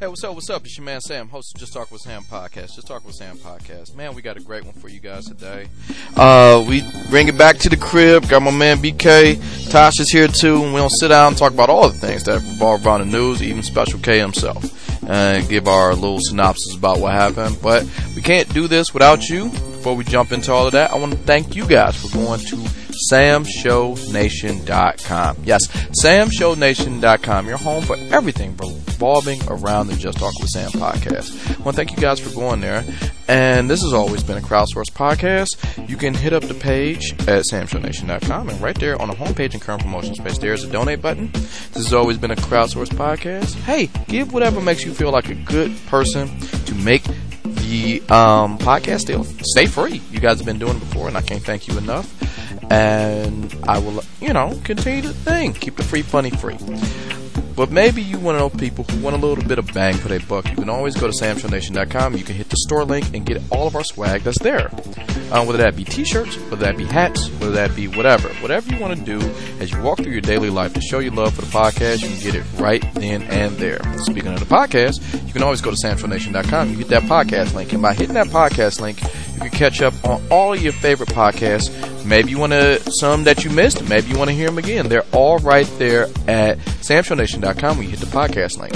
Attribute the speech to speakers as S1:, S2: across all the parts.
S1: Hey, what's up? What's up? It's your man Sam, host of Just Talk with Sam podcast. Just Talk with Sam podcast. Man, we got a great one for you guys today. Uh, we bring it back to the crib. Got my man BK. Tosh is here too. And we don't sit down and talk about all the things that revolve around the news, even Special K himself, and give our little synopsis about what happened. But we can't do this without you. Before we jump into all of that, I want to thank you guys for going to samshownation.com. Yes, samshownation.com, your home for everything revolving around the Just Talk with Sam podcast. I want to thank you guys for going there. And this has always been a crowdsourced podcast. You can hit up the page at samshownation.com, and right there on the homepage and current promotions page, there's a donate button. This has always been a crowdsourced podcast. Hey, give whatever makes you feel like a good person to make the um, podcast still stay free. You guys have been doing it before, and I can't thank you enough. And I will, you know, continue the thing. Keep the free funny free. But maybe you one of those people who want a little bit of bang for their buck. You can always go to samshownation.com. You can hit the store link and get all of our swag that's there. Um, whether that be t-shirts, whether that be hats, whether that be whatever. Whatever you want to do as you walk through your daily life to show your love for the podcast, you can get it right then and there. Speaking of the podcast, you can always go to samshownation.com. You get that podcast link. And by hitting that podcast link, you can catch up on all of your favorite podcasts. Maybe you want to some that you missed. Maybe you want to hear them again. They're all right there at samshownation.com when you hit the podcast link.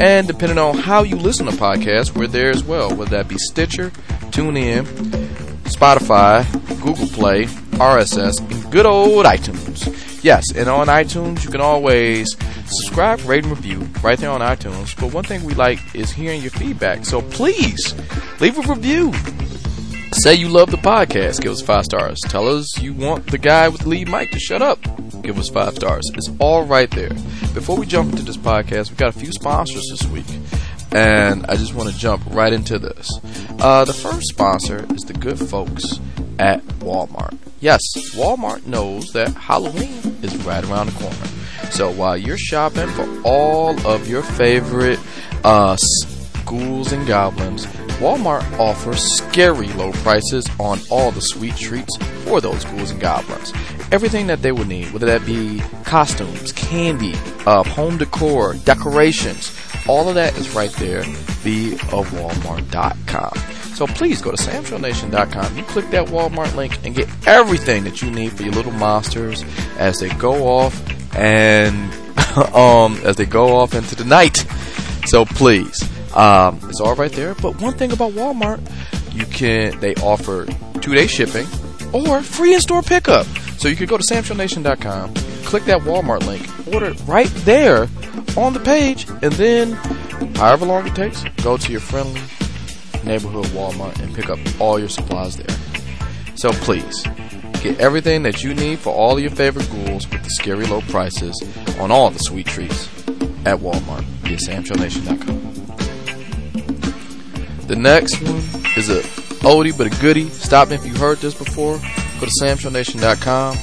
S1: And depending on how you listen to podcasts, we're there as well. Whether that be Stitcher, TuneIn, Spotify, Google Play, RSS, and good old iTunes. Yes, and on iTunes you can always subscribe, rate, and review right there on iTunes. But one thing we like is hearing your feedback. So please leave a review. Say you love the podcast, give us five stars. Tell us you want the guy with the lead mic to shut up, give us five stars. It's all right there. Before we jump into this podcast, we got a few sponsors this week, and I just want to jump right into this. Uh, the first sponsor is the good folks at Walmart. Yes, Walmart knows that Halloween is right around the corner. So while you're shopping for all of your favorite uh, ghouls and goblins, Walmart offers scary low prices on all the sweet treats for those ghouls and goblins. Everything that they would need, whether that be costumes, candy, uh, home decor, decorations, all of that is right there via Walmart.com. So please go to samshownation.com. You click that Walmart link and get everything that you need for your little monsters as they go off and um, as they go off into the night. So please. Um, it's all right there. But one thing about Walmart, you can they offer two day shipping or free in store pickup. So you can go to samshownation.com, click that Walmart link, order it right there on the page, and then however long it takes, go to your friendly neighborhood Walmart and pick up all your supplies there. So please get everything that you need for all your favorite ghouls with the scary low prices on all the sweet treats at Walmart via samshownation.com. The next one is a oldie but a goodie. Stop me if you heard this before. Go to samshownation.com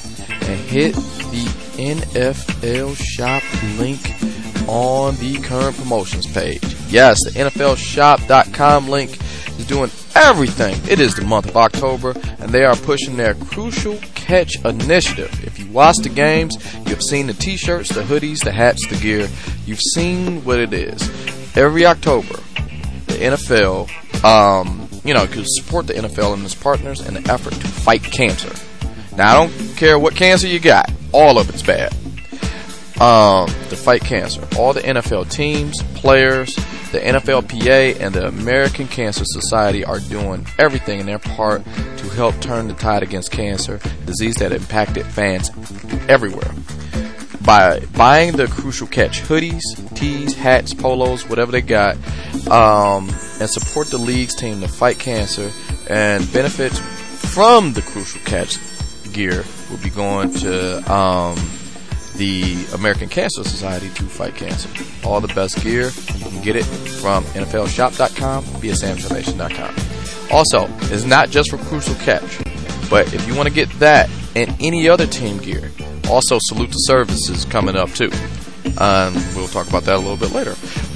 S1: and hit the NFL shop link on the current promotions page. Yes, the NFLshop.com link is doing everything. It is the month of October, and they are pushing their crucial catch initiative. If you watch the games, you've seen the t shirts, the hoodies, the hats, the gear. You've seen what it is. Every October, the NFL, um, you know, could support the NFL and its partners in the effort to fight cancer. Now, I don't care what cancer you got, all of it's bad. Um, to fight cancer, all the NFL teams, players, the NFLPA, and the American Cancer Society are doing everything in their part to help turn the tide against cancer, disease that impacted fans everywhere by buying the Crucial Catch hoodies, tees, hats, polos, whatever they got, um, and support the league's team to fight cancer and benefits from the Crucial Catch gear will be going to um, the American Cancer Society to fight cancer. All the best gear, you can get it from NFLshop.com via SamTrelation.com. Also, it's not just for Crucial Catch, but if you want to get that and any other team gear, also, Salute to Services coming up too. Um, we'll talk about that a little bit later.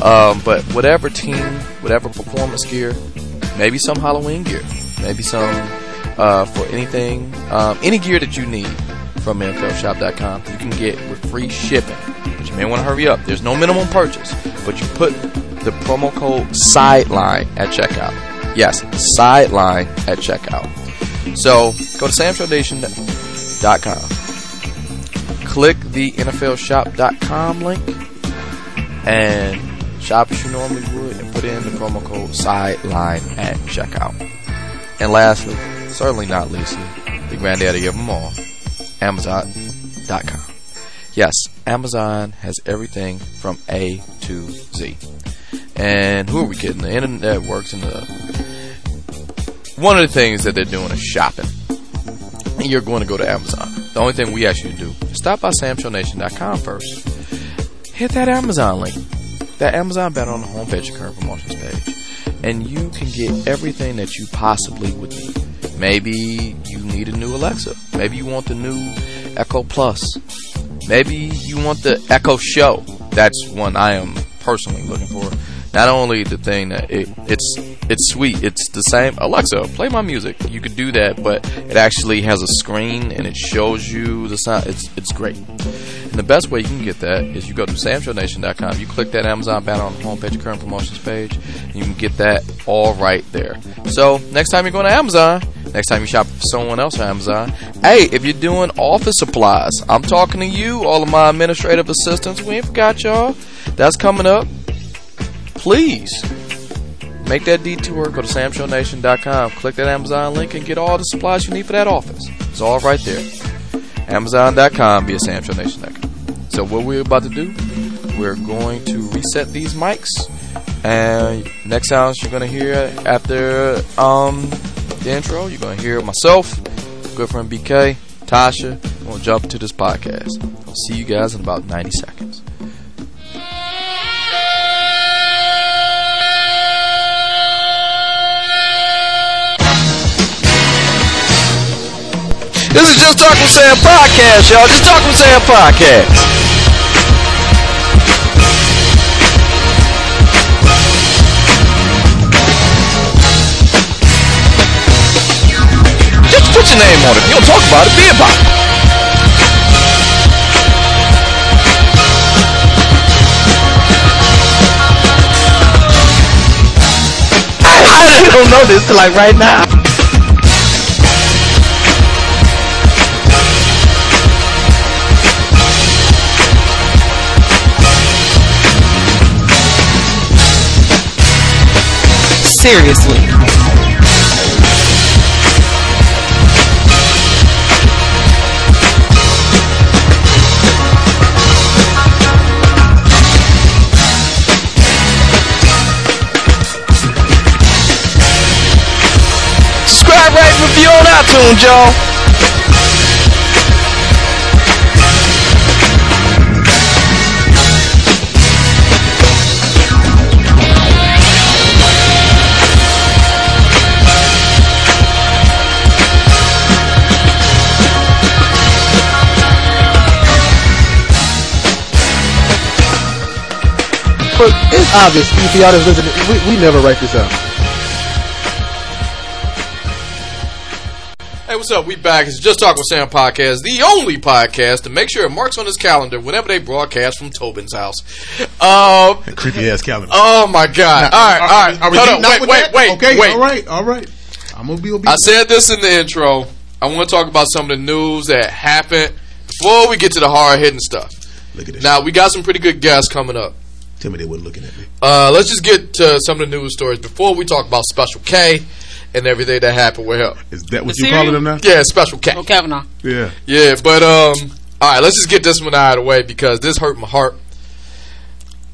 S1: Um, but whatever team, whatever performance gear, maybe some Halloween gear, maybe some uh, for anything, um, any gear that you need from NFLShop.com, you can get with free shipping. But you may want to hurry up. There's no minimum purchase, but you put the promo code SIDELINE at checkout. Yes, SIDELINE at checkout. So go to samshownation.com. Click the NFLshop.com link and shop as you normally would and put in the promo code SIDELINE at checkout. And lastly, certainly not leastly, the granddaddy of them all, Amazon.com. Yes, Amazon has everything from A to Z. And who are we kidding? The internet works in the. One of the things that they're doing is shopping. And you're going to go to Amazon. The only thing we ask you to do is stop by samshownation.com first. Hit that Amazon link. That Amazon banner on the homepage of current promotions page. And you can get everything that you possibly would need. Maybe you need a new Alexa. Maybe you want the new Echo Plus. Maybe you want the Echo Show. That's one I am personally looking for. Not only the thing that it, it's it's sweet, it's the same Alexa, play my music. You could do that, but it actually has a screen and it shows you the sound. It's it's great. And the best way you can get that is you go to samshownation.com. You click that Amazon banner on the homepage, of current promotions page, and you can get that all right there. So next time you're going to Amazon, next time you shop for someone else on Amazon, hey, if you're doing office supplies, I'm talking to you, all of my administrative assistants. We ain't forgot y'all. That's coming up. Please make that detour. Go to samshownation.com, click that Amazon link, and get all the supplies you need for that office. It's all right there. Amazon.com via samshownation.com. So what we're about to do, we're going to reset these mics, and next sounds you're gonna hear after um, the intro, you're gonna hear myself, good friend BK, Tasha. We'll jump to this podcast. I'll see you guys in about 90 seconds. This is just talking Sam podcast, y'all. Just talking Sam podcast. Just put your name on it. If you don't talk about it, be about it. I don't know this till like right now.
S2: Seriously.
S1: Subscribe, rate, review on iTunes, y'all.
S3: But it's obvious, you see, y'all that's listening, we, we never write this out.
S1: Hey, what's up? We back. It's Just Talk with Sam podcast, the only podcast to make sure it marks on his calendar whenever they broadcast from Tobin's house. Um,
S4: creepy ass calendar.
S1: oh my God! all right, all right.
S4: Are we
S1: Hold
S4: getting
S1: on.
S4: out
S1: Wait,
S4: with
S1: wait,
S4: that?
S1: wait,
S4: Okay,
S1: wait.
S4: all right, all right. I'm gonna be
S1: I
S4: obedient.
S1: said this in the intro. I want to talk about some of the news that happened before we get to the hard hitting stuff.
S4: Look at this. Now,
S1: Now we got some pretty good guests coming up.
S4: tell me they weren't looking at me.
S1: Uh, let's just get to some of the news stories before we talk about Special K and everything that happened with him.
S4: Is that what
S2: The
S4: you calling them now?
S1: Yeah, Special K.
S2: Oh, Kavanaugh.
S4: Yeah.
S1: Yeah, but um, all right, let's just get this one out of the way because this hurt my heart.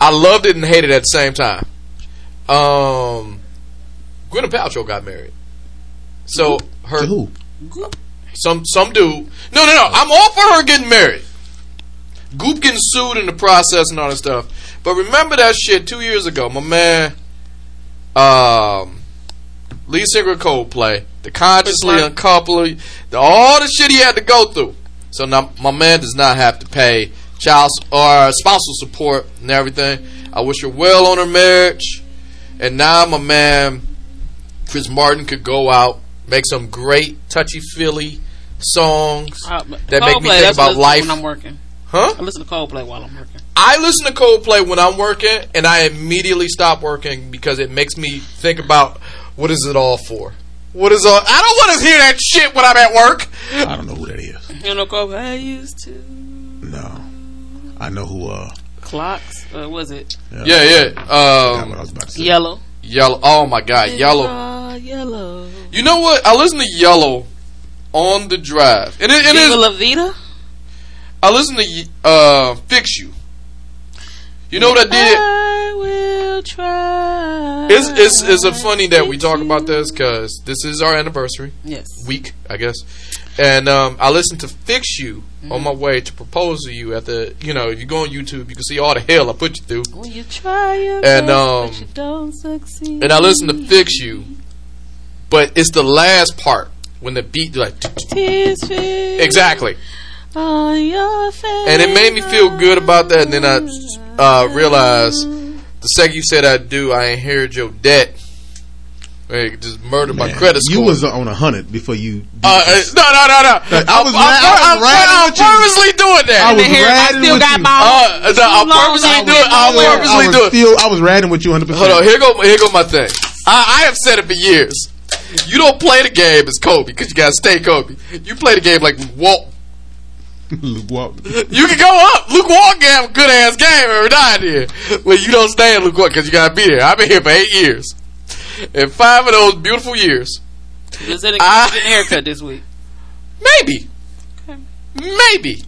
S1: I loved it and hated it at the same time. Um, Gwyneth Paltrow got married, so her
S4: To who?
S1: some some dude. No, no, no. I'm all for her getting married. Goop getting sued in the process and all that stuff. But remember that shit two years ago, my man. Um, lead singer of Coldplay, the consciously
S2: Chris
S1: uncoupling, the, all the shit he had to go through. So now my man does not have to pay child s- or spousal support and everything. I wish her well on her marriage. And now my man Chris Martin could go out, make some great touchy feely songs.
S2: Uh, but
S1: That make
S2: Coldplay,
S1: me think
S2: that's what I
S1: about
S2: listen to
S1: life.
S2: When I'm working.
S1: Huh?
S2: I listen to Coldplay while I'm working.
S1: I listen to Coldplay when I'm working, and I immediately stop working because it makes me think about what is it all for. What is all? I don't want to hear that shit when I'm at work.
S4: I don't know who that is.
S5: You know, go. I used to
S4: No, I know who. Uh,
S5: clocks. Uh, was it
S1: Yeah, yeah.
S4: forgot
S1: Um,
S4: what I was about to say.
S5: yellow?
S1: yellow. Oh my god, yellow.
S5: Ah, yellow.
S1: You know what? I listen to Yellow on the drive, and it, it
S5: Viva
S1: is.
S5: La Vida.
S1: I listen to uh, Fix You. You know what I did?
S5: I will try.
S1: It's, it's, it's a funny that we talk about this because this is our anniversary
S5: Yes.
S1: week, I guess. And um, I listened to Fix You on my way to propose to you at the, you know, if you go on YouTube, you can see all the hell I put you through.
S5: When you try your
S1: And,
S5: best,
S1: um,
S5: but you don't succeed.
S1: And I listened to Fix You, but it's the last part when the beat, like,
S5: Tears feel
S1: exactly.
S5: on your face.
S1: And it made me feel good about that. And then I uh, realized the second you said I do, I ain't heard your debt. It just murdered my
S4: Man,
S1: credit score.
S4: You was on a hundred before you. did
S1: Uh, uh,
S4: this.
S1: no, no, no, no.
S4: I was mad- I was
S1: I'm,
S4: riding
S1: I'm
S4: with you.
S1: purposely doing that.
S4: I was
S5: And here, I
S4: riding
S5: still
S4: with
S5: got
S4: you.
S5: my
S1: Uh, no, I'll
S5: Long
S1: purposely
S5: time
S1: do it. I'll
S5: we were-
S4: I
S1: purposely
S4: was
S1: do it.
S4: still, I was riding with you hundred percent.
S1: Hold on. Here go. Here go my thing. I, I have said it for years. You don't play the game as Kobe because you gotta stay Kobe. You play the game like Walt.
S4: Luke Walton.
S1: You can go up. Luke Walton can have a good ass game every now and then. But you don't stay at Luke Walton because you gotta be there. I've been here for eight years. And five of those beautiful years.
S5: Is it a
S1: I-
S5: get a haircut this week?
S1: Maybe.
S5: Okay.
S1: Maybe.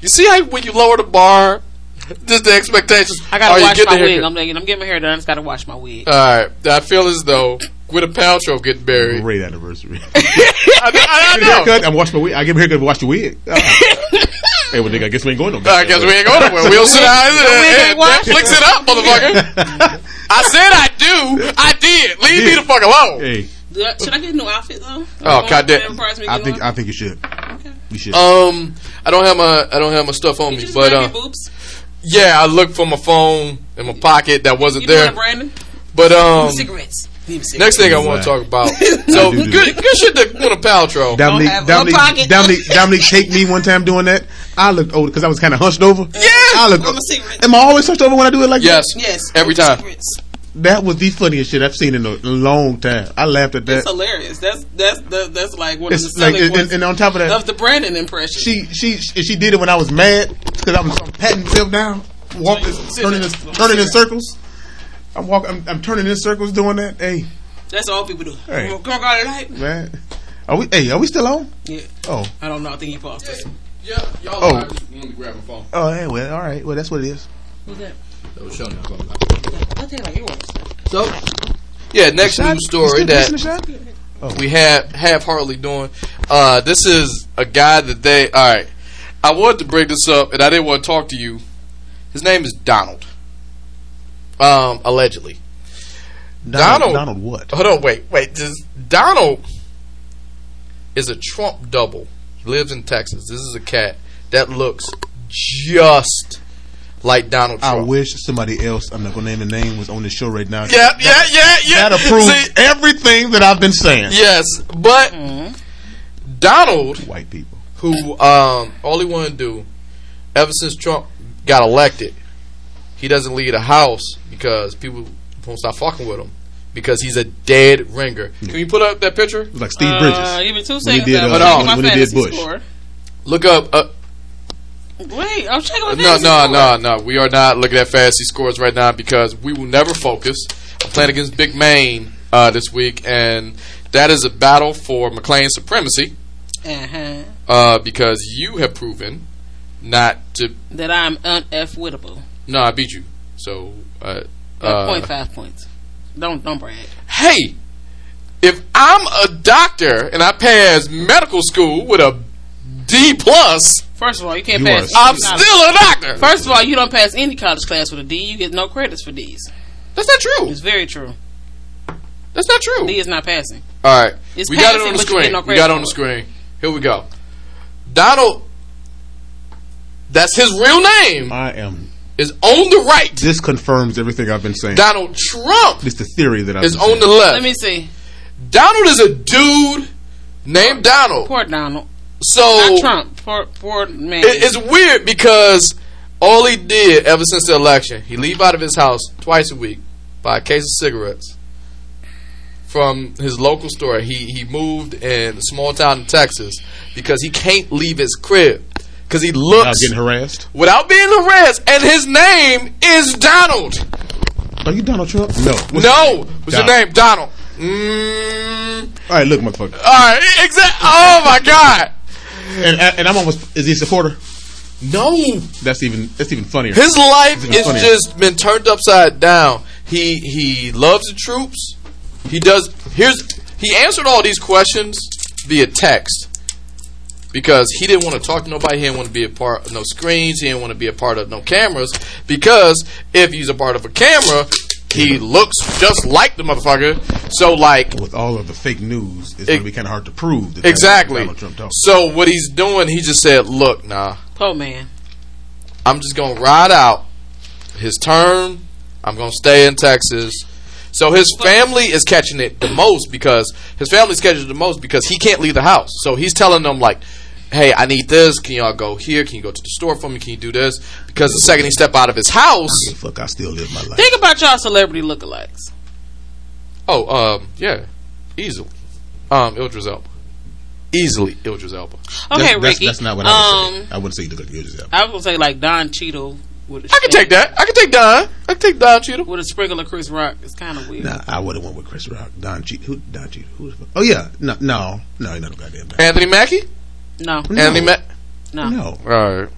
S1: You see how when you lower the bar, just the expectations.
S5: I gotta
S1: Oh, you
S5: wash
S1: get the
S5: my wig.
S1: haircut.
S5: I'm, like, I'm getting my hair done. I just gotta wash my wig.
S1: All right. I feel as though Gwyneth Paltrow getting buried.
S4: Great anniversary.
S1: I, I, I
S4: Get a
S1: know.
S4: haircut. I'm washing my wig. I give a haircut and wash the wig. Uh, hey, well, nigga, I guess we ain't going no.
S1: I guess we ain't going nowhere. We'll sit down and, and Netflix it up, motherfucker. I said I do. I did. Leave me the fuck alone.
S4: Hey,
S5: Do I- should I get a new outfit though?
S1: Oh, goddamn.
S4: I think I think you should. You should.
S1: Um, I don't have my I don't have my stuff on
S5: you
S1: me,
S5: just
S1: but
S5: grab
S1: uh,
S5: your boobs.
S1: yeah, I looked for my phone in my pocket that wasn't
S5: You
S1: there.
S5: doing it, Brandon?
S1: But um,
S5: Cigarettes. Leave cigarettes.
S1: next thing I
S4: Wow.
S1: want to talk about. So
S4: do do
S1: good good shit to Gwyneth Paltrow.
S4: Dominique,
S5: have a
S4: Dominique,
S5: pocket.
S4: Dominique, Dominique, take me one time doing that. I looked old because I was kind of hunched over. Yeah, I looked.
S5: I'm a cigarette.
S4: Am I always hunched over when I do it like
S1: yes,
S4: that?
S5: Yes.
S1: every time.
S5: Cigarettes.
S4: That was the funniest shit I've seen in a long time. I laughed at that.
S5: It's hilarious. That's that's the, that's like one of
S4: It's
S5: the
S4: like,
S5: selling
S4: and,
S5: points
S4: and- and on top of that,
S5: of the Brandon impression.
S4: she she she she did it when I was mad because I'm, I'm patting myself down, walking, turning in, turning in circles. I'm walking. I'm, I'm turning in circles doing that. Hey,
S5: that's all people do.
S4: Hey.
S5: Come on, come on, got it right.
S4: man. Are we? Hey, are we still on?
S5: Yeah.
S4: Oh,
S5: I don't know. I think he paused us.
S1: Yeah, y'all.
S4: Oh.
S1: I just wanted to grab my phone.
S4: oh. Hey, well, all right. Well, that's what it is.
S5: Who's that?
S1: That was showing
S5: I think like yours.
S1: So, yeah, next
S4: Shaq,
S1: news story
S4: you still
S1: that
S4: listening, Shaq?
S1: we have have Harley doing. Uh, this is a guy that they. All right, I wanted to bring this up, and I didn't want to talk to you. His name is Donald. Um, allegedly. Donald-
S4: Donald, Donald, what?
S1: Hold on, wait, wait. This, Donald is a Trump double. He lives in Texas. This is a cat that looks just like Donald
S4: I
S1: Trump.
S4: wish somebody else, I'm not going to name the name, was on the show right now.
S1: Yeah, yeah, yeah, yeah.
S4: That approves
S1: See,
S4: everything that I've been saying.
S1: Yes, but Donald,
S4: White people.
S1: who um, all he wanted to do ever since Trump got elected, he doesn't leave the house because people won't stop fucking with him because he's a dead ringer. Can you put up that picture?
S4: It was like Steve
S5: Uh,
S4: Bridges.
S5: give me two
S4: he
S5: seconds.
S4: did,
S5: I'm
S4: uh,
S1: Hold
S5: checking
S4: on.
S5: my
S4: when he did
S5: fantasy
S4: Bush.
S5: score.
S1: Look up. Uh,
S5: Wait, I'm checking my
S1: no,
S5: fantasy
S1: no,
S5: score.
S1: no, no. We are not looking at fantasy scores right now because we will never focus. I'm playing against Big Maine uh, this week, and that is a battle for McLean supremacy
S5: Uh-huh.
S1: uh, because you have proven not to
S5: That I'm unf wittable.
S1: No, I beat you. So, uh,
S5: point
S1: uh,
S5: five points. Don't don't brag.
S1: hey, if I'm a doctor and I pass medical school with a D plus,
S5: First of all, you can't
S4: You
S5: pass.
S4: are
S1: I'm
S5: any college-
S1: still a doctor.
S5: First of all, you don't pass any college class with a D. You get no credits for D's.
S1: That's not true.
S5: It's very true.
S1: That's not true.
S5: D is not passing.
S1: All right,
S5: It's
S1: we got it on
S5: passing,
S1: the
S5: but you
S1: screen.
S5: get no
S1: we got it
S5: credit
S1: on the
S5: for
S1: screen. Here we go. Donald. That's his real name.
S4: I am.
S1: Is on the right.
S4: This confirms everything I've been saying.
S1: Donald Trump
S4: It's the theory that I've
S1: is
S4: been
S1: on
S4: saying.
S1: the left.
S5: Let me see.
S1: Donald is a dude named Donald.
S5: Poor Donald.
S1: So
S4: Oh.
S5: Not Trump. Poor poor man.
S1: it, it's weird because All he did ever since the election, he leave out of his house twice a week, buy a case of cigarettes from his local store. He he moved in a small town in Texas because he can't leave his crib because he
S4: Now
S1: looks
S4: getting harassed.
S1: without being harassed, and his name is Donald.
S4: Are you Donald Trump? No. What's-
S1: no, what's
S4: Donald.
S1: your name, Donald? Mm,
S4: All right, look, motherfucker.
S1: all right, exact. Oh my God.
S4: And, and I'm almost. Is he a supporter?
S1: No,
S4: That's even. That's even funnier.
S1: His life
S4: It's
S1: is
S4: funny.
S1: just been turned upside down. He he loves the troops. He does. Here's he answered all these questions via text because he didn't want to talk to nobody. He didn't want to be a part of no screens. He didn't want to be a part of no cameras because if he's a part of a camera, he looks just like the motherfucker. So like
S4: With all of the fake news, it's gonna be kind of hard to prove. That that's
S1: exactly.
S4: Donald Trump talking.
S1: So what he's doing, he just said, "Look, nah."
S6: Oh man.
S1: I'm just gonna ride out his term. I'm gonna stay in Texas. So his family is catching it the most because his family's catching it the most because he can't leave the house. So he's telling them like, "Hey, I need this. Can y'all go here? Can you go to the store for me? Can you do this?" Because the second he step out of his house,
S4: Fuck, I still live my life.
S6: Think about y'all celebrity lookalikes.
S1: oh, um, yeah, easily, um, Idris Elba, easily Idris Elba.
S6: Okay,
S4: that's, that's,
S6: Ricky.
S4: that's not what I would
S6: um,
S4: say. I wouldn't say you look like you just
S6: I was gonna say like Don Cheadle with. a
S1: I can take that. I can take Don. I can take Don Cheadle.
S6: With a sprinkle of Chris Rock, it's kind of weird.
S4: Nah, I would have went with Chris Rock. Don Cheadle. Who? Don Cheadle. Who the fuck? Oh yeah. No, no, no. You're not a goddamn man.
S1: Anthony Mackie.
S6: No, no,
S1: Anthony Mac.
S4: No,
S1: All right.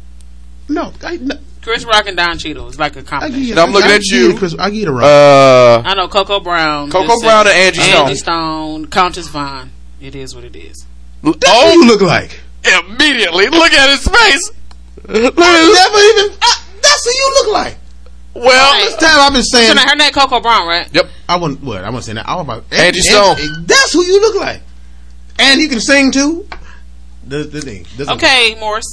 S4: no. I, no
S6: Chris Rock and Don Cheadle is like a
S4: I give
S6: combination.
S4: you-
S1: Now I'm
S4: I-
S1: looking
S4: I
S1: at
S4: give
S1: you.
S4: Chris, I give you the Rock.
S1: Uh.
S6: I know Coco Brown.
S1: Coco
S6: just said-
S1: Brown and Angie Stone.
S6: Angie Stone, Countess Vaughn. It is what it is.
S4: oh,
S1: Oh,
S4: you look like.
S1: immediately. Look at his face. Look at his-
S4: Never even. I, that's who you look like. All this
S1: well,
S4: time I've been
S6: So
S4: saying.
S6: now her name Coco Brown, right?
S1: yep.
S4: I wouldn't. What? I wouldn't say that. I about
S1: Angie Stone.
S4: that's who you look like. And he can sing too. The, the thing. doesn't-
S6: Okay, Morris.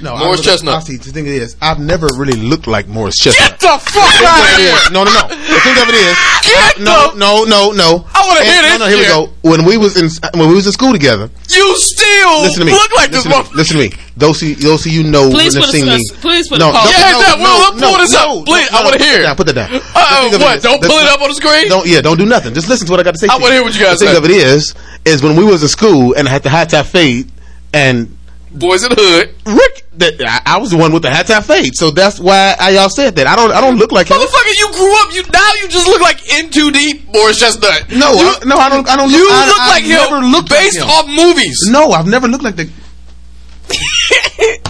S4: No, I
S1: Morris
S4: really-
S1: Chestnut.
S4: I see, the thing is, I've never really looked like Morris
S1: Get
S4: Chestnut.
S1: the fuck
S4: The
S1: out
S4: thing
S1: of here.
S4: is- No, no, no. The thing of it is,
S1: Get
S4: no,
S1: the-
S4: no, no, no.
S1: I wanna
S4: And-
S1: hear this
S4: No, no, here
S1: shit.
S4: we go. When we was in when we was in school together,
S1: You still
S4: listen to me.
S1: look like
S4: listen
S1: this
S4: to
S1: motherfucker.
S4: me. Listen to me. Those who those who you know
S6: Please
S4: wouldn't
S6: put a-
S4: have seen me.
S6: a- please put a
S4: no,
S6: poll.
S4: no,
S1: Yeah,
S4: no,
S1: that-
S4: no,
S1: Will, let's
S4: no,
S1: pull this
S4: no,
S1: up. Please,
S4: no,
S1: I wanna hear.
S4: Nah, put that down. The
S1: Uh,
S4: thing of it
S1: what?
S4: is-
S1: Don't
S4: the-
S1: pull it up on the screen.
S4: don't yeah, don't do nothing. Just listen to what I got to say.
S1: I
S4: to
S1: wanna hear what you guys
S4: The thing
S1: say.
S4: of it is, is when we was in school and I had the high top fade, and
S1: Boys in the hood.
S4: Rick, that I, I was the one with the high top fade, so that's why I y'all said that. I don't, I don't look like him.
S1: Motherfucker, you grew up. You now you just look like in too deep Boris Chestnut.
S4: No,
S1: you,
S4: I, no, I don't, I don't.
S1: you
S4: I,
S1: look
S4: I
S1: like
S4: never
S1: him.
S4: Looked
S1: based
S4: like him.
S1: off movies.
S4: No, I've never looked like the.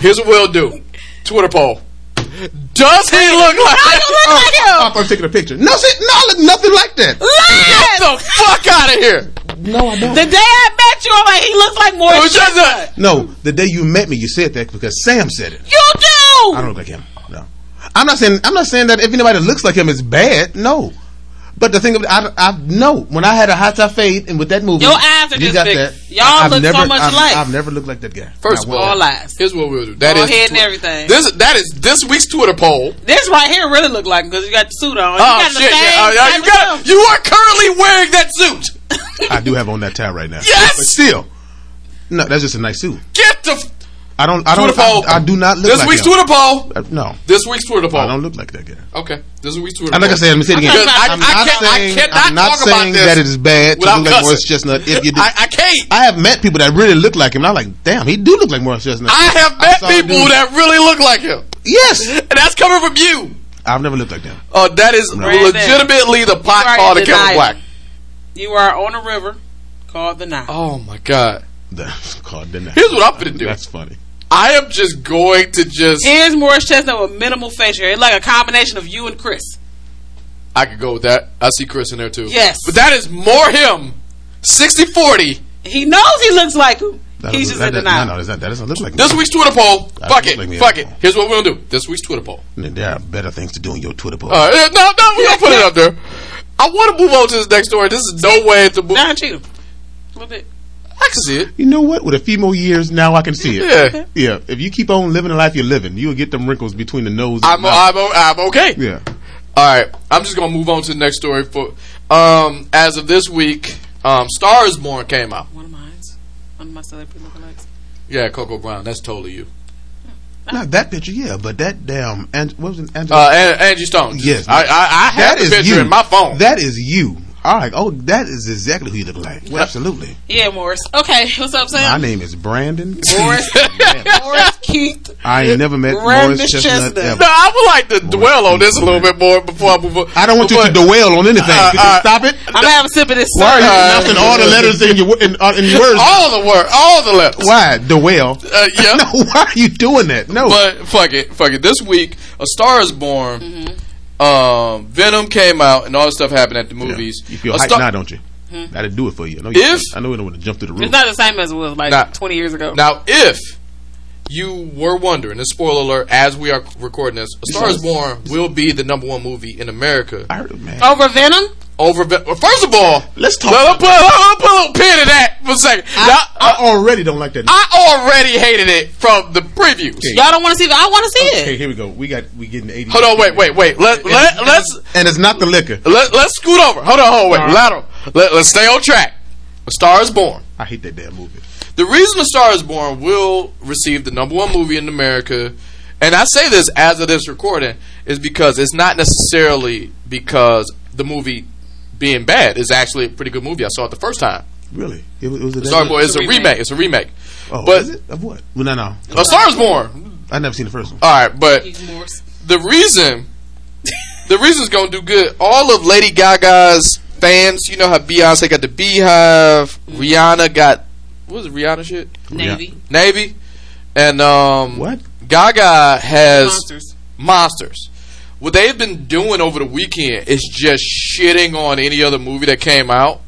S1: Here's what we'll do. Twitter poll. Does he look like?
S4: Oh, I'm taking a picture. No, see, no, I look nothing like that.
S1: Get the fuck out of here.
S6: The day I met you, I'm like, he looks like Morris.
S1: Boris Chestnut.
S4: No, the day you met me, you said that because Sam said it.
S6: You do.
S4: I don't look like him. No, I'm not saying. I'm not saying that if anybody looks like him is bad. No, but the thing of I, I no. When I had a hot top fade and with that movie,
S6: Your eyes are
S4: you
S6: just
S4: got
S6: big.
S4: that.
S6: Y'all
S4: I- I've
S6: look so
S4: never-
S6: much
S4: I've-
S6: alike.
S4: I've never looked like that guy.
S1: First
S4: Not
S1: of
S4: one.
S6: All lies.
S1: Here's what we'll do. That
S6: Bald
S1: is
S6: head and
S1: Twi-
S6: everything.
S1: This that is this week's Twitter poll.
S6: This right here really look like him because you got the suit on.
S1: Oh
S6: you got
S1: shit!
S6: The same
S1: yeah, yeah,
S6: type
S1: you
S6: of
S1: got
S6: look.
S1: you are currently wearing that suit.
S4: I do have on that tie right now.
S1: Yes!
S4: but still, no, that's just a nice suit.
S1: Get the f-
S4: I don't. I
S1: Twitter
S4: don't. I,
S1: poll.
S4: I do not look
S1: this
S4: like
S1: week's
S4: him.
S1: Twitter poll.
S4: Uh, no,
S1: This week's Twitter
S4: I
S1: poll.
S4: don't look like that guy.
S1: Okay, this week's Twitter.
S4: And like I
S1: poll.
S4: said, let me say it again.
S1: Because I,
S6: I'm
S1: I
S4: I'm
S1: can't,
S4: saying,
S1: I cannot
S4: I'm not
S1: talk
S4: saying
S1: about this
S4: that it is bad to
S1: without
S4: look like
S1: cussing.
S4: Morris Chestnut. If you do,
S1: I,
S4: I,
S1: I can't.
S4: have met people that really look like him. And I'm like, damn, he do look like Morris Chestnut.
S1: I have met
S4: saw a
S1: people
S4: dude-
S1: that really look like him,
S4: Yes,
S1: and that's coming from you.
S4: I've never looked like them.
S1: Uh, that is
S6: Right there.
S1: legitimately the pot
S6: Right,
S1: called the
S6: the
S1: Kevin
S6: Nile.
S1: Black.
S6: You are on a river called the Nile.
S1: Oh my god!
S4: That's called the
S1: Here's what I'm gonna do.
S4: That's funny.
S1: I am just going to just.
S6: Here's Morris Chestnut with minimal facial hair. It's like a combination of you and Chris.
S1: I could go with that. I see Chris in there too.
S6: Yes.
S1: But that is more him. 60 40.
S6: He knows he looks like him.
S4: That
S6: He's
S4: don't
S6: just
S4: look-
S6: in
S4: that,
S6: denial.
S4: No, no, that's not, that doesn't look like me.
S1: This week's Twitter poll.
S4: I
S1: Fuck
S4: don't
S1: it.
S4: blame you.
S1: Fuck it. Here's what we're going to do. This week's Twitter poll.
S4: There are better things to do on your Twitter poll.
S1: Uh, eh, no, no, we're going to put it up there. I want to move on to this next story. This is no way to move. I
S6: Don Cheadle. A little bit.
S1: can see it.
S4: you know what? With a few more years, now I can see it.
S1: Yeah.
S4: Yeah. If you keep on living the life you're living, you'll get them wrinkles between the nose. And
S1: I'm,
S4: the mouth.
S1: I'm, I'm okay.
S4: yeah.
S1: All right. I'm just going to move on to the next story. For um, As of this week, um, Star is Born came out.
S6: One of mine. One of my celebrity lookalikes.
S1: Yeah, Coco Brown. That's totally you.
S4: Not that picture, yeah, but that damn. And what was it? Angela?
S1: Uh, An- Angie Stone.
S4: yes,
S1: I, I, I had
S4: that
S1: the
S4: is
S1: picture
S4: you.
S1: in my phone.
S4: That is you. All right. Oh, that is exactly who you look like. Well, absolutely.
S6: Yeah, Morris. Okay, what's up,
S4: My
S6: Sam?
S4: name is Brandon.
S6: Morris. Morris Keith.
S4: I ain't never met
S6: Brandon
S4: Morris Chestnut
S6: Chestnut.
S4: ever.
S1: no, I would like to dwell on this a little bit more before I move on.
S4: I don't want you to
S1: But-
S4: dwell on anything.
S1: Uh,
S4: Could you
S1: uh,
S4: stop it.
S6: I'm having a sip of this.
S4: Why are you
S6: soda.
S4: announcing all the letters in your in, uh, in your words?
S1: All the word, all the letters.
S4: Why dwell?
S1: Oh. Uh, yeah.
S4: No, why are you doing that? No.
S1: But fuck it, fuck it. This week, A Star Is Born. Um, Venom came out, and all this stuff happened at the
S4: Yeah.
S1: movies.
S4: You feel
S1: A
S4: hyped
S1: Star- Hmm.
S4: now, don't you? I did do it for you. I know you
S1: If-
S4: I know you don't want to jump through the roof.
S6: It's not the same as it was like
S1: Nah.
S6: 20 years ago.
S1: Now, if you were wondering, a spoiler alert, as we are recording this, A Star Is Born will be the number one movie in America.
S4: I heard,
S1: Oh,
S4: man.
S6: Over Venom?
S1: Over, Ven- well, first of all,
S4: Let's talk.
S1: Well, I'll put, I'll put a little pin in that for a second. now, I,
S4: I already don't like that.
S1: I already hated it from the previews.
S4: Okay.
S6: Y'all don't want to see it? I want to see
S4: okay,
S6: it.
S4: here we go. We got we getting eighty.
S1: Hold on, wait, wait, wait. Let, let, let's
S4: And it's not the liquor.
S1: let, let's scoot over. Hold on, hold on, wait. Lateral. Let, let's stay on track. A Star Is Born.
S4: I hate that damn movie.
S1: The reason A Star Is Born will receive the number one movie in America, and I say this as of this recording, is because it's not necessarily because the movie being bad is actually a pretty good movie. I saw it the first time.
S4: Really? It was, it was a
S1: Star Boy is a
S6: It's a remake.
S1: remake. It's a remake.
S4: Oh,
S1: but
S4: is it? Of what? Well, no, no.
S1: A Star Is Born.
S4: I never seen the first one.
S1: All right, but
S6: He's Morris.
S1: the reason the reason's gonna do good. All of Lady Gaga's fans, you know how Beyonce got the Beehive, Rihanna got what was it, Rihanna shit,
S6: Navy.
S1: Navy, and um,
S4: What?
S1: Gaga has
S6: Monsters.
S1: monsters. What they've been doing over the weekend is just shitting on any other movie that came out.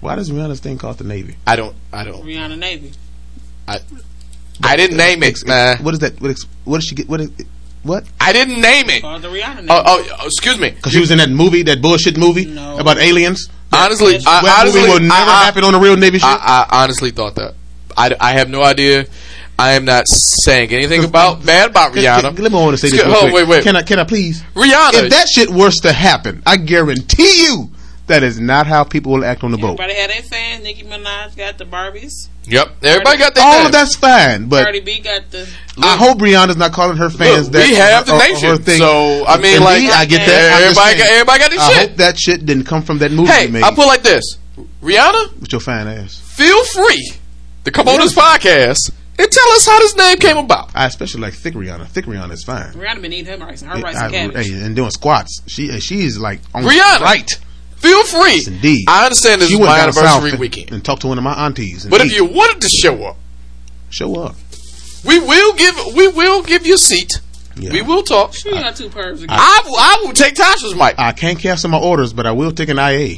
S4: Why does Rihanna's thing cost the Navy?
S1: I don't. I don't.
S6: Rihanna Navy.
S1: I didn't name it, man.
S4: What is that? What, is, what does she get? What? Is, what?
S1: I didn't name it. Oh,
S6: Called the Rihanna
S4: Uh,
S6: Navy.
S1: oh, oh, excuse me.
S4: Because she was in that movie, that bullshit movie
S6: No.
S4: about aliens.
S1: Honestly, I,
S4: That
S1: honestly,
S4: movie will never
S1: I, I-
S4: happen on the real Navy shit.
S1: I, I honestly thought that. I, I have no idea. I am not saying anything about bad about Rihanna.
S4: Let me want to say this.
S1: Excuse-
S4: Real
S1: oh,
S4: quick.
S1: wait, wait.
S4: Can I? Can I please?
S1: Rihanna.
S4: If that shit was to happen, I guarantee you that is not how people will act on the boat.
S6: Everybody had their fans. Nicki Minaj got the Barbies.
S1: yep. Everybody got their
S4: All
S1: name.
S4: of that's fine, but
S6: Cardi B got the.
S4: I hope Rihanna's not calling her fans
S1: Look,
S4: that.
S1: we have the
S4: or- or
S1: nation,
S4: her thing.
S1: so, I mean, like,
S4: Indeed, I get that. I'm just
S1: Everybody
S4: saying,
S1: got, everybody got their
S4: I
S1: shit.
S4: hope that shit didn't come from that movie you
S1: Hey,
S4: made
S1: I put it like this. Rihanna,
S4: with your fine ass.
S1: feel free to come on this podcast and tell us how this name came about.
S4: I especially like thick Rihanna. Thick Rihanna is fine.
S6: Rihanna been eating her rice and her rice
S4: I-
S6: and cabbage.
S4: hey, and doing squats. She uh, she is like on
S1: Rihanna.
S4: right.
S1: Feel free.
S4: Yes, indeed.
S1: I understand this
S4: she
S1: is
S4: went
S1: my
S4: down south
S1: anniversary
S4: and,
S1: weekend.
S4: and talked to one of my aunties. And
S1: But if
S4: ate.
S1: you wanted to show up,
S4: show up,
S1: we will give we will give you a seat.
S4: Yeah.
S1: We will talk.
S6: She got two pervs again.
S1: I will, I will take Tasha's mic.
S4: I can't cancel my orders, but I will take an IA.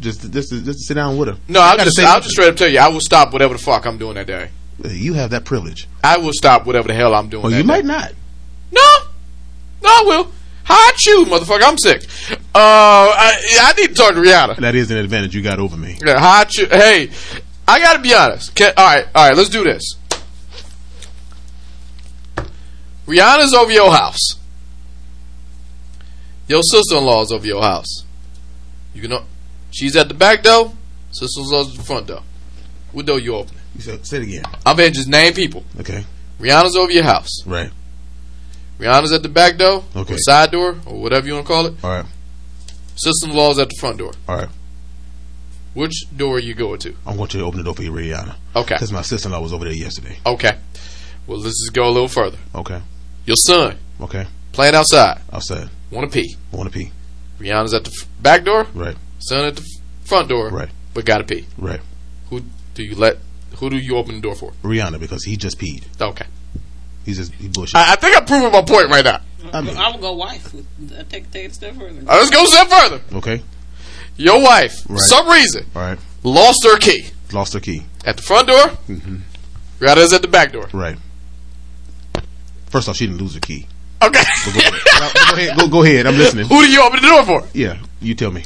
S4: Just to, just to, just to sit down with her.
S1: No,
S4: I
S1: I'll
S4: gotta
S1: just,
S4: say
S1: I'll
S4: something.
S1: just straight up tell you, I will stop whatever the fuck I'm doing that day.
S4: You have that privilege.
S1: I will stop whatever the hell I'm doing.
S4: Well,
S1: that
S4: Oh, you
S1: day.
S4: might not.
S1: No, no, I will. How I chew, motherfucker. I'm sick. Uh, I, I need to talk to Rihanna.
S4: That is an advantage you got over me.
S1: Yeah, How I chew. Hey, I gotta be honest. Can, all right, all right. Let's do this. Rihanna's over your house. Your sister-in-law's over your house. You can. o- She's at the back door. Sister-in-law's at the front door. What door you opening?
S4: You said, say it again.
S1: I'm gonna just name people.
S4: Okay.
S1: Rihanna's over your house.
S4: Right.
S1: Rihanna's at the back door,
S4: Okay.
S1: or side door, or whatever you want to call it.
S4: All right.
S1: Sister-in-law's at the front door.
S4: All right.
S1: Which door are you going to?
S4: I want you to open the door for you, Rihanna.
S1: Okay.
S4: Because my sister in law was over there yesterday.
S1: Okay. Well, let's just go a little further.
S4: Okay.
S1: Your son
S4: Okay.
S1: playing outside.
S4: Outside.
S1: Want to pee?
S4: I want to pee.
S1: Rihanna's at the f- back door.
S4: Right.
S1: Son at the f- front door.
S4: Right.
S1: But gotta pee.
S4: Right.
S1: Who do you let? Who do you open the door for?
S4: Rihanna, because he just peed.
S1: Okay.
S4: He's just he bullshit.
S1: I, I think I'm proving my point right now.
S4: I mean-
S6: I would go wife. I take take it a step further.
S1: Uh, let's go a step further.
S4: okay.
S1: Your wife, for
S4: Right.
S1: some reason,
S4: All right.
S1: lost her key
S4: Lost her key.
S1: at the front door.
S4: Mm-hmm.
S1: Rihanna's at the back door.
S4: Right. First off, she didn't lose her key.
S1: Okay.
S4: Now, go ahead. Go, go ahead. I'm listening.
S1: Who do you open the door for?
S4: Yeah. You tell me.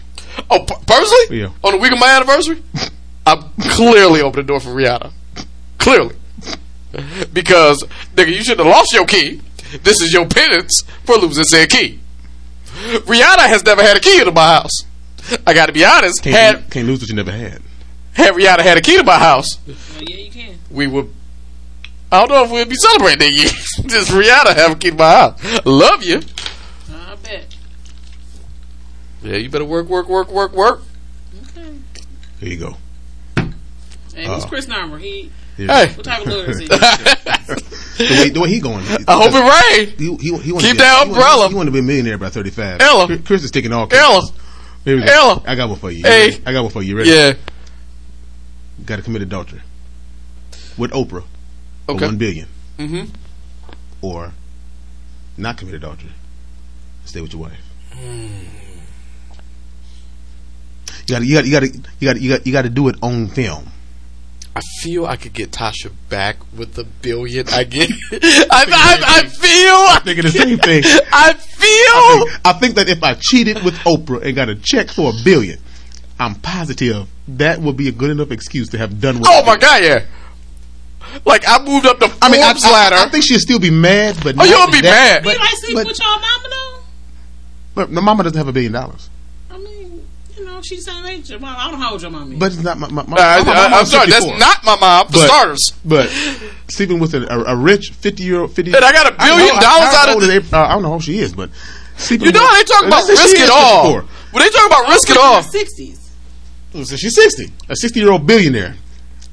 S1: Oh, per- personally?
S4: Yeah.
S1: On the week of my anniversary, I clearly opened the door for Rihanna. Clearly. Because, nigga, you should have lost your key. This is your penance for losing said key. Rihanna has never had a key to my house. I gotta be honest,
S4: Can't,
S1: had,
S4: can't lose what you never had.
S1: had Rihanna had a key to my house,
S6: Well, yeah, you Oh, can.
S1: we would I don't know if we'll be celebrating that year. Just Rihanna have a keep my house. Love you.
S6: I bet.
S1: Yeah, you better work, work, work, work, work.
S6: Okay.
S4: Here you go.
S6: Hey, who's
S4: Uh-oh.
S6: Chris Narmer? He
S4: Here.
S1: Hey.
S6: what type of lawyer is he?
S4: the way, the way he going.
S1: I hope it rained.
S4: He, he, he wanna
S1: Keep
S4: be a-
S1: that
S4: he wanna-
S1: umbrella.
S4: He want to be a millionaire by 35.
S1: Ella.
S4: Chris- Chris is taking all kinds.
S1: Ella.
S4: Here we go.
S1: Ella.
S4: I got one for you.
S1: Hey.
S4: I got one for you. You Ready?
S1: Yeah.
S4: Got to commit adultery. With Oprah. For
S1: Okay.
S4: 1 billion.
S1: Mm-hmm.
S4: Or not commit adultery. Stay with your wife. You gotta, you gotta, you gotta, you gotta, you gotta, you gotta do it on film.
S1: I feel I could get Tasha back with the billion I get. I, I, I feel.
S4: Thinking the same thing.
S1: I
S4: I
S1: feel.
S4: think- I think that if I cheated with Oprah and got a check for a billion, I'm positive that would be a good enough excuse to have done what I
S1: Oh
S4: did.
S1: my god, yeah. Like I moved up the Forbes
S4: I mean, Oh, I, I-
S1: ladder.
S4: I, think she'll still be mad, but
S1: oh,
S4: not
S1: you gonna be
S4: that-
S1: mad?
S6: you like sleeping
S4: but-
S6: with y'all mama though?
S4: But my mama doesn't have a billion dollars.
S6: I mean, you know, she's the same age. as Your mom. I don't know how old your mom is.
S4: But it's not my my. my,
S1: Uh, I,
S4: my, my
S1: am
S4: mom's
S1: sorry, that's
S4: 54.
S1: not my mom. For
S4: But-
S1: starters,
S4: But sleeping with a, a, a rich fifty year old fifty.
S1: And I got a
S4: don't
S1: billion
S4: know
S1: dollars
S4: how
S1: out of
S4: old
S1: the-
S4: is April- uh, I don't know how old she is, but sleeping.
S1: you know
S4: with-
S1: they talking about
S4: Listen, she
S1: risk
S4: is
S1: it all.
S4: 54.
S1: When they talking about risk it all,
S6: Sixties.
S4: So she's sixty, a sixty year old billionaire,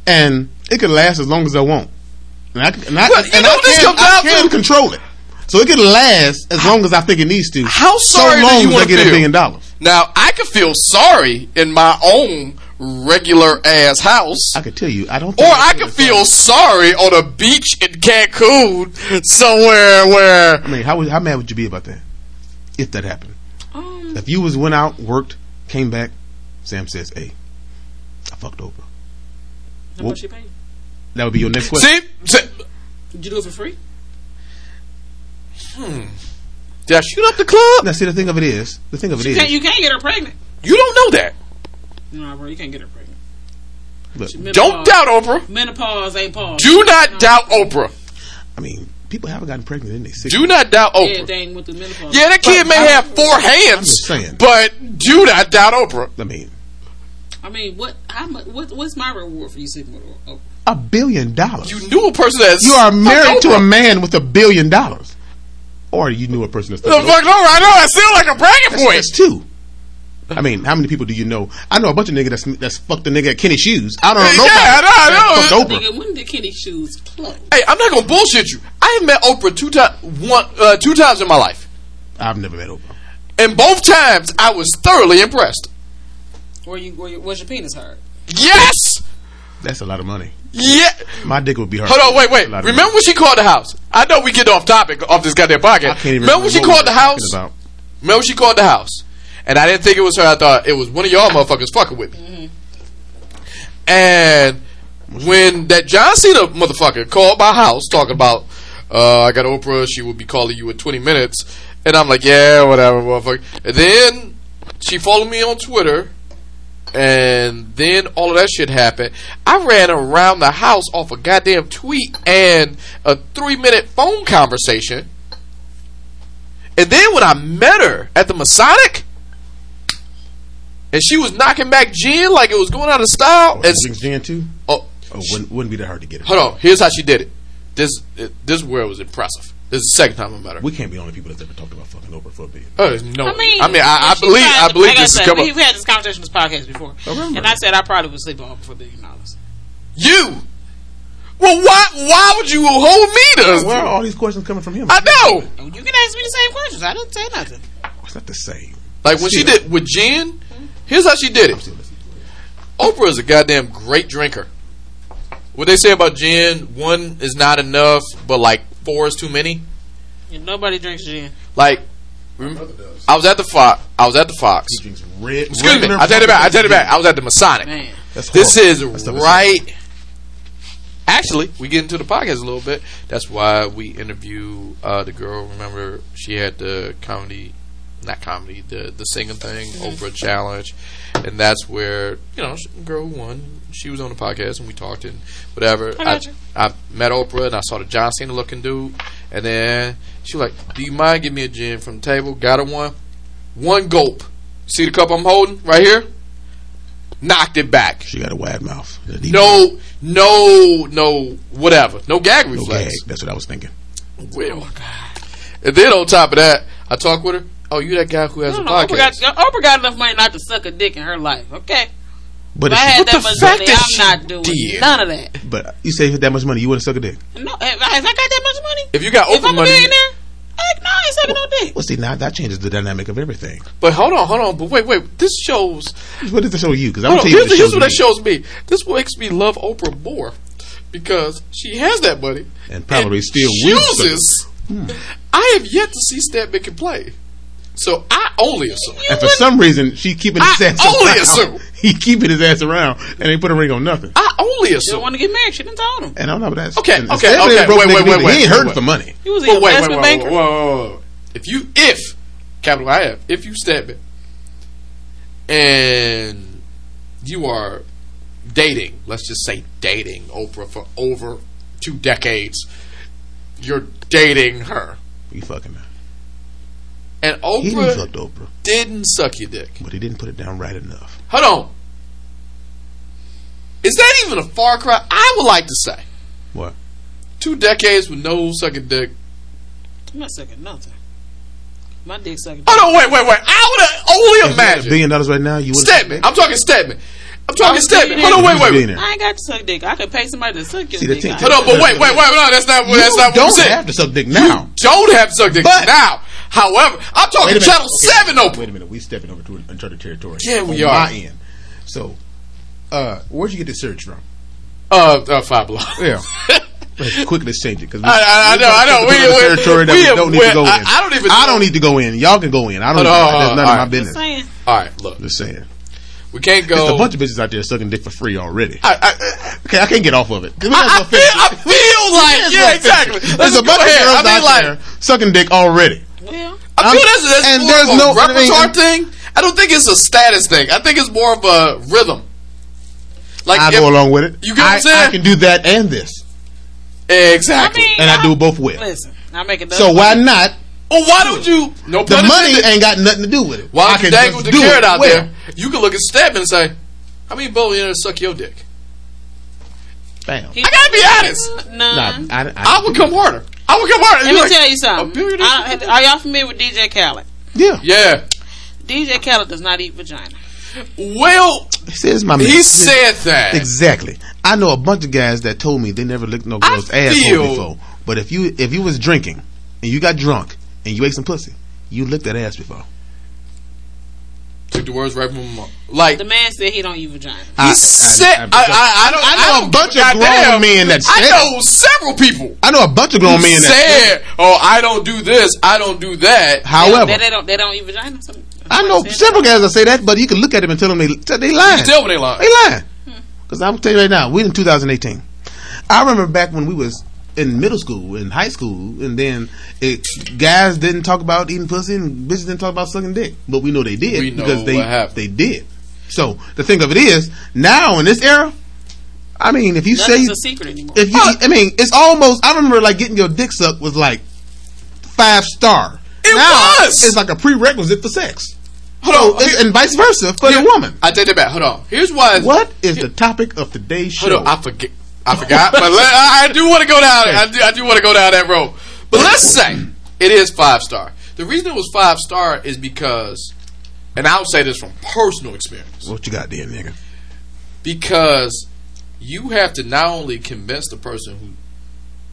S4: and it could last as long as I want. And I can, and I,
S1: But you
S4: and
S1: know
S4: I
S1: what this
S4: can,
S1: comes
S4: I
S1: down
S4: can
S1: to?
S4: control it, so it can last as long as I think it needs to.
S1: How sorry do
S4: so long
S1: you
S4: as
S1: wanna
S4: I get
S1: feel?
S4: a billion dollars?
S1: now I could feel sorry in my own regular ass house.
S4: I could tell you, I don't.
S1: Or
S4: Think
S1: I could feel sorry on a beach in Cancun, somewhere where
S4: I mean, how would, how mad would you be about that if that happened?
S6: Um,
S4: If you was went out, worked, came back, Sam says, "Hey, I fucked Oprah."
S6: how much you pay?
S4: That would be your next question.
S1: see, see-
S6: Did you do it for free?
S1: did I shoot up the club?
S4: Now, see, the thing of it is, the thing of it
S6: You can't,
S4: is,
S6: you can't get her pregnant.
S1: You don't know that.
S6: No, bro, you can't get her pregnant.
S4: look,
S6: Menopause-
S1: Don't doubt Oprah.
S6: Menopause ain't pause.
S1: Do not doubt Oprah.
S4: I mean, people haven't gotten pregnant in their sixties.
S1: Do not doubt
S6: Yeah,
S1: Oprah.
S6: they ain't went through menopause.
S1: Yeah, that kid may
S4: I'm-
S1: have four hands,
S4: just saying.
S1: but do not doubt Oprah.
S4: I mean,
S6: I mean, what? How much? What, what's my reward for you sleeping with Oprah?
S4: a billion dollars.
S1: You knew a person that's
S4: You are married to a man with a billion dollars, or you knew a person that's
S1: The fuck over. I know. I sound like a bragging point.
S4: that's two. I mean, how many people do you know? I know a bunch of niggas that's that's fucked a nigga at Kenny Shoes. I don't
S1: Yeah,
S4: know nobody.
S1: I know, I
S4: that
S1: know.
S4: fucked Oprah.
S6: Nigga, when did Kenny shoes close?
S1: Hey, I'm not gonna bullshit you. I have met Oprah two times, one, uh, two times in my life,
S4: I've never met Oprah.
S1: and both times I was thoroughly impressed.
S6: Or you? Or your, was your penis hard?
S1: Yes.
S4: That's a lot of money.
S1: Yeah.
S4: My dick would be hard.
S1: Hold on. Wait.
S4: A
S1: Wait.
S4: lot of
S1: Remember
S4: money.
S1: when she called the house? I know we get off topic off this goddamn
S4: I
S1: podcast.
S4: can't even
S1: Remember when she
S4: what we
S1: called the
S4: were talking
S1: house?
S4: about.
S1: Remember when she called the house, and I didn't think it was her. I thought it was one of y'all motherfuckers fucking with me. And when that John Cena motherfucker called my house talking about, uh, I got Oprah, she will be calling you in 20 minutes, and I'm like, yeah, whatever, motherfucker. And then she followed me on Twitter, and then all of that shit happened. I ran around the house off a goddamn tweet and a three minute phone conversation. And then when I met her at the Masonic, and she was knocking back gin like it was going out of style.
S4: Oh,
S1: and-
S4: drinks gin too.
S1: oh,
S4: Oh, wouldn't, wouldn't be that hard to get it.
S1: hold on. Here's how she did it. This this is where it was impressive. This is the second time I met her.
S4: We can't be the only people that's ever talked about fucking Oprah for a billion.
S1: oh, there's no,
S6: I mean,
S1: I mean, I, I
S6: she
S1: believe,
S6: tried
S1: I
S6: to-
S1: believe
S6: like
S1: this
S6: I
S1: is
S6: said,
S1: coming.
S6: We've had this conversation on this podcast before,
S4: I remember.
S6: and I said I probably would sleep on for a billion dollars.
S1: You. Well, why? Why would you hold me to?
S4: Where are all these questions coming from him?
S1: I know.
S6: You can ask me the same questions. I didn't say nothing.
S4: It's not the same.
S1: Like when she
S4: Still.
S1: did with gin. Here's how she did it.
S4: Still listen.
S1: Oprah is a goddamn great drinker. What they say about gin, one is not enough, but like four is too many.
S6: And nobody drinks gin.
S1: Like, rem- I was at the Fox. I was at the Fox.
S4: He drinks red.
S1: Excuse me. I take it back. I take it back. I was at the Masonic.
S6: Man,
S4: That's
S1: This
S4: horrible.
S1: is
S4: That's horrible.
S1: right. Actually, we get into the podcast a little bit. That's why we interview uh, the girl. Remember, she had the comedy, not comedy, the the singing thing, Oprah challenge, and that's where you know, she- the girl who won. She was on the podcast, and we talked and whatever. I,
S6: got you.
S1: I met Oprah, and I saw the John Cena looking dude, and then she was like, "Do you mind giving me a gin from the table?" Got her one, one gulp. See the cup I'm holding right here? Knocked it back.
S4: She got a wide mouth. A deep-
S1: No, no, no, whatever, no gag
S4: No
S1: reflex.
S4: gag. That's what I was thinking.
S1: Well,
S6: Oh,
S1: and then on top of that, I talk with her. Oh, you that guy who has
S6: No,
S1: a
S6: no,
S1: podcast?
S6: Oprah, got, Oprah got enough money not to suck a dick in her life. Okay,
S4: But
S6: if I
S4: if
S6: had
S4: you,
S6: that much
S1: fact
S6: money,
S1: that
S6: I'm
S1: she
S6: not doing
S1: did.
S6: none of that.
S4: but you say you had that much money, you wouldn't suck a dick.
S6: No, if I, if I got that much money,
S1: If you got
S6: if
S1: Oprah
S6: I'm
S1: money-
S6: a billionaire, heck no, I ain't sucking no dick.
S4: Well, see, now that changes the dynamic of everything.
S1: but hold on, hold on. But wait, wait. This shows.
S4: What does that show you? Because I'm
S1: Hold
S4: gonna
S1: on,
S4: tell you
S1: here's,
S4: what it
S1: here's
S4: shows
S1: what that
S4: me.
S1: shows me. This makes me love Oprah more because she has that money
S4: And probably still will suck a
S1: uses. I have yet to see Stat make it play, so I only assume.
S4: And for some reason, she keeping his
S1: I
S4: ass
S1: only
S4: around.
S1: assume.
S4: He keeping his ass around, and they put a ring on nothing.
S1: I only
S6: You don't
S1: assume.
S6: want to get married. She done told him.
S4: And I'm not that.
S1: Okay,
S4: and
S1: okay,
S4: Stan
S1: okay,
S4: ain't broke
S1: wait,
S4: nigga
S1: wait, wait,
S4: either.
S1: wait,
S4: He ain't hurting
S1: wait.
S4: for money.
S6: He was an
S1: But wait, wait, wait,
S6: investment
S1: wait,
S6: banker.
S1: wait, wait, wait, wait. If you, if capital I have, if you stab it, and you are dating, let's just say dating Oprah for over two decades, you're dating her,
S4: He fucking. her.
S1: and
S4: He didn't
S1: Oprah
S4: fuck Oprah,
S1: didn't suck your dick.
S4: but he didn't put it down right enough.
S1: Hold on, is that even a far cry? I would like to say
S4: What?
S1: two decades with no sucking dick.
S6: I'm not sucking nothing. My dick sucking.
S1: Oh no, wait, wait, wait! I would only
S4: If you had a
S1: imagine.
S4: billion dollars right now, you would.
S1: Stedman. I'm talking Stedman. I'm
S6: I'm
S1: talking Stedman.
S6: billionaire.
S1: Hold on, wait, wait.
S4: Billionaire.
S6: I ain't got to suck dick. I could pay somebody to suck your
S4: See, the
S6: dick.
S4: thing-
S6: I-
S1: Hold on, but wait, wait, wait. No, that's not.
S4: You
S1: that's not what I'm
S4: don't
S1: saying.
S4: have to suck dick now.
S1: Don't have sucked dick
S4: But-
S1: now. However, I'm talking Channel Seven open.
S4: Wait a minute, we stepping over to uncharted territory.
S1: Yeah, we
S4: on
S1: are.
S4: My end. So, uh, where'd you get this search from?
S1: Uh, uh five below.
S4: Yeah. Let's quickly change it because
S1: I- I- I know, I know. We- we-
S4: territory that
S1: we
S4: we
S1: have-
S4: don't need
S1: we're-
S4: to go in.
S1: I- I don't even
S4: I
S1: know.
S4: don't need to go in. Y'all can go in. I don't.
S1: Hold
S4: even-
S1: on,
S4: that's none
S1: all
S4: of my
S1: right.
S6: Just
S4: business.
S6: saying.
S1: All right, look,
S4: Just saying.
S1: we can't
S4: There's a
S1: go.
S4: bunch of bitches out there sucking dick for free already.
S1: I, I,
S4: okay, I can't get off of it.
S1: I, I feel, I feel like, yeah, exactly. Let's
S4: There's a
S1: go
S4: bunch of
S1: ahead.
S4: girls
S1: I mean,
S4: out
S1: like,
S4: there sucking dick already.
S6: Well,
S1: I
S4: I'm-
S1: feel that's, that's
S4: and
S1: more
S4: there's
S1: of a
S4: no- I mean,
S1: repertoire
S4: I'm-
S1: thing. I don't think it's a status thing. I think it's more of a rhythm. Like
S4: I
S1: if-
S4: go along with it.
S1: You get what
S4: I-
S1: I'm saying?
S4: I can do that and this,
S6: I
S1: Exactly.
S6: mean,
S4: and I do both with.
S6: Listen, I make it.
S4: So why not?
S1: well, why don't you? No
S4: The
S1: pun
S4: money
S1: intended.
S4: ain't got nothing to do with it.
S1: Why
S4: I
S1: don't you
S4: can
S1: dangle
S4: just
S1: the
S4: do
S1: carrot
S4: it.
S1: out
S4: Well,
S1: there? You can look at Stedman and say, "How many billionaires suck your dick?"
S4: Bam.
S1: I gotta be honest.
S4: Nah,
S6: None.
S4: I, I,
S1: I would come harder. I would come harder.
S6: Let
S1: You're
S6: me
S1: like,
S6: tell you
S1: "A
S6: something.
S1: billionaire
S6: I,
S1: suck your dick?"
S6: are y'all familiar with DJ Khaled?
S4: Yeah,
S1: yeah.
S6: DJ Khaled does not eat vagina.
S1: Well,
S4: he says my man.
S1: he said that.
S4: Exactly. I know a bunch of guys that told me they never licked no girl's
S1: I
S4: asshole
S1: feel-
S4: before. But if you if you was drinking and you got drunk and you ate some pussy, you licked that ass before.
S1: Took the words right from him. Like
S6: The
S1: he
S6: man said he don't eat vagina.
S1: said, I, I, I, don't.
S4: I know
S1: don't
S4: a bunch
S1: give
S4: of grown
S1: goddamn.
S4: men that
S1: I
S4: said-
S1: know several people
S4: I know a bunch of grown men that
S1: said, "Oh, I don't do this. I don't do that."
S4: However,
S6: they, they don't they don't eat vagina. Some-
S4: I know
S6: somebody said
S4: several guys that say that, but you can look at them and tell them they they lying.
S1: You tell when they lie.
S4: They lying. Because I'm telling you right now, we in 2018. I remember back when we was in middle school and high school, and then it, guys didn't talk about eating pussy and bitches didn't talk about sucking dick, but we know they did
S1: We know
S4: because they
S1: what happened.
S4: they did. So the thing of it is, now in this era, I mean, if you
S6: Nothing's
S4: say
S6: a secret anymore.
S4: if you,
S1: Oh.
S4: I mean, it's almost. I remember like getting your dick sucked was like five star.
S1: It
S4: now,
S1: was!
S4: It's like a prerequisite for sex.
S1: Hold on.
S4: It's- and vice versa for the woman.
S1: I take that back. Hold on. Here's why.
S4: What is the topic of today's
S1: Hold
S4: show?
S1: on, I forget. I forgot, but let, I I do want to go down. I do, I do want to go down that road. But let's say it is five star. The reason it was five star is because, and I'll say this from personal experience,
S4: what you got there, nigga?
S1: because you have to not only convince the person who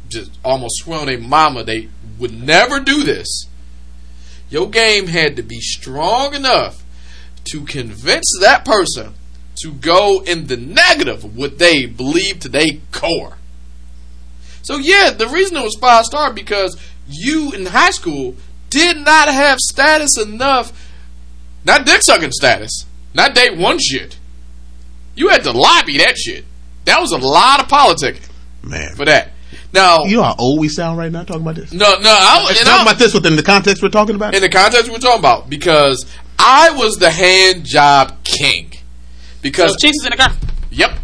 S1: just almost swear on their mama they would never do this. Your game had to be strong enough to convince that person to go in the negative of what they believe to their core. So yeah, the reason it was five star because you in high school did not have status enough, not dick sucking status, not date one shit. You had to lobby that shit. That was a lot of politic
S4: Man,
S1: for that. Now
S4: you know how old we sound right now talking about this.
S1: no, no, I, was- and
S4: talking
S1: I'm,
S4: about this within the context we're talking about.
S1: in the context we're talking about because I was the hand job king. Because
S6: So chicks is in the car.
S1: yep,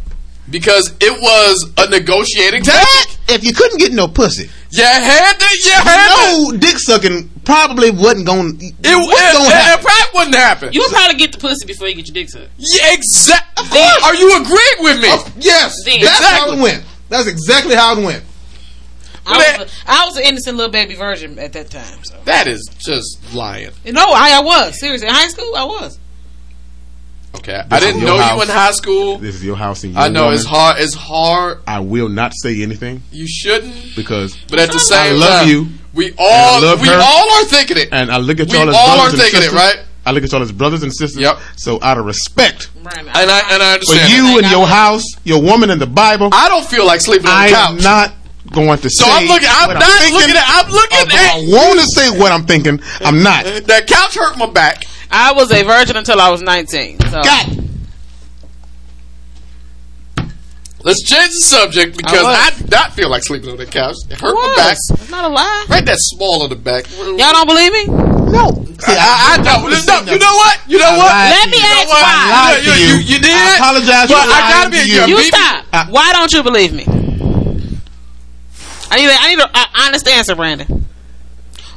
S1: because it was a negotiating tactic.
S4: if you couldn't get no pussy,
S1: You had to, you had to.
S4: no dick sucking probably wasn't going. It
S1: It,
S4: was going to happen.
S1: probably wouldn't happen.
S6: You would probably get the pussy before you get your dick sucked.
S1: yeah, exactly. Are you agreeing with me?
S4: Oh, yes,
S6: Then.
S4: that's how it went. That's exactly how it went.
S1: Man.
S5: I was, a, I was an innocent little baby virgin at that time. So.
S1: That is just lying.
S5: No, I, I was seriously in high school. I was.
S1: Okay, I
S4: This is
S1: didn't
S4: your
S1: know you
S4: house.
S1: in high school.
S4: This is your house, and
S1: I know it's hard. It's hard.
S4: I will not say anything
S1: You shouldn't.
S4: because,
S1: But at the same
S4: love
S1: time,
S4: you.
S1: we all
S4: And I love
S1: we
S4: her.
S1: all are thinking it.
S4: and I look at
S1: We
S4: y'all as
S1: all
S4: brothers
S1: are
S4: and
S1: thinking it,
S4: sisters.
S1: right?
S4: I look at y'all as brothers and sisters.
S1: Yep.
S4: So out of respect
S5: Right.
S1: and I and I
S4: for
S1: understand. that.
S4: you and your house, your woman and the Bible,
S1: I don't feel like sleeping on
S4: I
S1: the
S4: am
S1: couch.
S4: not going to
S1: so
S4: say.
S1: I'm looking. I'm
S4: what
S1: not
S4: thinking.
S1: looking at. I'm looking
S4: Although I
S1: at.
S4: want to say what I'm thinking. I'm not.
S1: That couch hurt my back.
S5: I was a virgin until I was nineteen. So
S4: God,
S1: Let's change the subject because
S5: was.
S1: I, do not feel like sleeping on the couch. It hurt my back.
S5: was. It's not a lie.
S1: Right that small on the back.
S5: Y'all don't believe me?
S4: no. See,
S1: I, I know. No, you know what? You know what?
S5: Let me
S1: You know
S5: ask
S1: what?
S5: why.
S4: lied
S1: You,
S4: to
S1: you,
S4: you.
S1: you did.
S4: I apologize
S1: But
S4: for
S1: I gotta
S4: lying
S1: be
S4: to
S1: you.
S4: you.
S5: You
S1: Maybe-
S5: stop.
S4: I-
S5: Why don't you believe me? I need. A, I need an honest answer, Brandon.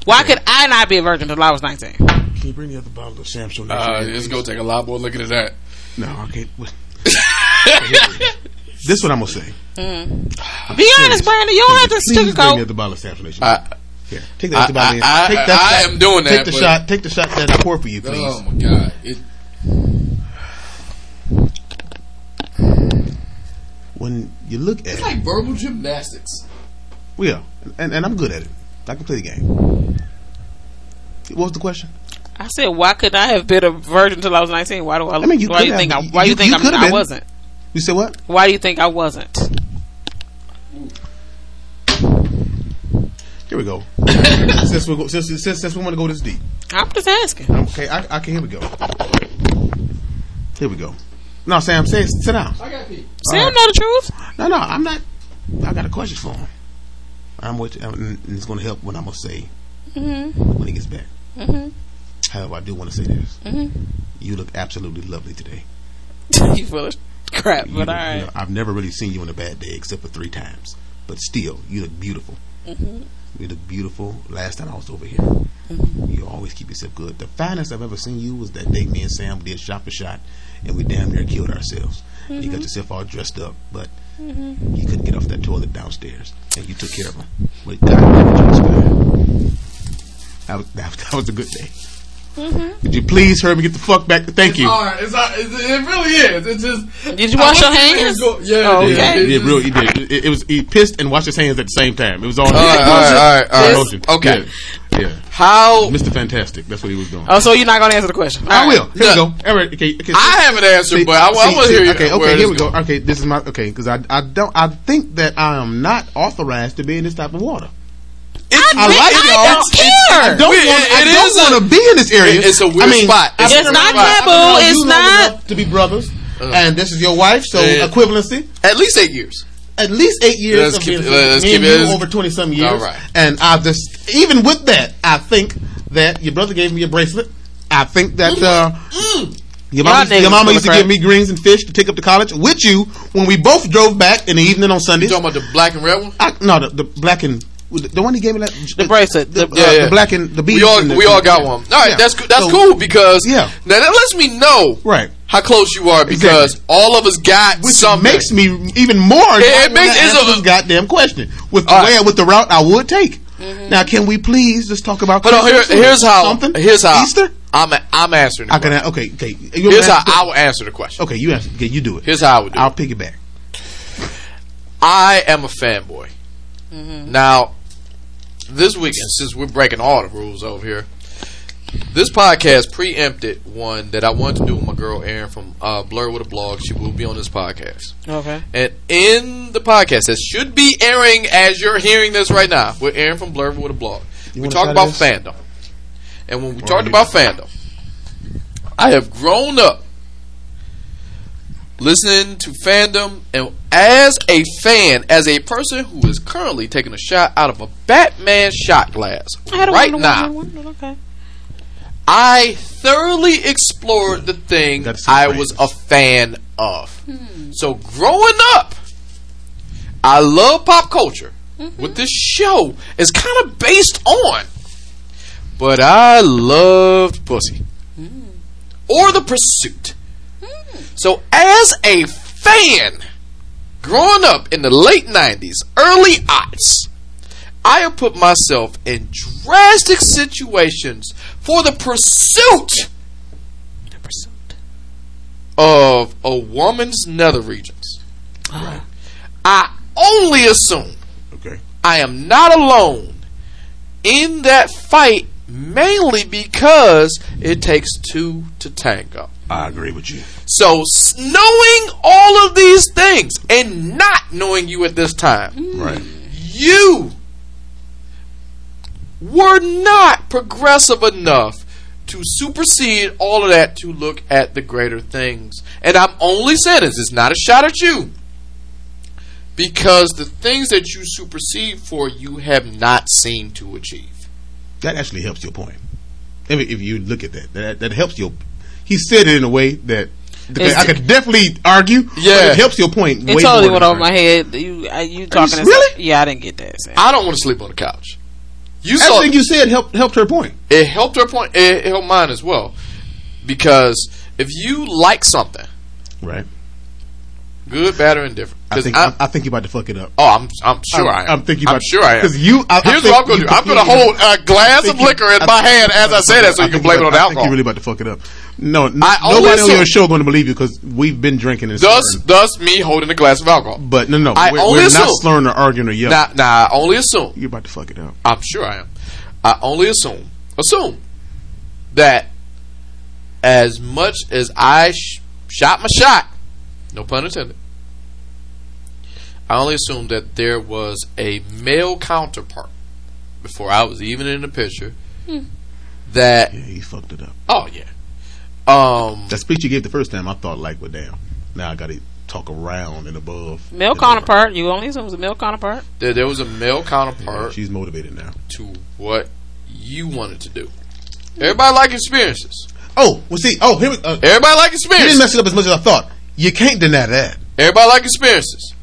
S5: Why could I not be a virgin until I was nineteen?
S4: Can you bring the other bottle of Sam?
S1: Uh, it's gonna take a lot more looking at that.
S4: No, I can't. Wait. this is what I'm gonna say.
S5: Be honest, Brandon. You don't have to
S4: Please bring me
S5: sugarcoat.
S4: the bottle of Samson Nation.
S1: I,
S4: Here, take that.
S1: I-
S4: the bottle.
S1: Uh, I- I-
S4: take that
S1: I
S4: shot.
S1: am doing
S4: Take
S1: that,
S4: the
S1: but-
S4: shot. Take the shot that I pour for you, please.
S1: oh my god! It,
S4: When you look at,
S1: it's
S4: it,
S1: like verbal gymnastics.
S4: well, and, and I'm good at it. I can play the game. What was the question?
S5: I said, why could I have been a virgin until I was nineteen? Why do I?
S4: mean, you
S5: why
S4: could
S5: you think? I,
S4: have.
S5: why
S4: You-
S5: you think
S4: you could have
S5: I'm, I
S4: been.
S5: wasn't?
S4: You said what?
S5: Why do you think I wasn't?
S4: Here we go. since we go, since since since we want to go this deep,
S5: I'm just asking.
S4: okay? I, I can. Here we go. Here we go. No, Sam, say sit down.
S1: I got pee.
S5: Sam know the truth.
S4: No, no, I'm not. I got a question for him. I'm with, and and it's going to help what I'm going to say when he gets back. However, I do want to say this. You look absolutely lovely today.
S5: you full of crap,
S4: You
S5: but all
S4: look- you
S5: right.
S4: know, I've never really seen you on a bad day except for three times. But still, you look beautiful. You look beautiful. Last time I was over here, you always keep yourself good. The finest I've ever seen you was that day me and Sam did shot for shot, and we damn near killed ourselves. And You got yourself all dressed up, but you couldn't get off that toilet downstairs, and you took care of him. But God, that was fine. That was, that, was- that was a good day. Could you please hurry me get the fuck back? Thank you.
S1: All right, it's, all- it's, it really is. It's just.
S5: Did you
S1: I
S5: wash your
S1: wish it was
S5: hands?
S1: go- Yeah,
S5: Oh,
S1: it did.
S5: okay.
S1: It
S4: He did
S1: just-
S4: real. He did. It, it was. He pissed and washed his hands at the same time. It was all.
S1: right, all right, all right, all
S4: Motion.
S1: right. Okay.
S4: Yeah. Yeah.
S1: How
S4: Mr. Fantastic. That's what he was doing.
S5: Oh, so you're not gonna answer the question? All
S4: I
S5: right.
S4: will. Here
S1: Yeah.
S4: we go. All right. Okay. okay.
S1: I have an answer,
S4: See,
S1: but I,
S4: see,
S1: want to
S4: see,
S1: hear you.
S4: Okay.
S1: where
S4: Okay. Here we
S1: this
S4: go. Okay. This is my. Okay. Because I. I don't. I think that I am not authorized to be in this type of water.
S1: It's-
S4: I like
S1: it's-
S4: y'all.
S1: it's- it's-
S4: I don't
S1: It-
S4: want. I
S1: it
S4: don't
S1: is a-
S4: want to be in this area.
S1: it- it's a weird
S4: I mean,
S1: spot.
S4: I
S1: It's
S4: mean,
S1: a
S5: not
S1: weird spot. Uh.
S5: taboo.
S4: I mean,
S5: It's
S4: you know
S5: not-
S4: enough to be brothers, and this is your wife, so
S1: Yeah.
S4: equivalency.
S1: At least eight years.
S4: at least eight years.
S1: Let's
S4: of
S1: keep-
S4: being
S1: let's
S4: me
S1: keep
S4: and
S1: it
S4: you
S1: as-
S4: over twenty some years.
S1: All right.
S4: And I just even with that, I think that your brother gave me a bracelet. I think
S1: Mm.
S4: that uh, your mama,
S5: niggas
S4: your mama
S5: full
S4: used to
S5: of
S4: give
S5: crap.
S4: me greens and fish to take up to college with you when we both drove back in the evening on
S1: You
S4: Sundays.
S1: talking about the black and red one?
S4: I, no, the, the black and the one he gave me that
S5: The bracelet. The,
S4: Yeah, yeah. the black and- the
S1: We
S4: beads
S1: all
S4: and the-
S1: we all got one. All right,
S4: Yeah.
S1: that's coo- that's
S4: So-
S1: cool because
S4: Yeah.
S1: now that lets me know
S4: Right.
S1: how close you are because
S4: Exactly.
S1: all of us got
S4: Which
S1: something.
S4: makes me even more.
S1: It- it
S4: when I
S1: makes- it's
S4: answer
S1: a-
S4: this goddamn question with the
S1: All
S4: way
S1: right.
S4: with the route I would take.
S5: Mm-hmm.
S4: Now, can we please just talk about?
S1: But no, here,
S4: Christmas or
S1: here's how.
S4: Something.
S1: Here's how.
S4: Easter.
S1: I'm a- I'm answering. The
S4: I can.
S1: question.
S4: Okay. Okay. You
S1: Here's
S4: wanna
S1: how
S4: ask the-
S1: I will answer the question.
S4: Okay, you ask. Okay, you do it.
S1: Here's how I would do.
S4: I'll
S1: it.
S4: pick it back.
S1: I am a fanboy. Now, this weekend, since we're breaking all the rules over here, this podcast preempted one that I wanted to do with my girl Erin from uh, Blur with a Blog. She will be on this podcast.
S5: okay.
S1: And in the podcast that should be airing as you're hearing this right now, we're airing from Blurb with a blog. we
S4: wanna
S1: talk
S4: try
S1: about
S4: this?
S1: fandom. And when we
S4: Or
S1: talked
S4: you-
S1: about fandom, I have grown up listening to fandom and as a fan, as a person who is currently taking a shot out of a Batman shot glass
S5: I had a
S1: right
S5: wonder,
S1: now.
S5: wonder, wonder, okay.
S1: I thoroughly explored the thing
S4: That's so
S1: I
S4: great.
S1: was a fan of. So growing up, I love pop culture. What this show is kind of based on. But I loved pussy. Or the pursuit. So as a fan, growing up in the late 90s, early aughts, I have put myself in drastic situations for the pursuit
S5: The pursuit.
S1: of a woman's nether regions. I only assume
S4: Okay.
S1: I am not alone in that fight mainly because it takes two to tango.
S4: I agree with you.
S1: So s- knowing all of these things and not knowing you at this time,
S4: Right.
S1: you were not progressive enough to supersede all of that to look at the greater things. And I'm only saying this, it's not a shot at you. Because the things that you supersede for, you have not seen to achieve.
S4: That actually helps your point. If, if you look at that, that, that helps your. He said it in a way that
S5: It's-
S4: I could definitely argue.
S1: Yeah.
S4: but it helps your point.
S5: It
S4: way
S5: totally
S4: more
S5: went
S4: than
S5: over my head. You, uh, you talking? to-
S4: really?
S5: Yeah, I didn't get that. Sam.
S1: I don't want to sleep on the couch. You saw
S4: Everything you said helped helped her point.
S1: it helped her point. It helped mine as well, because if you like something,
S4: Right.
S1: good, bad, or indifferent,
S4: I
S1: 'cause
S4: think
S1: I-
S4: I, I think you're about to fuck it up.
S1: oh, I'm I'm sure
S4: I'm,
S1: I am.
S4: I'm thinking
S1: I'm
S4: about
S1: sure I am.
S4: Because you, I, I
S1: Here's
S4: think
S1: what I'm gonna do.
S4: you
S1: I'm gonna
S4: completely-
S1: hold a glass
S4: I
S1: of
S4: think you-
S1: liquor in
S4: I
S1: my
S4: think-
S1: hand as I say that, so you can
S4: think
S1: blame it
S4: about-
S1: on
S4: I think
S1: alcohol.
S4: you're really about to fuck it up. No, n-
S1: I always
S4: nobody on
S1: said-
S4: your show going to believe you because we've been drinking and
S1: thus,
S4: slurring.
S1: thus me holding a glass of alcohol.
S4: But no, no,
S1: I
S4: we're,
S1: only
S4: we're not
S1: assume-
S4: slurring or arguing or yelling.
S1: Now, now I only assume
S4: You're about to fuck it up.
S1: I'm sure I am. I only assume, assume that as much as I sh- shot my shot, no pun intended, I only assumed that there was a male counterpart before I was even in the picture that,
S4: Yeah, he fucked it up.
S1: oh yeah. Um,
S4: That speech you gave the first time, I thought like, well, damn. Now I got to talk around and above.
S5: Male
S4: and
S5: counterpart. You only assume it's a male counterpart.
S1: there, there was a male
S4: over. Yeah,
S1: counterpart
S4: she's motivated now.
S1: to what you wanted to do. Everybody like experiences.
S4: Oh, well, see. Oh, here we. Uh, you
S1: Everybody like
S4: didn't
S1: experiences.
S4: mess it up as much as I thought. You can't deny that.
S1: Everybody like experiences.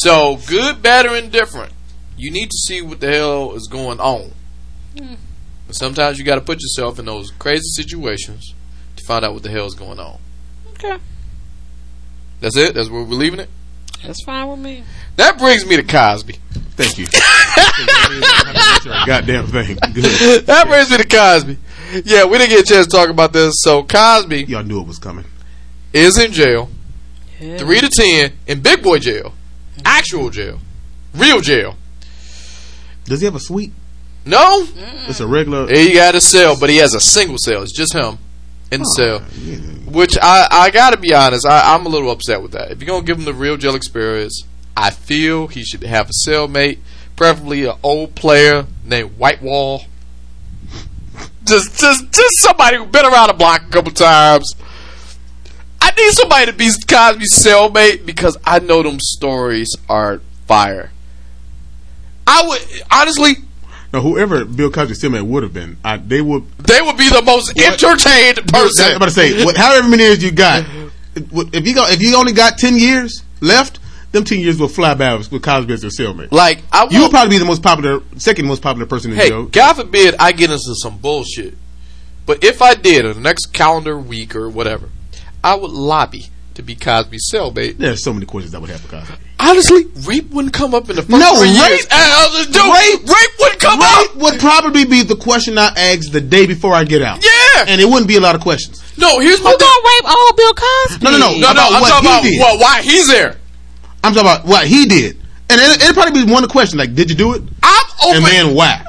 S1: So good, bad, or indifferent, you need to see what the hell is going on. But sometimes you got to put yourself in those crazy situations to find out what the hell is going on.
S5: Okay,
S1: That's it. That's where we're leaving it.
S5: that's fine with me.
S1: That brings me to Cosby.
S4: Thank you. Goddamn thing. Good.
S1: That brings me to Cosby. Yeah, we didn't get a chance to talk about this. So Cosby
S4: Y'all knew it was coming.
S1: is in jail,
S5: Yeah.
S1: three to ten, in big boy jail, actual jail, real jail.
S4: Does he have a suite?
S1: No,
S4: It's a regular.
S1: he got a cell, but he has a single cell. It's just him in the cell.
S4: Yeah.
S1: Which I, I gotta be honest, I, I'm a little upset with that. If you're gonna give him the real jail experience, I feel he should have a cellmate, preferably an old player named Whitewall. Just, just, just somebody who's been around the block a couple times. I need somebody to be Cosby's cellmate because I know them stories are fire. I would honestly,
S4: Now, whoever Bill Cosby Stillman would have been, I, they would.
S1: they would be the most entertained person.
S4: I'm about to say, what, however many years you got, if you go, if you only got ten years left, them ten years will fly by with Cosby as their cellmate.
S1: like I
S4: You'll
S1: want-
S4: probably be the most popular, second most popular person in
S1: Hey,
S4: jail.
S1: God forbid I get into some bullshit. But if I did, in the next calendar week or whatever, I would lobby to be Cosby's cellmate.
S4: There's so many questions that would happen, Cosby.
S1: Honestly, rape wouldn't come up in the first
S4: No,
S1: three
S4: rape-
S1: years. Uh, uh, dude, rape,
S4: rape-
S1: wouldn't come
S4: Right
S1: up.
S4: would probably be the question I ask the day before I get out.
S1: Yeah.
S4: and it wouldn't be a lot of questions.
S1: no, here's my
S5: Who
S1: thing.
S5: gonna rape old Bill Cosby? Mm-hmm.
S4: No, no, no.
S1: No, no,
S4: about
S1: I'm
S4: what
S1: talking
S4: he
S1: about
S4: did.
S1: well, why he's there.
S4: I'm talking about what he did, and it, it'd probably be one question like, did you do it,
S1: I'm open.
S4: and then why?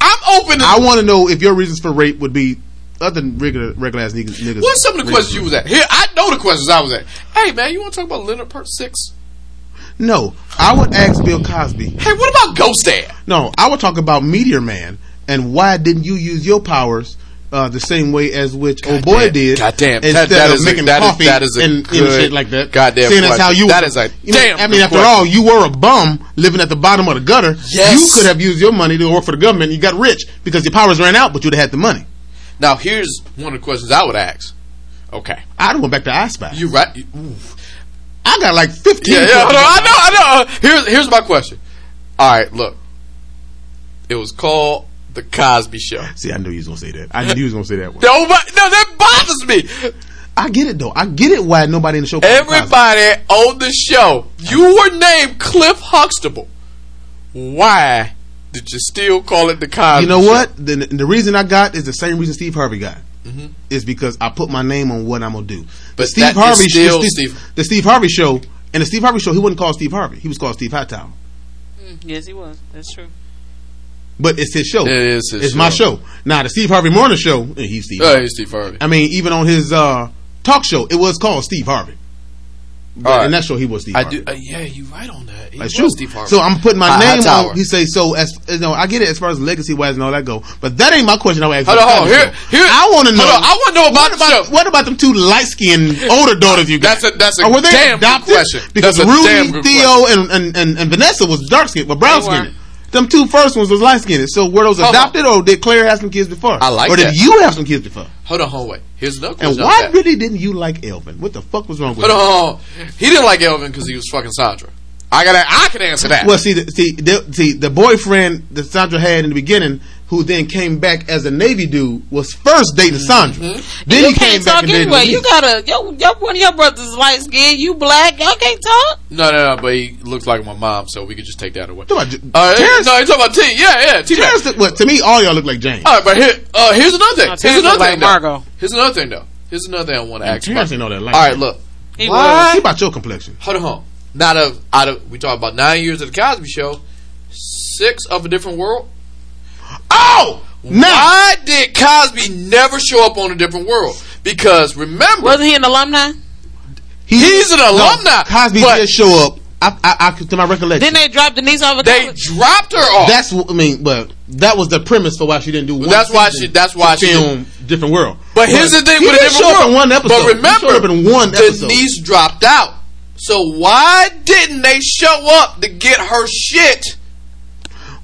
S1: I'm open. To,
S4: I want to know if your reasons for rape would be other than regular regular ass niggas. niggas
S1: what's some of the
S4: niggas.
S1: questions you was at? Here, I know the questions I was at. Hey, man, you want to talk about Leonard Part Six?
S4: No, I would ask Bill Cosby.
S1: Hey, what about Ghost Dad?
S4: No, I would talk about Meteor Man and why didn't you use your powers uh, the same way as which old boy
S1: Goddamn-
S4: did?
S1: goddamn, that-
S4: instead
S1: that
S4: of
S1: is a-
S4: making
S1: that is-
S4: coffee
S1: that is a
S4: and, and
S1: good
S4: shit like that.
S1: goddamn
S4: Seeing as how
S1: question.
S4: you
S1: That is a
S4: you know,
S1: damn
S4: I
S1: good
S4: mean, after
S1: question.
S4: all, you were a bum living at the bottom of the gutter.
S1: Yes.
S4: you could have used your money to work for the government. and You got rich because your powers ran out, but you'd have had the money.
S1: Now, here's one of the questions I would ask. Okay,
S4: I'd have went back to I Spy.
S1: you right. you- ooh.
S4: I got like fifteen.
S1: Yeah, yeah,
S4: questions.
S1: no, I know, I know. Here's here's my question. All right, look. It was called The Cosby Show.
S4: See, I knew he was gonna say that. I knew he was gonna say that one.
S1: Nobody, no, that bothers me.
S4: I get it though. I get it why nobody in the show. called him Cosby.
S1: Everybody on the show, you were named Cliff Huxtable. Why did you still call it the Cosby?
S4: You know
S1: Show?
S4: what? The, the reason I got is the same reason Steve Harvey got. Is because I put my name on what I'm gonna do.
S1: Mm-hmm. But
S4: the Steve
S1: that is
S4: Harvey
S1: still
S4: the,
S1: Steve-
S4: the Steve Harvey show, and the Steve Harvey show, he wasn't called Steve Harvey. He was called Steve Hightower.
S5: Yes, he was. That's true.
S4: But it's his show.
S1: It is his
S4: it's my show. Now the Steve Harvey Morning Show, eh, he's Steve.
S1: Oh,
S4: Harvey.
S1: it's Steve Harvey.
S4: I mean, even on his uh, talk show, it was called Steve Harvey. But
S1: All right.
S4: in that show, he was Steve.
S1: I
S4: Harvey.
S1: do. Uh, yeah, you're right on that. He
S4: That's
S1: was
S4: true.
S1: Steve Harvey.
S4: So I'm putting my
S1: Hi-
S4: name
S1: Hightower.
S4: on. He say so as you know. I get it as far as legacy wise and all that go, but that ain't my question. I would ask.
S1: Hold on,
S4: about
S1: hold on.
S4: the
S1: Here,
S4: show.
S1: here,
S4: I want to
S1: hold
S4: know.
S1: on. I want to know about
S4: what
S1: the
S4: about
S1: show.
S4: what about them two light skinned older daughters you got?
S1: That's a that's a
S4: Or were they
S1: damn
S4: adopted?
S1: good question.
S4: Because
S1: that's a damn
S4: Rudy,
S1: good
S4: Theo, and, and, and, and Vanessa was dark skinned, but brown
S5: They were.
S4: skinned. Them two first ones was light skinned. So were those
S1: Hold on.
S4: adopted, or did Claire have some kids before?
S1: I like
S4: Or did
S1: that.
S4: you have some kids before?
S1: Hold on, hold on, wait. Here's another
S4: And
S1: question. on
S4: why
S1: that.
S4: really didn't you like Elvin? What the fuck was wrong with?
S1: Hold
S4: you?
S1: on, hold on. uh, He didn't like Elvin because he was fucking Sandra. I got. to I can answer that.
S4: Well, see, the, see, the, see, the boyfriend that Sandra had in the beginning, who then came back as a Navy dude, was first dating
S5: Mm-hmm.
S4: Sandra. Then
S5: you
S4: he came
S5: can't
S4: back
S5: talk
S4: and dated
S5: anyway.
S4: me.
S5: You gotta your, your one of your brothers is light skinned, you black, y'all can't talk.
S1: No, no, no. But he looks like my mom, so we could just take that away.
S4: Talk about J-
S1: Uh,
S4: Terrence-
S1: no, he's talking about T. Yeah, yeah, T. Mac.
S4: Terrence, what to me, all y'all look like James.
S5: Oh,
S1: All right, but here, uh, here's another thing.
S5: No, Terrence
S1: here's another
S5: look like
S1: thing, though.
S5: Margot.
S1: Here's another thing, though. Here's another thing I want to ask.
S4: Terrence
S1: about.
S4: ain't all that light.
S1: All right, look.
S5: He
S4: What? See about your complexion.
S1: Hold on, hold on. Not of out of we talk about nine years of the Cosby Show, six of a different world.
S4: Oh, now
S1: Why did Cosby never show up on a different world? Because remember,
S5: Wasn't he an alumni?
S1: he's an alumni,
S4: Cosby
S1: but-
S4: did show up. I, I, I, to my recollection,
S5: Didn't they drop Denise off at
S1: they
S5: college?
S1: dropped her off.
S4: that's what I mean. But that was the premise for why she didn't do. One
S1: that's why
S4: season
S1: she- that's why
S4: to
S1: she
S4: film different world.
S1: But here's the thing
S4: he
S1: with a
S4: did
S1: different
S4: show up
S1: world.
S4: in one episode.
S1: But remember,
S4: he showed up in one episode.
S1: Denise dropped out. So why didn't they show up to get her shit?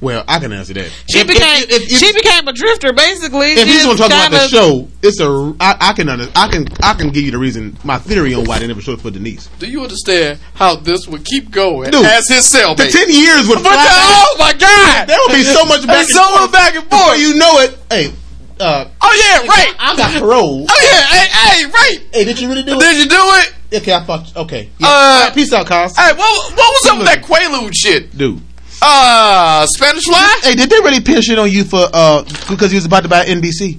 S4: well, I can answer that.
S5: She
S4: If- if-
S5: became
S4: if- if-
S5: she became a drifter basically.
S4: if he's
S5: She
S4: gonna talk about the
S5: kinda-
S4: show, it's a I, I can under, I can I can give you the reason my theory on why they never showed up for Denise.
S1: Do you understand how this would keep going
S4: Dude,
S1: as his
S4: The
S1: cellmate?
S4: ten years would
S1: But the-
S4: fly.
S1: oh my god,
S4: There would be so much back and
S1: so much
S4: forth.
S1: back and
S4: Before
S1: forth.
S4: you know it, hey, uh,
S1: oh yeah, right.
S4: I got parole.
S1: Oh yeah, hey, hey, right.
S4: Hey, did you really do it?
S1: Did you do it?
S4: Okay, I thought. Okay, yeah.
S1: Uh,
S4: All right, peace out, Cos.
S1: Hey, what, what was up with that Quaalude shit?
S4: Dude.
S1: Uh, Spanish fly?
S4: Hey, did they really pin shit on you for uh because you was about to buy NBC?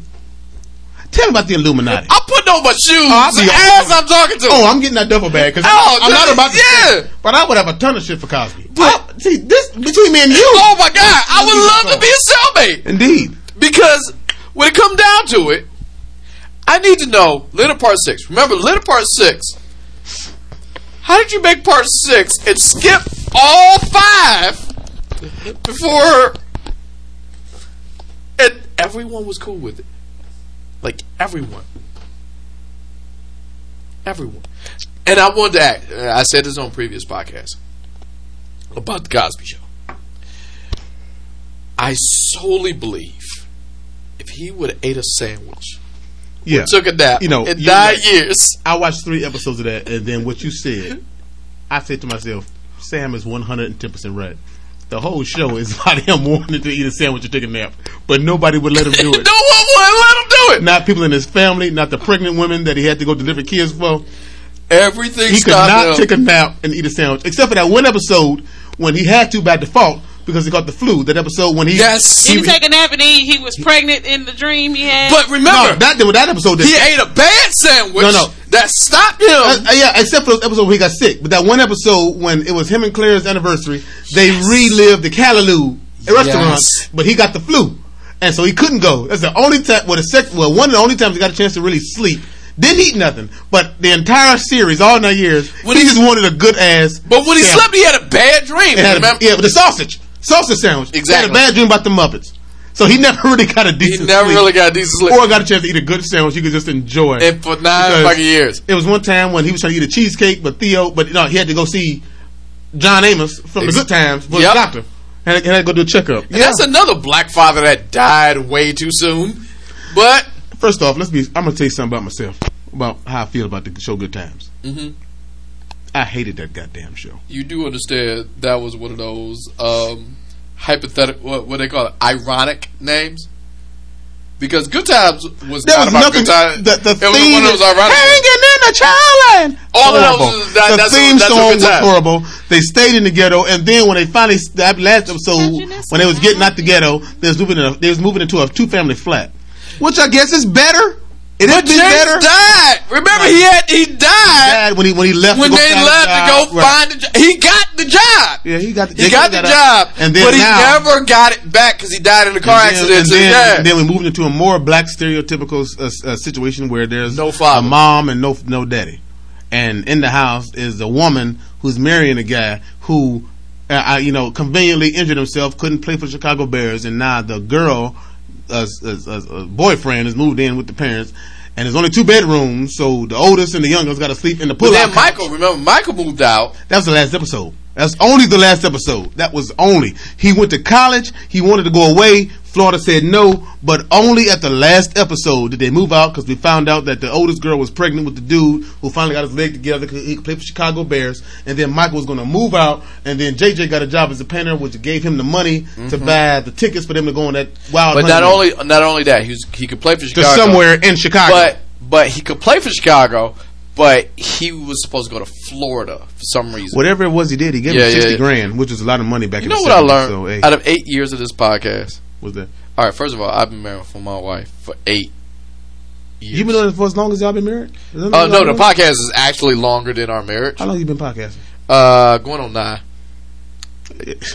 S4: Tell me about the Illuminati.
S1: I'm putting on my shoes
S4: Oh, I see.
S1: as I'm talking to him.
S4: Oh, I'm getting that duffel bag because
S1: Oh,
S4: I'm not about to.
S1: yeah.
S4: but I would have a ton of shit for Cosby. I- see this between me and you.
S1: Oh my god, I would love to be a cellmate.
S4: Indeed.
S1: Because when it comes down to it, I need to know Little Part 6. Remember, Little Part 6. How did you make Part 6 and skip all five before. And everyone was cool with it. Like, everyone. Everyone. And I wanted to act. I said this on previous podcast about The Cosby Show. I solely believe if he would have ate a sandwich,
S4: Yeah.
S1: took a nap,
S4: You know,
S1: in
S4: you're
S1: nine
S4: right.
S1: years,
S4: I watched three episodes of that, and then what you said, I said to myself, Sam is 110% right. The whole show is about him wanting to eat a sandwich and take a nap, but nobody would let him do it.
S1: no one would let him do it.
S4: Not people in his family, not the pregnant women that he had to go deliver kids for.
S1: Everything
S4: He could
S1: stopped
S4: not
S1: him.
S4: take a nap and eat a sandwich, except for that one episode when he had to by default because he caught the flu. That episode when he
S1: yes,
S5: Did he take a nap and he, he was pregnant in the dream he had?
S1: but
S4: no,
S1: remember
S4: that that episode did
S1: he ate a bad sandwich.
S4: No, no.
S1: that stopped
S4: Uh,
S1: him.
S4: uh, yeah, except for those episodes where he got sick. But that one episode when it was him and Claire's anniversary, they relived the Callaloo restaurant, but he got the flu, and so he couldn't go. That's the only time. Well, the sec- well, one of the only times he got a chance to really sleep. Didn't eat nothing, but the entire series, all nine years,
S1: When
S4: he
S1: he-
S4: just wanted a good ass.
S1: but when he
S4: sandwich.
S1: slept, he had a bad dream.
S4: It had a-
S1: remember,
S4: yeah, but the sausage, sausage sandwich. He had
S1: Exactly.
S4: a bad dream about the Muppets, so he never really got a
S1: he
S4: decent.
S1: never
S4: sleep.
S1: really got a decent sleep.
S4: or got a chance to eat a good sandwich. You could just enjoy.
S1: and for nine
S4: Because-
S1: fucking years,
S4: It was one time when he was trying to eat a cheesecake, but Theo, but no, he had to go see John Amos from
S1: Ex-
S4: the Good Times with
S1: Yep.
S4: the doctor, and had, had to go do a checkup.
S1: And that's another black father that died way too soon. But
S4: First off, let's be. I'm gonna tell you something about myself, about how I feel about the show Good Times.
S1: Mhm.
S4: I hated that goddamn show.
S1: you do understand that was one of those. Um, hypothetical, what, what they call it, ironic names. Because Good Times was
S4: There
S1: not about
S4: was nothing.
S1: Good Times.
S4: The, the
S1: it was
S4: theme
S1: one of those ironic.
S4: Hanging
S1: ones.
S4: in the child line.
S1: All of those
S4: Horrible.
S1: is- that-
S4: the
S1: that's a-
S4: theme
S1: that's a
S4: song
S1: good
S4: was
S1: time.
S4: horrible. They stayed in the ghetto, and then when they finally that last episode, when they was getting out the ghetto, they was moving. In a, they was moving into a two family flat, which I guess is better. It
S1: But
S4: would be
S1: James
S4: better.
S1: died. Remember, he had he died
S4: Bad when he when he left.
S1: when
S4: to go
S1: they
S4: find a
S1: left to
S4: job.
S1: go
S4: Right.
S1: find the job. He got the job.
S4: Yeah, he got.
S1: He
S4: they
S1: got the job,
S4: and then
S1: but he
S4: now,
S1: never got it back because he died in a car
S4: and then-
S1: accident.
S4: And
S1: So,
S4: then,
S1: yeah.
S4: and then we moved into a more black stereotypical uh, s- uh, situation where there's
S1: No father.
S4: a mom and no no daddy, and in the house is a woman who's marrying a guy who, uh, I, you know, conveniently injured himself, couldn't play for the Chicago Bears, and now the girl, uh, s- uh, s- uh, boyfriend, has moved in with the parents. And there's only two bedrooms, so the oldest and the youngest got to sleep in the
S1: but
S4: pull-out.
S1: then
S4: couch.
S1: Michael, remember, Michael moved out.
S4: That was the last episode. That's only the last episode. That was only. He went to college. He wanted to go away. Florida said no, but only at the last episode did they move out because we found out that the oldest girl was pregnant with the dude who finally got his leg together. 'cause He could play for Chicago Bears, and then Michael was going to move out, and then JJ got a job as a painter, which gave him the money to buy the tickets for them to go on that wild.
S1: Mm-hmm. But not
S4: honeymoon.
S1: only not only that, he was, he could play for
S4: to
S1: Chicago
S4: somewhere in Chicago.
S1: but but he could play for Chicago. But he was supposed to go to Florida for some reason.
S4: Whatever it was, he did. He gave
S1: Yeah,
S4: him
S1: yeah,
S4: sixty
S1: yeah.
S4: grand, which is a lot of money back
S1: you
S4: in the
S1: know what I
S4: 70s,
S1: learned
S4: So, hey,
S1: out of eight years of this podcast?
S4: what's that?
S1: All right, first of all, I've been married for my wife for eight years.
S4: You been doing it for as long as y'all been married? Is that
S1: Uh,
S4: y'all
S1: no, the
S4: been-
S1: podcast is actually longer than our marriage.
S4: How long you been podcasting?
S1: Uh, going on nine.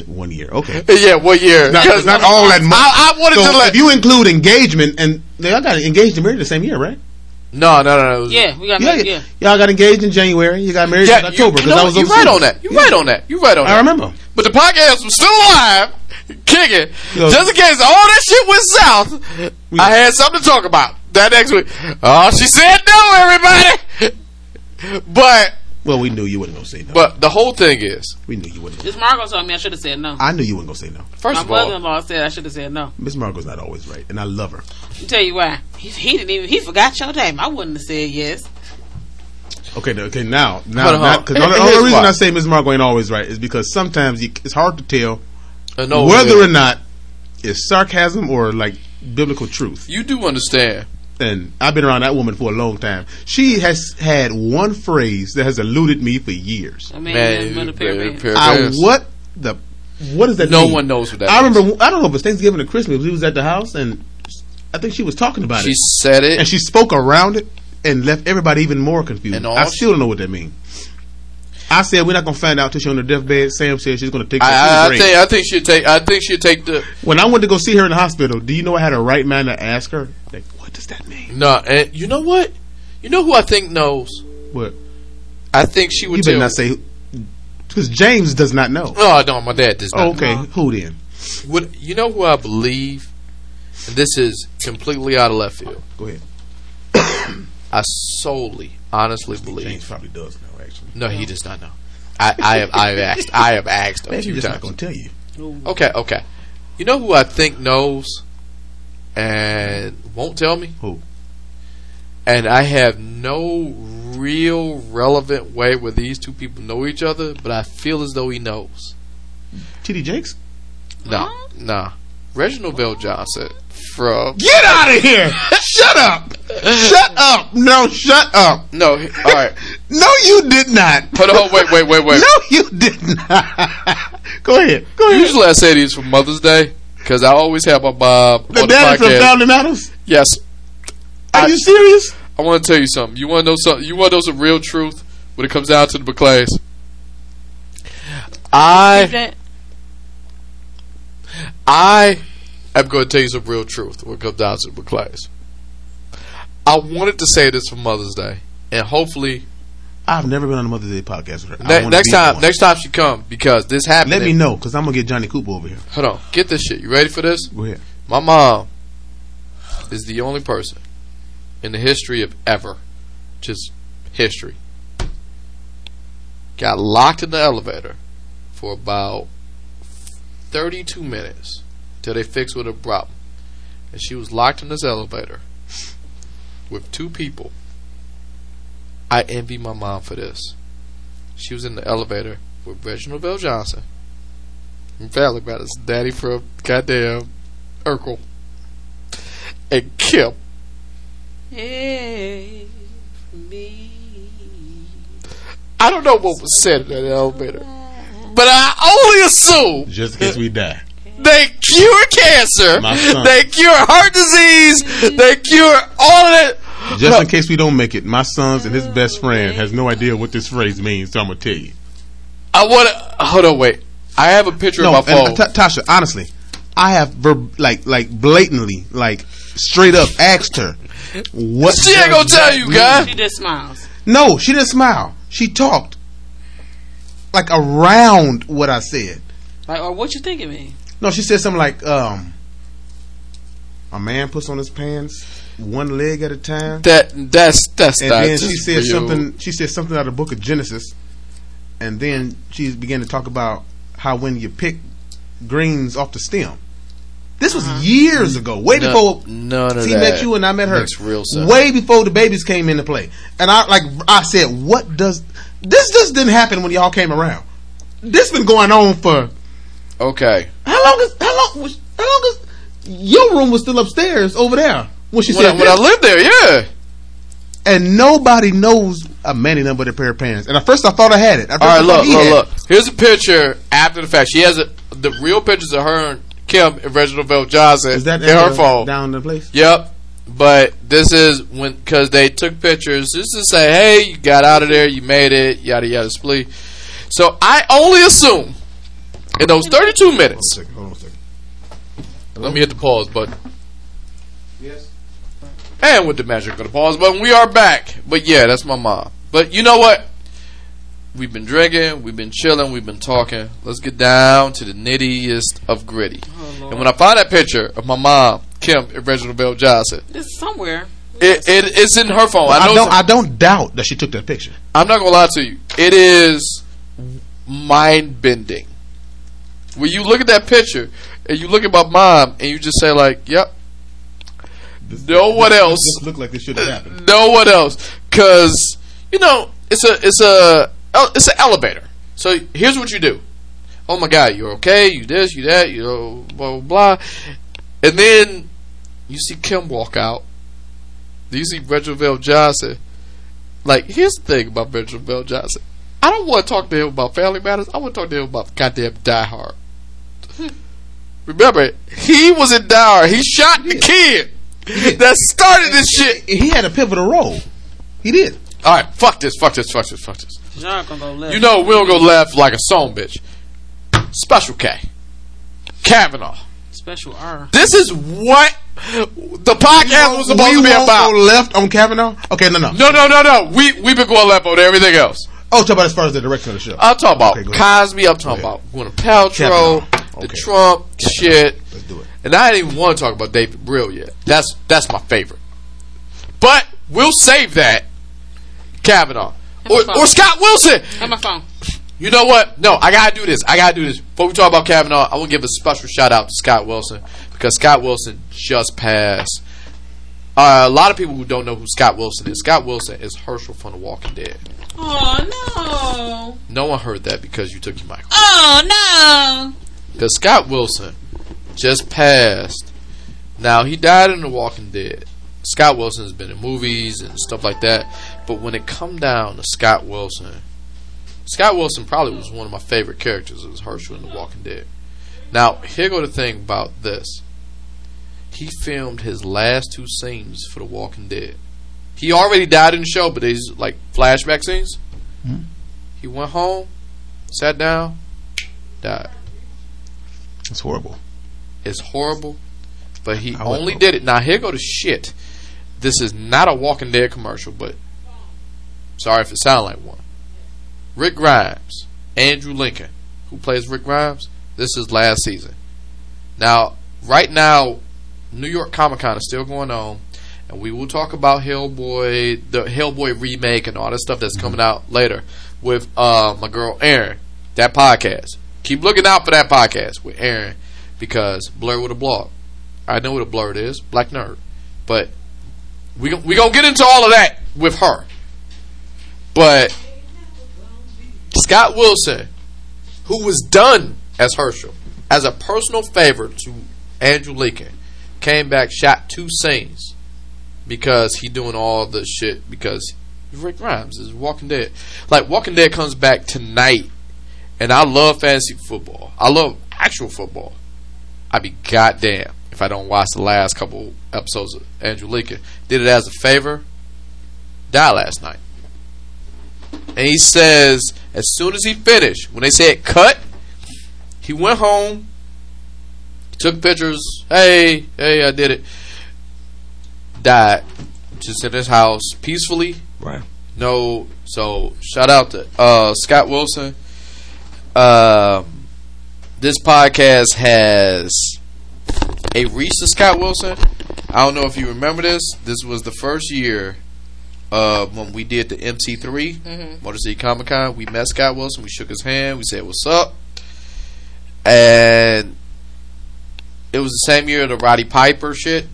S4: One year. Okay.
S1: Yeah, what year?
S4: Not, it's not all that much.
S1: I, I wanted
S4: so
S1: to let
S4: if you include engagement and y'all got engaged and married the same year, right?
S1: No, no, no, no. it was-
S6: Yeah, we got
S4: Yeah,
S6: yeah,
S4: yeah. Y'all got engaged in January. You got married in
S1: yeah. You,
S4: October
S1: you
S4: because
S1: know,
S4: I was
S1: you're
S4: overseas.
S1: right on that. You're
S4: Yeah.
S1: right on that. You're right on that.
S4: I remember.
S1: But the podcast was still alive, kicking.
S4: Yo.
S1: Just in case all that shit went south,
S4: We-
S1: I had something to talk about that next week. Oh, she said no, everybody. But
S4: Well, we knew you wasn't gonna say no.
S1: but the whole thing is,
S4: we knew you wasn't. Gonna,
S6: This Margot told me I should have said no.
S4: I knew you wasn't gonna say no.
S1: first
S6: My
S1: of all,
S6: mother-in-law said I should have said no.
S4: Miss Margot's not always right, and I love her.
S6: I'll tell you why. He, he didn't even. He forgot your name. I wouldn't have said yes.
S4: Okay, no, okay, now,
S1: Hold
S4: now,
S1: on,
S4: not because
S1: hold on. Here-
S4: the only-
S1: uh, here's
S4: only reason
S1: why.
S4: I say Miss Margot ain't always right is because sometimes you, it's hard to tell
S1: uh, no,
S4: whether
S1: wait.
S4: or not it's sarcasm or like biblical truth.
S1: you do understand,
S4: and I've been around that woman for a long time. She has had one phrase that has eluded me for years.
S6: I mean,
S1: man,
S6: man,
S1: you-
S6: pyramid.
S1: pair of
S4: I,
S1: pants.
S4: what the what is that?
S1: No
S4: mean?
S1: one knows what that
S4: I
S1: means.
S4: remember. I don't know if it's Thanksgiving or Christmas. We was at the house, and I think she was talking about
S1: she
S4: it,
S1: said it.
S4: and she spoke around it and left everybody even more confused.
S1: And all
S4: I still don't know what that means. I said we're not gonna find out till she's on the deathbed. Sam said she's gonna take. her to the
S1: I, I, I
S4: grave.
S1: think I think she'll take. I think she'll take the
S4: when I went to go see her in the hospital, do you know I had a right man to ask her? Like, what does that mean?
S1: no. And you know what? You know who I think knows.
S4: What?
S1: I think she would
S4: You
S1: tell.
S4: better not say because James does not know.
S1: oh no, my dad does not.
S4: Oh, okay, who then?
S1: What you know who I believe, and this is completely out of left field.
S4: Go ahead.
S1: I solely, honestly believe.
S4: probably does know, actually.
S1: No, he does not know. I, I have I have asked. I have asked a
S4: Maybe
S1: few
S4: he's just not
S1: times.
S4: going to tell you.
S1: Okay, okay. You know who I think knows, and won't tell me.
S4: Who?
S1: And I have no real relevant way where these two people know each other, but I feel as though he knows.
S4: T.D. Jakes?
S1: No, no. Reginald Bell Johnson from
S4: Get out of here! shut up! Shut up! No, shut up!
S1: no. All right.
S4: No, you did not.
S1: Hold on, wait, wait, wait, wait.
S4: No, you did not. Go ahead. Go ahead.
S1: Usually I say these for Mother's Day because I always have my mom
S4: the
S1: on the
S4: daddy from
S1: podcast.
S4: Family Matters?
S1: yes,
S4: Are
S1: I-
S4: you serious?
S1: I want to tell you something. You want to know something? You want to know some real truth when it comes down to the McClays? I
S6: That-
S1: I am going to tell you some real truth when it comes down to the McClays. I wanted to say this for Mother's Day, and hopefully
S4: I've never been on a Mother's Day podcast with her. I
S1: ne-
S4: wanna
S1: next
S4: be
S1: time
S4: on.
S1: next time she comes because this happened.
S4: Let me know, because I'm going to get Johnny Cooper over here.
S1: Hold on, get this shit. You ready for this?
S4: Go ahead.
S1: My mom is the only person in the history of ever, just history, got locked in the elevator for about 32 minutes till they fixed what a problem. And she was locked in this elevator with two people. I envy my mom for this. She was in the elevator with Reginald Bell Johnson
S7: Valley about his daddy from goddamn Urkel. And Kip.
S6: Hey, me.
S7: I don't know what was said in that elevator. But I only assume
S4: Just in case we die.
S7: they cure cancer,
S4: My son.
S7: they cure heart disease, they cure all of that.
S4: Just in case we don't make it, my sons and his best friend has no idea what this phrase means, so I'm gonna tell you.
S7: I want to hold on, wait. I have a picture
S4: No,
S7: of my phone.
S4: and, uh, Ta- Tasha, honestly, I have verb like like blatantly, like straight up asked her what
S7: she ain't gonna
S4: does that
S7: tell you,
S4: mean?
S7: guy.
S5: She just smiles.
S4: No, she didn't smile. She talked like around what I said.
S6: Like, or what you think it means?
S4: No, she said something like, um, a man puts on his pants one leg at a time.
S7: That that's that's
S4: and
S7: not
S4: then she
S7: just
S4: said
S7: real.
S4: something. She said something out of the Book of Genesis, and then she began to talk about how when you pick greens off the stem. This was years ago, way
S1: No-
S4: before
S1: Mm. none of
S4: he
S1: that
S4: met you and I met her.
S1: makes real sense.
S4: Way before the babies came into play, and I like I said, what does this? just didn't happen when y'all came around. This been going on for
S1: Okay.
S4: how long? Is how long? was- How long is your room was still upstairs over there when she
S1: When I,
S4: said
S1: when I
S4: this?
S1: lived there, yeah.
S4: and nobody knows a man ain't nothing but a pair of pants. And at first I thought I had it. At first
S1: All
S4: I
S1: right,
S4: thought
S1: look,
S4: he had
S1: look, look.
S4: it.
S1: Here's a picture after the fact. She has a, the real pictures of her and Kim and Reginald Vell Johnson
S4: Is that
S1: in her
S4: the-
S1: phone.
S4: down the place?
S1: Yep. But this is when because they took pictures just to say, hey, you got out of there, you made it, yada yada, splee. So I only assume in those 32 minutes.
S4: Second, hold on a second.
S1: Let me hit the pause button.
S4: Yes.
S1: And with the magic of the pause button, we are back. But yeah, that's my mom. But you know what? We've been drinking, we've been chilling, we've been talking. Let's get down to the nittiest of gritty. and when I find that picture of my mom, Kim and Reginald Bell Johnson,
S6: This is somewhere.
S1: it, it, it's in her phone. I
S4: I
S1: know
S4: don't.
S1: it's-
S4: I don't doubt that she took that picture.
S1: I'm not gonna lie to you. It is mind bending. When you look at that picture and you look at my mom and you just say like, "Yep, no one else, Uh,
S4: looked like this should have happened.
S1: no one else," because you know it's a it's a el- it's an elevator. So here's what you do. Oh my God, you're okay. You this, you that, you know, blah blah blah, and then you see Kim walk out. Then you see Reginald Vell Johnson. Like, here's the thing about Reginald Vell Johnson. I don't want to talk to him about family matters. I want to talk to him about goddamn Die Hard. Remember, he was in Die Hard. He shot the kid that started this shit.
S4: He had a pivotal role. He did.
S1: All right, fuck this, fuck this, fuck this, fuck this.
S5: John gonna go left.
S1: You know we don't go left like a song, bitch. Special K. Kavanaugh.
S5: Special R.
S1: This is what the podcast was supposed
S4: we
S1: to be
S4: won't
S1: about.
S4: go left on Kavanaugh. Okay, no, no.
S1: No, no, no, no. We we've been going left on everything else.
S4: Oh, talk about as far as the direction of the show.
S1: I'm talking about
S4: Okay, go ahead.
S1: Cosby. I'm talking
S4: Go
S1: about Gwyneth Paltrow,
S4: Kavanaugh.
S1: the
S4: Okay.
S1: Trump shit,
S4: Let's do it.
S1: and I didn't even want to talk about David Brill yet. That's that's my favorite. But we'll save that. Kavanaugh or,
S6: phone.
S1: or Scott Wilson.
S6: Have my phone.
S1: You know what? No, I gotta do this. I gotta do this. Before we talk about Kavanaugh, I want to give a special shout out to Scott Wilson because Scott Wilson just passed. Uh, a lot of people who don't know who Scott Wilson is. Scott Wilson is Herschel from The Walking Dead.
S6: Oh no.
S1: No one heard that because you took your mic.
S6: Oh
S1: Because Scott Wilson just passed. Now, he died in The Walking Dead. Scott Wilson has been in movies and stuff like that. But when it come down to Scott Wilson, Scott Wilson probably was one of my favorite characters. It was Herschel in The Walking Dead. Now, here go the thing about this. He filmed his last two scenes for The Walking Dead. He already died in the show, but these like flashback scenes. He went home, sat down, died.
S4: It's horrible.
S1: It's horrible, but he
S4: I would
S1: only
S4: hope.
S1: did it. Now here go to shit. This is not a Walking Dead commercial, but sorry if it sound like one. Rick Grimes, Andrew Lincoln, who plays Rick Grimes. This is last season. Now, right now, New York Comic Con is still going on, and we will talk about Hellboy, the Hellboy remake, and all that stuff that's coming
S4: Mm-hmm.
S1: out later with uh, my girl Erin. That podcast. Keep looking out for that podcast with Erin because Blur with a blog. I know what a blur is, black nerd. But we gon- we gonna get into all of that with her. But Scott Wilson, who was done as Herschel, as a personal favor to Andrew Lincoln, came back, shot two scenes because he doing all the shit because Rick Grimes is Walking Dead. Like Walking Dead comes back tonight, and I love fantasy football. I love actual football. I'd be goddamn if I don't watch the last couple episodes of Andrew Lincoln. Did it as a favor. Die last night. And he says, as soon as he finished, when they said cut, he went home, took pictures. Hey, hey, I did it. Died. Just in his house peacefully.
S8: Right.
S1: No, so shout out to uh, Scott Wilson. Um, this podcast has a reach to Scott Wilson. I don't know if you remember this. This was the first year uh, when we did the MC3 Motor City Comic Con. We met Scott Wilson. We shook his hand. We said, "What's up?" And it was the same year of the Roddy Piper shit.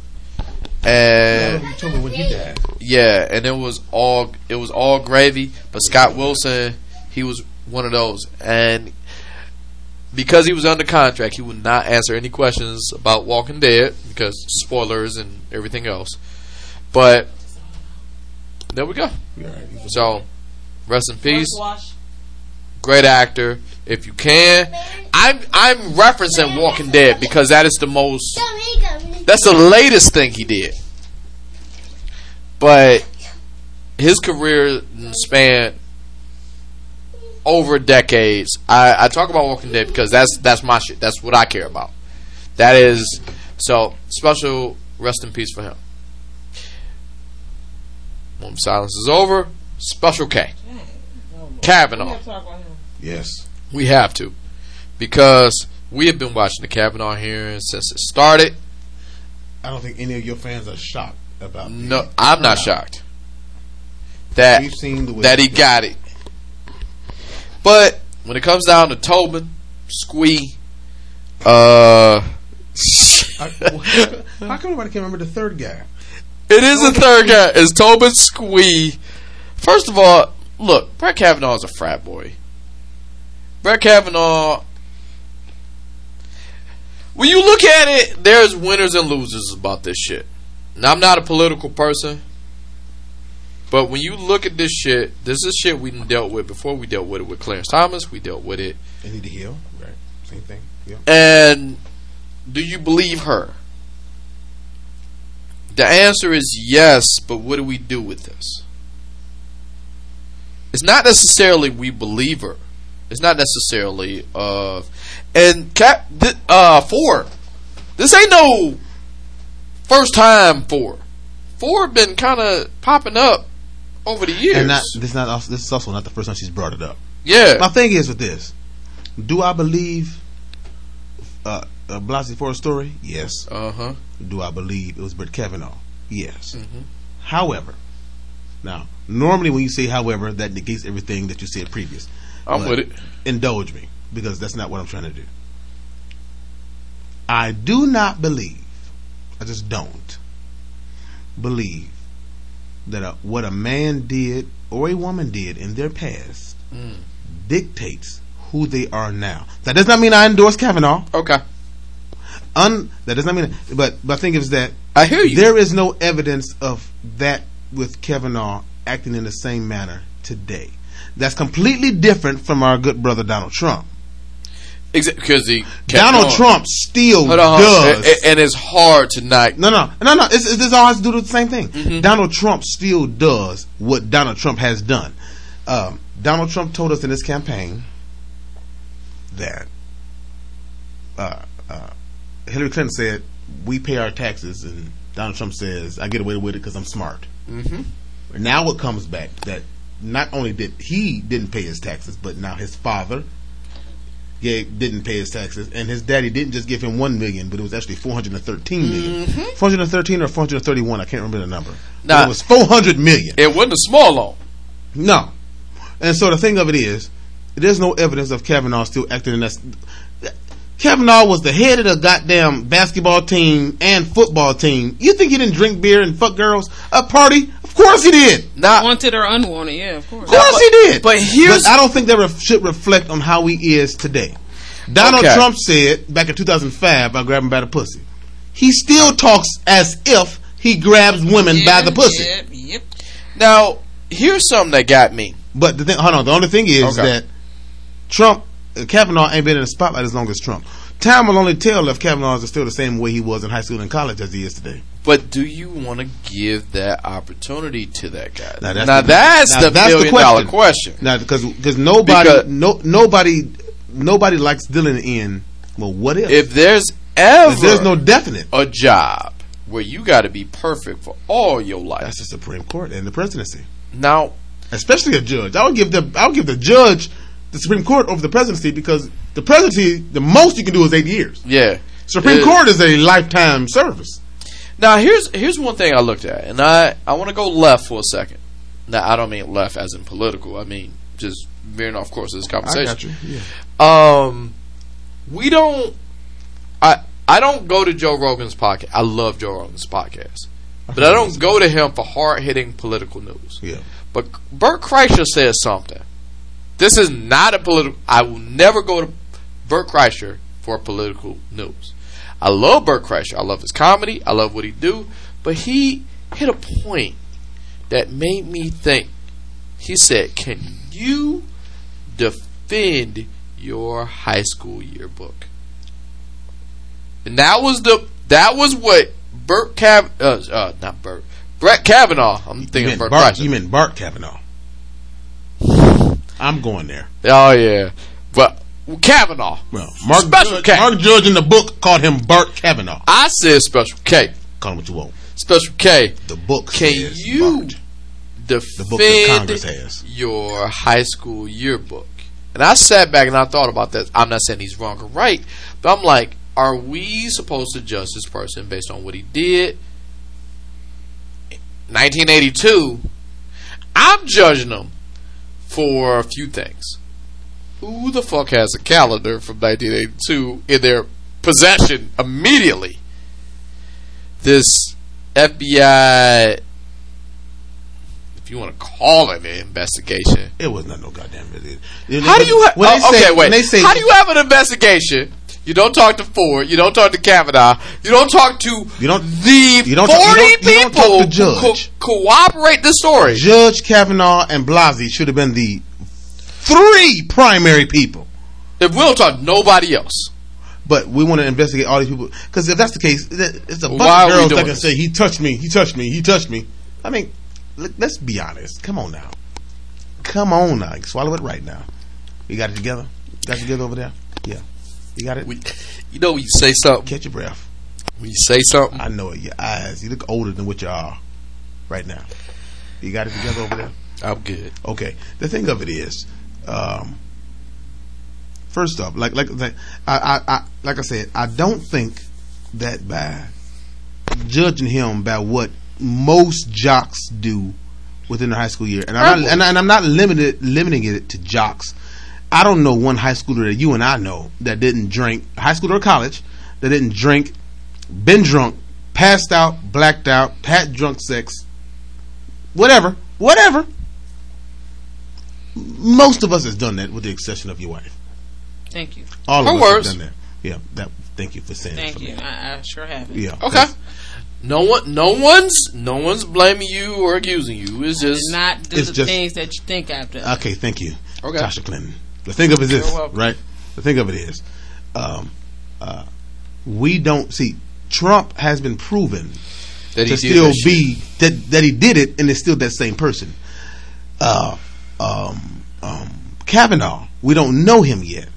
S1: And
S4: You told me when he died.
S1: yeah, and it was all it was all gravy. But Scott Wilson, he was one of those, and because he was under contract, he would not answer any questions about Walking Dead because spoilers and everything else. But there we go. So rest in peace. Great actor. If you can, I'm I'm referencing Walking Dead because that is the most that's the latest thing he did. But his career spanned over decades. I, I talk about Walking Dead because that's that's my shit. That's what I care about. That is so special. Rest in peace for him. When silence is over, Special K. Kavanaugh.
S4: Yes.
S1: We have to. Because we have been watching the Kavanaugh hearing since it started.
S4: I don't think any of your fans are shocked about
S1: No, I'm not shocked that
S4: We've seen the way
S1: that he got it. But when it comes down to Tobin, Squee, uh,
S4: I, well, how, come- how come nobody can remember the third guy?
S1: it is a third guy. It's Tobin Squee. First of all, look, Brett Kavanaugh is a frat boy. Brett Kavanaugh. When you look at it, there's winners and losers about this shit. Now, I'm not a political person, but when you look at this shit, this is shit we done dealt with before. We dealt with it with Clarence Thomas. We dealt with it
S4: They need to heal. Right. Same thing. Yeah.
S1: and do you believe her? The answer is yes, but what do we do with this? It's not necessarily we believe her. It's not necessarily uh and cap th- uh four. This ain't no first time four. Four been kind of popping up over the years.
S4: And not, this not also, this is also not the first time she's brought it up. My
S1: yeah,
S4: thing is with this: Do I believe uh, uh, Blasey Ford's story? Yes.
S1: uh huh.
S4: Do I believe it was Brett Kavanaugh? Yes. However, now normally when you say "however," that negates everything that you said previous.
S1: I'm
S4: But
S1: with it.
S4: Indulge me, because that's not what I'm trying to do. I do not believe. I just don't believe that a, what a man did or a woman did in their past
S1: Mm.
S4: dictates who they are now. That does not mean I endorse Kavanaugh.
S1: Okay,
S4: Un, that does not mean, but but I think it's that
S1: I hear you.
S4: there is no evidence of that with Kavanaugh acting in the same manner today. That's completely different from our good brother Donald Trump.
S1: because he
S4: Donald
S1: Kavanaugh-
S4: Trump still
S1: Hold on, hold on. Eh,
S4: does.
S1: And, and- and it's hard to not.
S4: no, no, no, no. It's, it's, this all has to do with the same thing.
S1: Mm-hmm.
S4: Donald Trump still does what Donald Trump has done. Um, Donald Trump told us in his campaign that uh, uh, Hillary Clinton said, "We pay our taxes," and Donald Trump says, "I get away with it because I'm smart." Mm-hmm. Now it comes back that not only did he didn't pay his taxes, but now his father gave, didn't pay his taxes, and his daddy didn't just give him one million, but it was actually four hundred and thirteen million. hundred and thirteen or four hundred and thirty-one. I can't remember the number. But
S1: Nah.
S4: it was four hundred million.
S1: It wasn't a small loan.
S4: No. And so the thing of it is, there's no evidence of Kavanaugh still acting in that. Kavanaugh was the head of the goddamn basketball team and football team. You think he didn't drink beer and fuck girls at party? Of course he did.
S1: Not
S6: Wanted or unwanted, yeah, of course.
S4: Of course he did.
S1: but here's-
S4: But I don't think that ref- should reflect on how he is today. Donald
S1: Okay.
S4: Trump said back in 2005, I grabbed him by the pussy. He still talks as if he grabs women by the pussy.
S5: Yep, yep.
S1: Now, here's something that got me.
S4: But the thing, hold on. The only thing is
S1: Okay.
S4: that Trump, uh, Kavanaugh ain't been in the spotlight as long as Trump. Time will only tell if Kavanaugh is still the same way he was in high school and college as he is today.
S1: But do you want to give that opportunity to that guy?
S4: Now, that's the-
S1: that's
S4: now,
S1: the
S4: that's the
S1: million dollar question.
S4: Now, because because nobody,
S1: Because-
S4: no nobody, nobody likes dealing in. Well, what if?
S1: If there's ever
S4: If there's no definite.
S1: a job where you got to be perfect for all your life,
S4: That's the Supreme Court and the presidency,
S1: now
S4: especially a judge. I would give the I would give the judge the Supreme Court over the presidency because the presidency the most you can do is eight years.
S1: yeah,
S4: Supreme
S1: Uh,
S4: Court is a lifetime service.
S1: Now here's here's one thing I looked at, and I I want to go left for a second. Now I don't mean left as in political. I mean just veering off course of this
S4: I
S1: conversation.
S4: got you. Yeah.
S1: Um, we don't. I I don't go to Joe Rogan's podcast. I love Joe Rogan's podcast, but I don't go to him for hard hitting political news.
S4: Yeah.
S1: But Bert Kreischer says something. This is not a political. I will never go to Bert Kreischer for political news. I love Bert Kreischer. I love his comedy. I love what he do. But he hit a point that made me think. He said, "Can you defend your high school yearbook?" And that was the that was what Bert Cav uh, uh not Bert Brett Kavanaugh. I'm
S4: You
S1: thinking
S4: meant,
S1: Bert
S4: Bart,
S1: Kreischer.
S4: you meant Bart Kavanaugh. I'm going there.
S1: Oh yeah, but Kavanaugh.
S4: Well, Mark
S1: Special
S4: Judge,
S1: K.
S4: Mark Judge in the book called him Bart Kavanaugh.
S1: I said Special K.
S4: Call him what you want.
S1: Special K.
S4: The book.
S1: Can
S4: says
S1: you
S4: Bart.
S1: defend
S4: book that Congress has.
S1: your high school yearbook? And I sat back and I thought about that. I'm not saying he's wrong or right, but I'm like, are we supposed to judge this person based on what he did? 1982. I'm judging him for a few things. Who the fuck has a calendar from 1982 in their possession immediately? This FBI if you want to call it an investigation.
S4: It was not no goddamn.
S1: How do you? Ha-
S4: When they
S1: oh,
S4: say-
S1: okay, wait.
S4: When they say,
S1: How do you have an investigation? You don't talk to Ford. You don't talk to Kavanaugh. You don't talk to
S4: You don't-
S1: the
S4: you don't talk- you
S1: forty
S4: don't- you
S1: people
S4: don't talk to
S1: who
S4: judge.
S1: co- cooperate the story.
S4: Judge Kavanaugh and Blasey should have been the three primary people.
S1: If we don't talk to nobody else,
S4: But we want to investigate all these people because if that's the case, th- it's a bunch
S1: Why are
S4: of
S1: we
S4: girls
S1: doing
S4: that can
S1: this?
S4: say he touched me, he touched me, he touched me. I mean, let- let's be honest. Come on now, come on now, swallow it right now. You got it together. Got it together over there. Yeah, you got it.
S1: we, you know, when you say something.
S4: Catch your breath.
S1: When you say something,
S4: I know it. Your eyes. You look older than what you are right now. You got it together over there.
S1: I'm good.
S4: Okay. The thing of it is, um, first off, like like like I, I, I like I said, I don't think that by judging him by what most jocks do within the high school year, and I'm not, and, I, and I'm not limited limiting it to jocks. I don't know one high schooler that you and I know that didn't drink high school or college that didn't drink, been drunk, passed out, blacked out, had drunk sex, whatever, whatever. Most of us has done that, with the exception of your wife.
S5: Thank you.
S4: All
S1: Or
S4: of us
S1: worse.
S4: have done that. Yeah, that. Thank you for saying that
S5: Thank
S4: for
S5: you.
S4: me.
S5: I, I sure haven't.
S4: Yeah.
S1: Okay. No one, no one's, no one's blaming you or accusing you. It's just
S5: Did not do
S4: It's
S5: the
S4: just-
S5: things that you think I've done.
S4: Okay. Thank you,
S1: Okay.
S4: Tasha Clinton. The thing of it is this,
S1: You're welcome.
S4: right? The thing of it is, um, uh, we don't see Trump has been proven
S1: that
S4: to
S1: he did
S4: still
S1: that shit.
S4: be that that he did it and it's still that same person. Uh, um, um, Kavanaugh, we don't know him yet.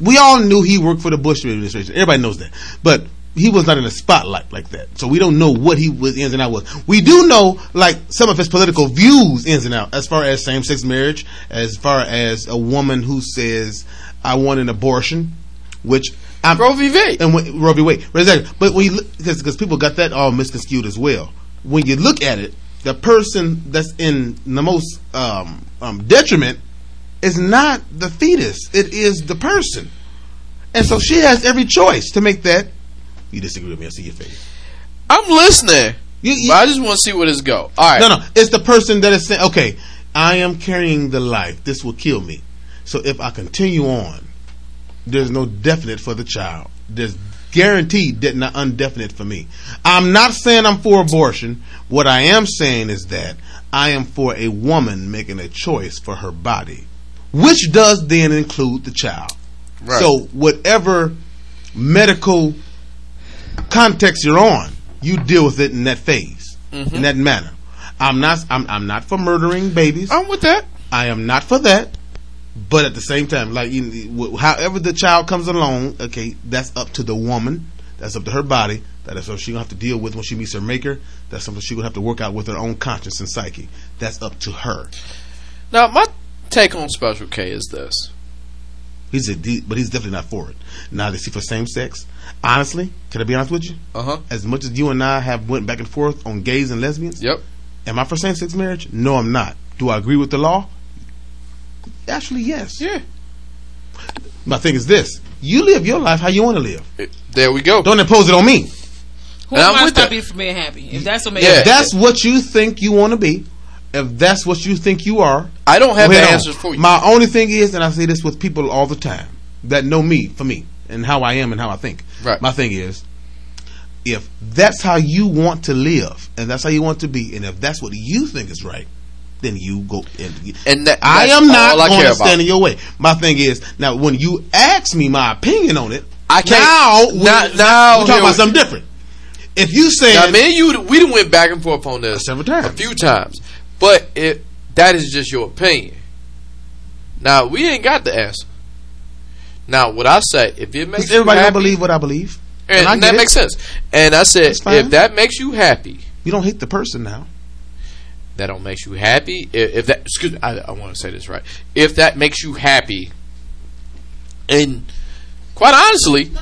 S4: We all knew he worked for the Bush administration. Everybody knows that, but he was not in the spotlight like that. So we don't know what he was ins and out was. We do know like some of his political views ins and out, as far as same sex marriage, as far as a woman who says, "I want an abortion," which I'm
S1: Roe v. Wade.
S4: and when, Roe v. Wade. Right, Exactly. But when you look, because people got that all misconstrued as well. When you look at it, the person that's in the most um, um, detriment is not the fetus; it is the person. And so she has every choice to make that. You disagree with me? I see your face.
S1: I'm listening,
S4: You, you-
S1: but I just want to see where this go. All right.
S4: no, no. It's the person that is saying, "Okay, I am carrying the life. This will kill me. So if I continue on, There's no definite for the child. There's guaranteed that not undefinite for me. I'm not saying I'm for abortion. What I am saying is that I am for a woman making a choice for her body, which does then include the child.
S1: Right.
S4: So whatever medical context you're on, you deal with it in that phase, in that manner. I'm not. I'm, I'm not for murdering babies.
S1: I'm with that.
S4: I am not for that. But at the same time, like you- however the child comes along, okay, that's up to the woman. That's up to her body. That is something she gonna have to deal with when she meets her maker. That's something she gonna have to work out with her own conscience and psyche. That's up to her.
S1: Now, my take on Special K is this.
S4: He's a D, but he's definitely not for it. Now they see for same sex. Honestly, can I be honest with you?
S1: Uh huh.
S4: As much as you and I have went back and forth on gays and lesbians,
S1: Yep.
S4: am I for same sex marriage? No, I'm not. Do I agree with the law? Actually, yes.
S1: Yeah.
S4: My thing is this: you live your life how you want to live.
S1: There we go.
S4: Don't impose it on me.
S6: Who
S1: And
S6: am
S1: I'm
S6: I
S1: with
S6: stopping
S1: that.
S6: you from being happy? If that's what makes
S1: Yeah.
S5: Eh,
S6: you
S4: If that's what you think you want to be, if that's what you think you are,
S1: I don't have
S4: go
S1: the
S4: ahead on.
S1: answers for you.
S4: My only thing is, and I say this with people all the time that know me for me and how I am and how I think.
S1: Right.
S4: My thing is, if that's how you want to live and that's how you want to be, and if that's what you think is right, then you go and.
S1: and that,
S4: I
S1: that's
S4: am not
S1: all I
S4: going
S1: care
S4: to
S1: about.
S4: stand in your way. My thing is now when you ask me my opinion on it,
S1: I can't-
S4: now we-
S1: now- now
S4: we're talking
S1: here we-
S4: about something different. If you say
S1: Now, me and you, we done went back and forth on this
S4: Several times.
S1: a few times, but it that is just your opinion. Now we ain't got the answer. Now what I say, if it makes
S4: Because everybody
S1: you
S4: don't
S1: happy,
S4: believe what I believe.
S1: and,
S4: and I
S1: that
S4: get it.
S1: makes sense. And I said,
S4: That's fine.
S1: if that makes you happy,
S4: You don't hate the person now.
S1: that don't make you happy. If, if that, excuse me, I, I want to say this right. If that makes you happy, and quite honestly,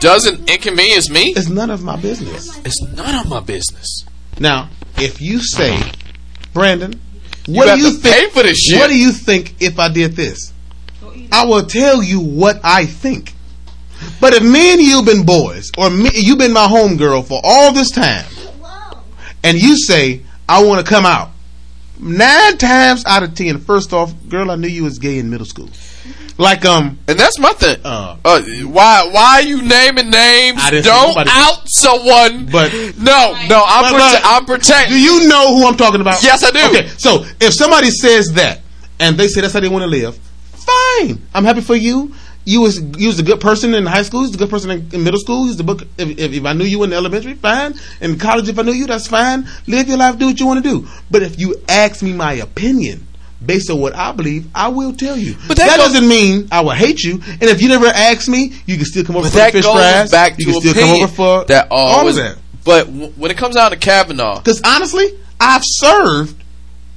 S1: doesn't inconvenience me,
S4: It's none of my business.
S1: it's none of my business.
S4: Now, if you say, Brandon,
S1: You
S4: what
S1: have
S4: do you
S1: to
S4: think?
S1: pay for this shit.
S4: What do you think if I did this? I will tell you what I think. But if me and you been boys, or me, you been my homegirl for all this time, and you say I want to come out, nine times out of ten, first off, girl, I knew you was gay in middle school. Like um,
S1: And that's my thing.
S4: Uh.
S1: Uh, why? Why are you naming names?
S4: I didn't say
S1: Don't
S4: nobody-
S1: out someone.
S4: But-
S1: no, no, I'm
S4: But-
S1: prote-
S4: but-
S1: I'm protect.
S4: Do you know who I'm talking about?
S1: Yes, I do.
S4: Okay, so if somebody says that and they say that's how they want to live, fine. I'm happy for you. You was you was a good person in high school. You was a good person in, in middle school. You was a book. If, if, if I knew you in elementary, fine. In college, if I knew you, that's fine. Live your life. Do what you want to do. But if you ask me my opinion. Based on what I believe, I will tell you. But
S1: that
S4: that,
S1: goes-
S4: doesn't mean I will hate you. And if you never ask me, you can still come over
S1: But
S4: for
S1: that
S4: fish
S1: goes
S4: fries.
S1: back to
S4: you can still
S1: opinion
S4: come over for
S1: that
S4: all
S1: always.
S4: of that.
S1: But w- when it comes down to Kavanaugh,
S4: Because honestly, I've served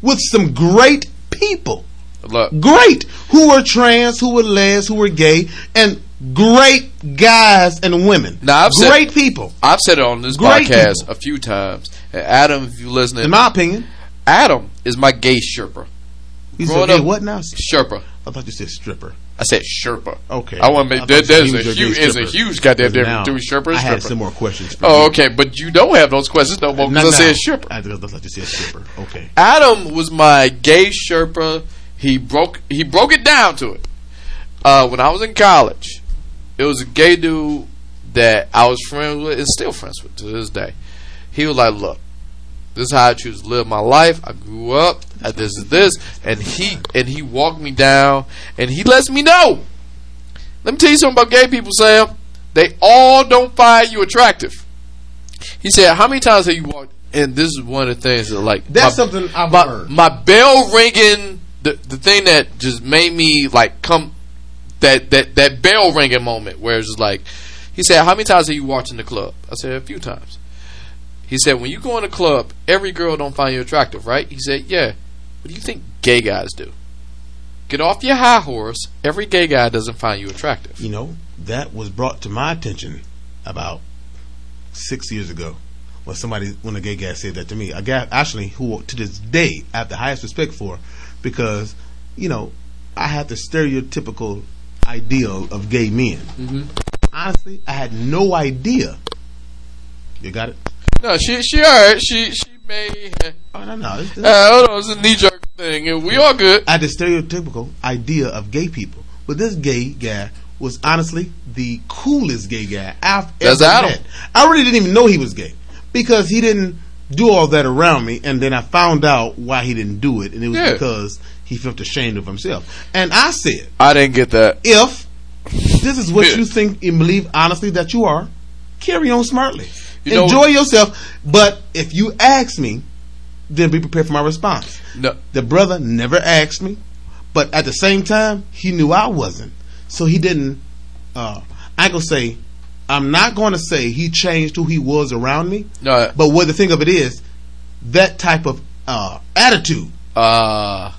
S4: with some great people.
S1: look,
S4: Great. Who were trans, who were les, who were gay, and great guys and women.
S1: Now, I've said-
S4: great people,
S1: I've said it on this
S4: Great
S1: podcast
S4: people.
S1: a few times. And Adam, if you listening,
S4: in my opinion.
S1: Adam is my gay Sherpa.
S4: You
S1: Growing
S4: said, hey,
S1: up-
S4: what now?
S1: Sherpa.
S4: I thought you said stripper.
S1: I said Sherpa.
S4: Okay.
S1: I want to make
S4: I
S1: that.
S4: thought
S1: There's
S4: you
S1: a
S4: was
S1: huge,
S4: gay
S1: is a
S4: stripper.
S1: huge goddamn
S4: Now,
S1: difference between Sherpa and
S4: I had
S1: stripper.
S4: some more questions for
S1: Oh,
S4: you.
S1: okay, but you don't have those questions no more
S4: Mm-hmm. Not
S1: because I said
S4: now.
S1: Sherpa.
S4: I thought you said stripper. Okay.
S1: Adam was my gay Sherpa. He broke he broke it down to it. Uh, when I was in college, it was a gay dude that I was friends with and still friends with to this day. He was like, "Look, this is how I choose to live my life. I grew up. uh, This is this." And he and he walked me down, and he lets me know. Let me tell you something about gay people, Sam. They all don't find you attractive. He said, "How many times have you walked?" And this is one of the things that, like,
S4: That's
S1: my-
S4: something I've
S1: my,
S4: heard.
S1: my bell ringing the, the thing that just made me like come that that that bell ringing moment where it's just like he said how many times have you walked in the club i said a few times he said when you go in the club every girl don't find you attractive right he said yeah what do you think gay guys do get off your high horse every gay guy doesn't find you attractive
S4: You know, that was brought to my attention about six years ago when somebody, when a gay guy said that to me. A guy, actually, who to this day I have the highest respect for because, you know, I had the stereotypical ideal of gay men. Honestly, I had no idea. You got it?
S1: no she she all right she she may
S4: Oh, no, no. It's,
S1: uh, hold on it's a knee-jerk thing and we all good
S4: I had the stereotypical idea of gay people. But this gay guy was honestly the coolest gay guy I've
S1: That's
S4: ever
S1: Adam.
S4: met. I really didn't even know he was gay because he didn't do all that around me, and then I found out why he didn't do it, and it was
S1: Yeah.
S4: because he felt ashamed of himself. And I said,
S1: I didn't get that.
S4: if this is what you think and believe honestly that you are, carry on smartly.
S1: You know-
S4: Enjoy yourself, but if you ask me, then be prepared for my response.
S1: No,
S4: The brother never asked me, but at the same time, he knew I wasn't, so he didn't. Uh, I gonna say, I'm not going to say he changed who he was around me,
S1: no.
S4: but what the thing of it is, that type of uh, attitude.
S1: Uh,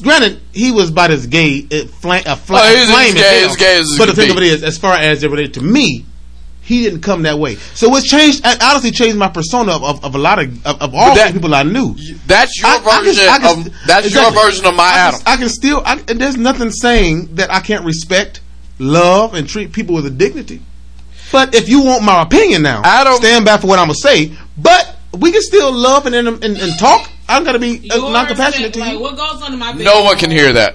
S4: Granted, he was about as gay, uh, flank, a flank,
S1: Oh, he was
S4: flame
S1: as gay-
S4: as hell.
S1: as gay as it
S4: But the
S1: could
S4: thing
S1: be.
S4: of it is, as far as it related to me, he didn't come that way. So it's changed. It honestly changed my persona of, of, of a lot of of, of all
S1: that-
S4: the people I knew.
S1: that's your
S4: I- I can-
S1: version
S4: I can-
S1: of that's
S4: exactly.
S1: your version of my
S4: I can-
S1: Adam.
S4: I can still. I, and there's nothing saying that I can't respect, love, and treat people with a dignity. But if you want my opinion now,
S1: I don't-
S4: stand by for what I'm gonna say. But we can still love and and, and, and talk. I'm gonna be uh,
S5: Yours
S4: non compassionate to
S5: that,
S4: you.
S5: Like, what goes on in my bedroom?
S1: No one can hear that.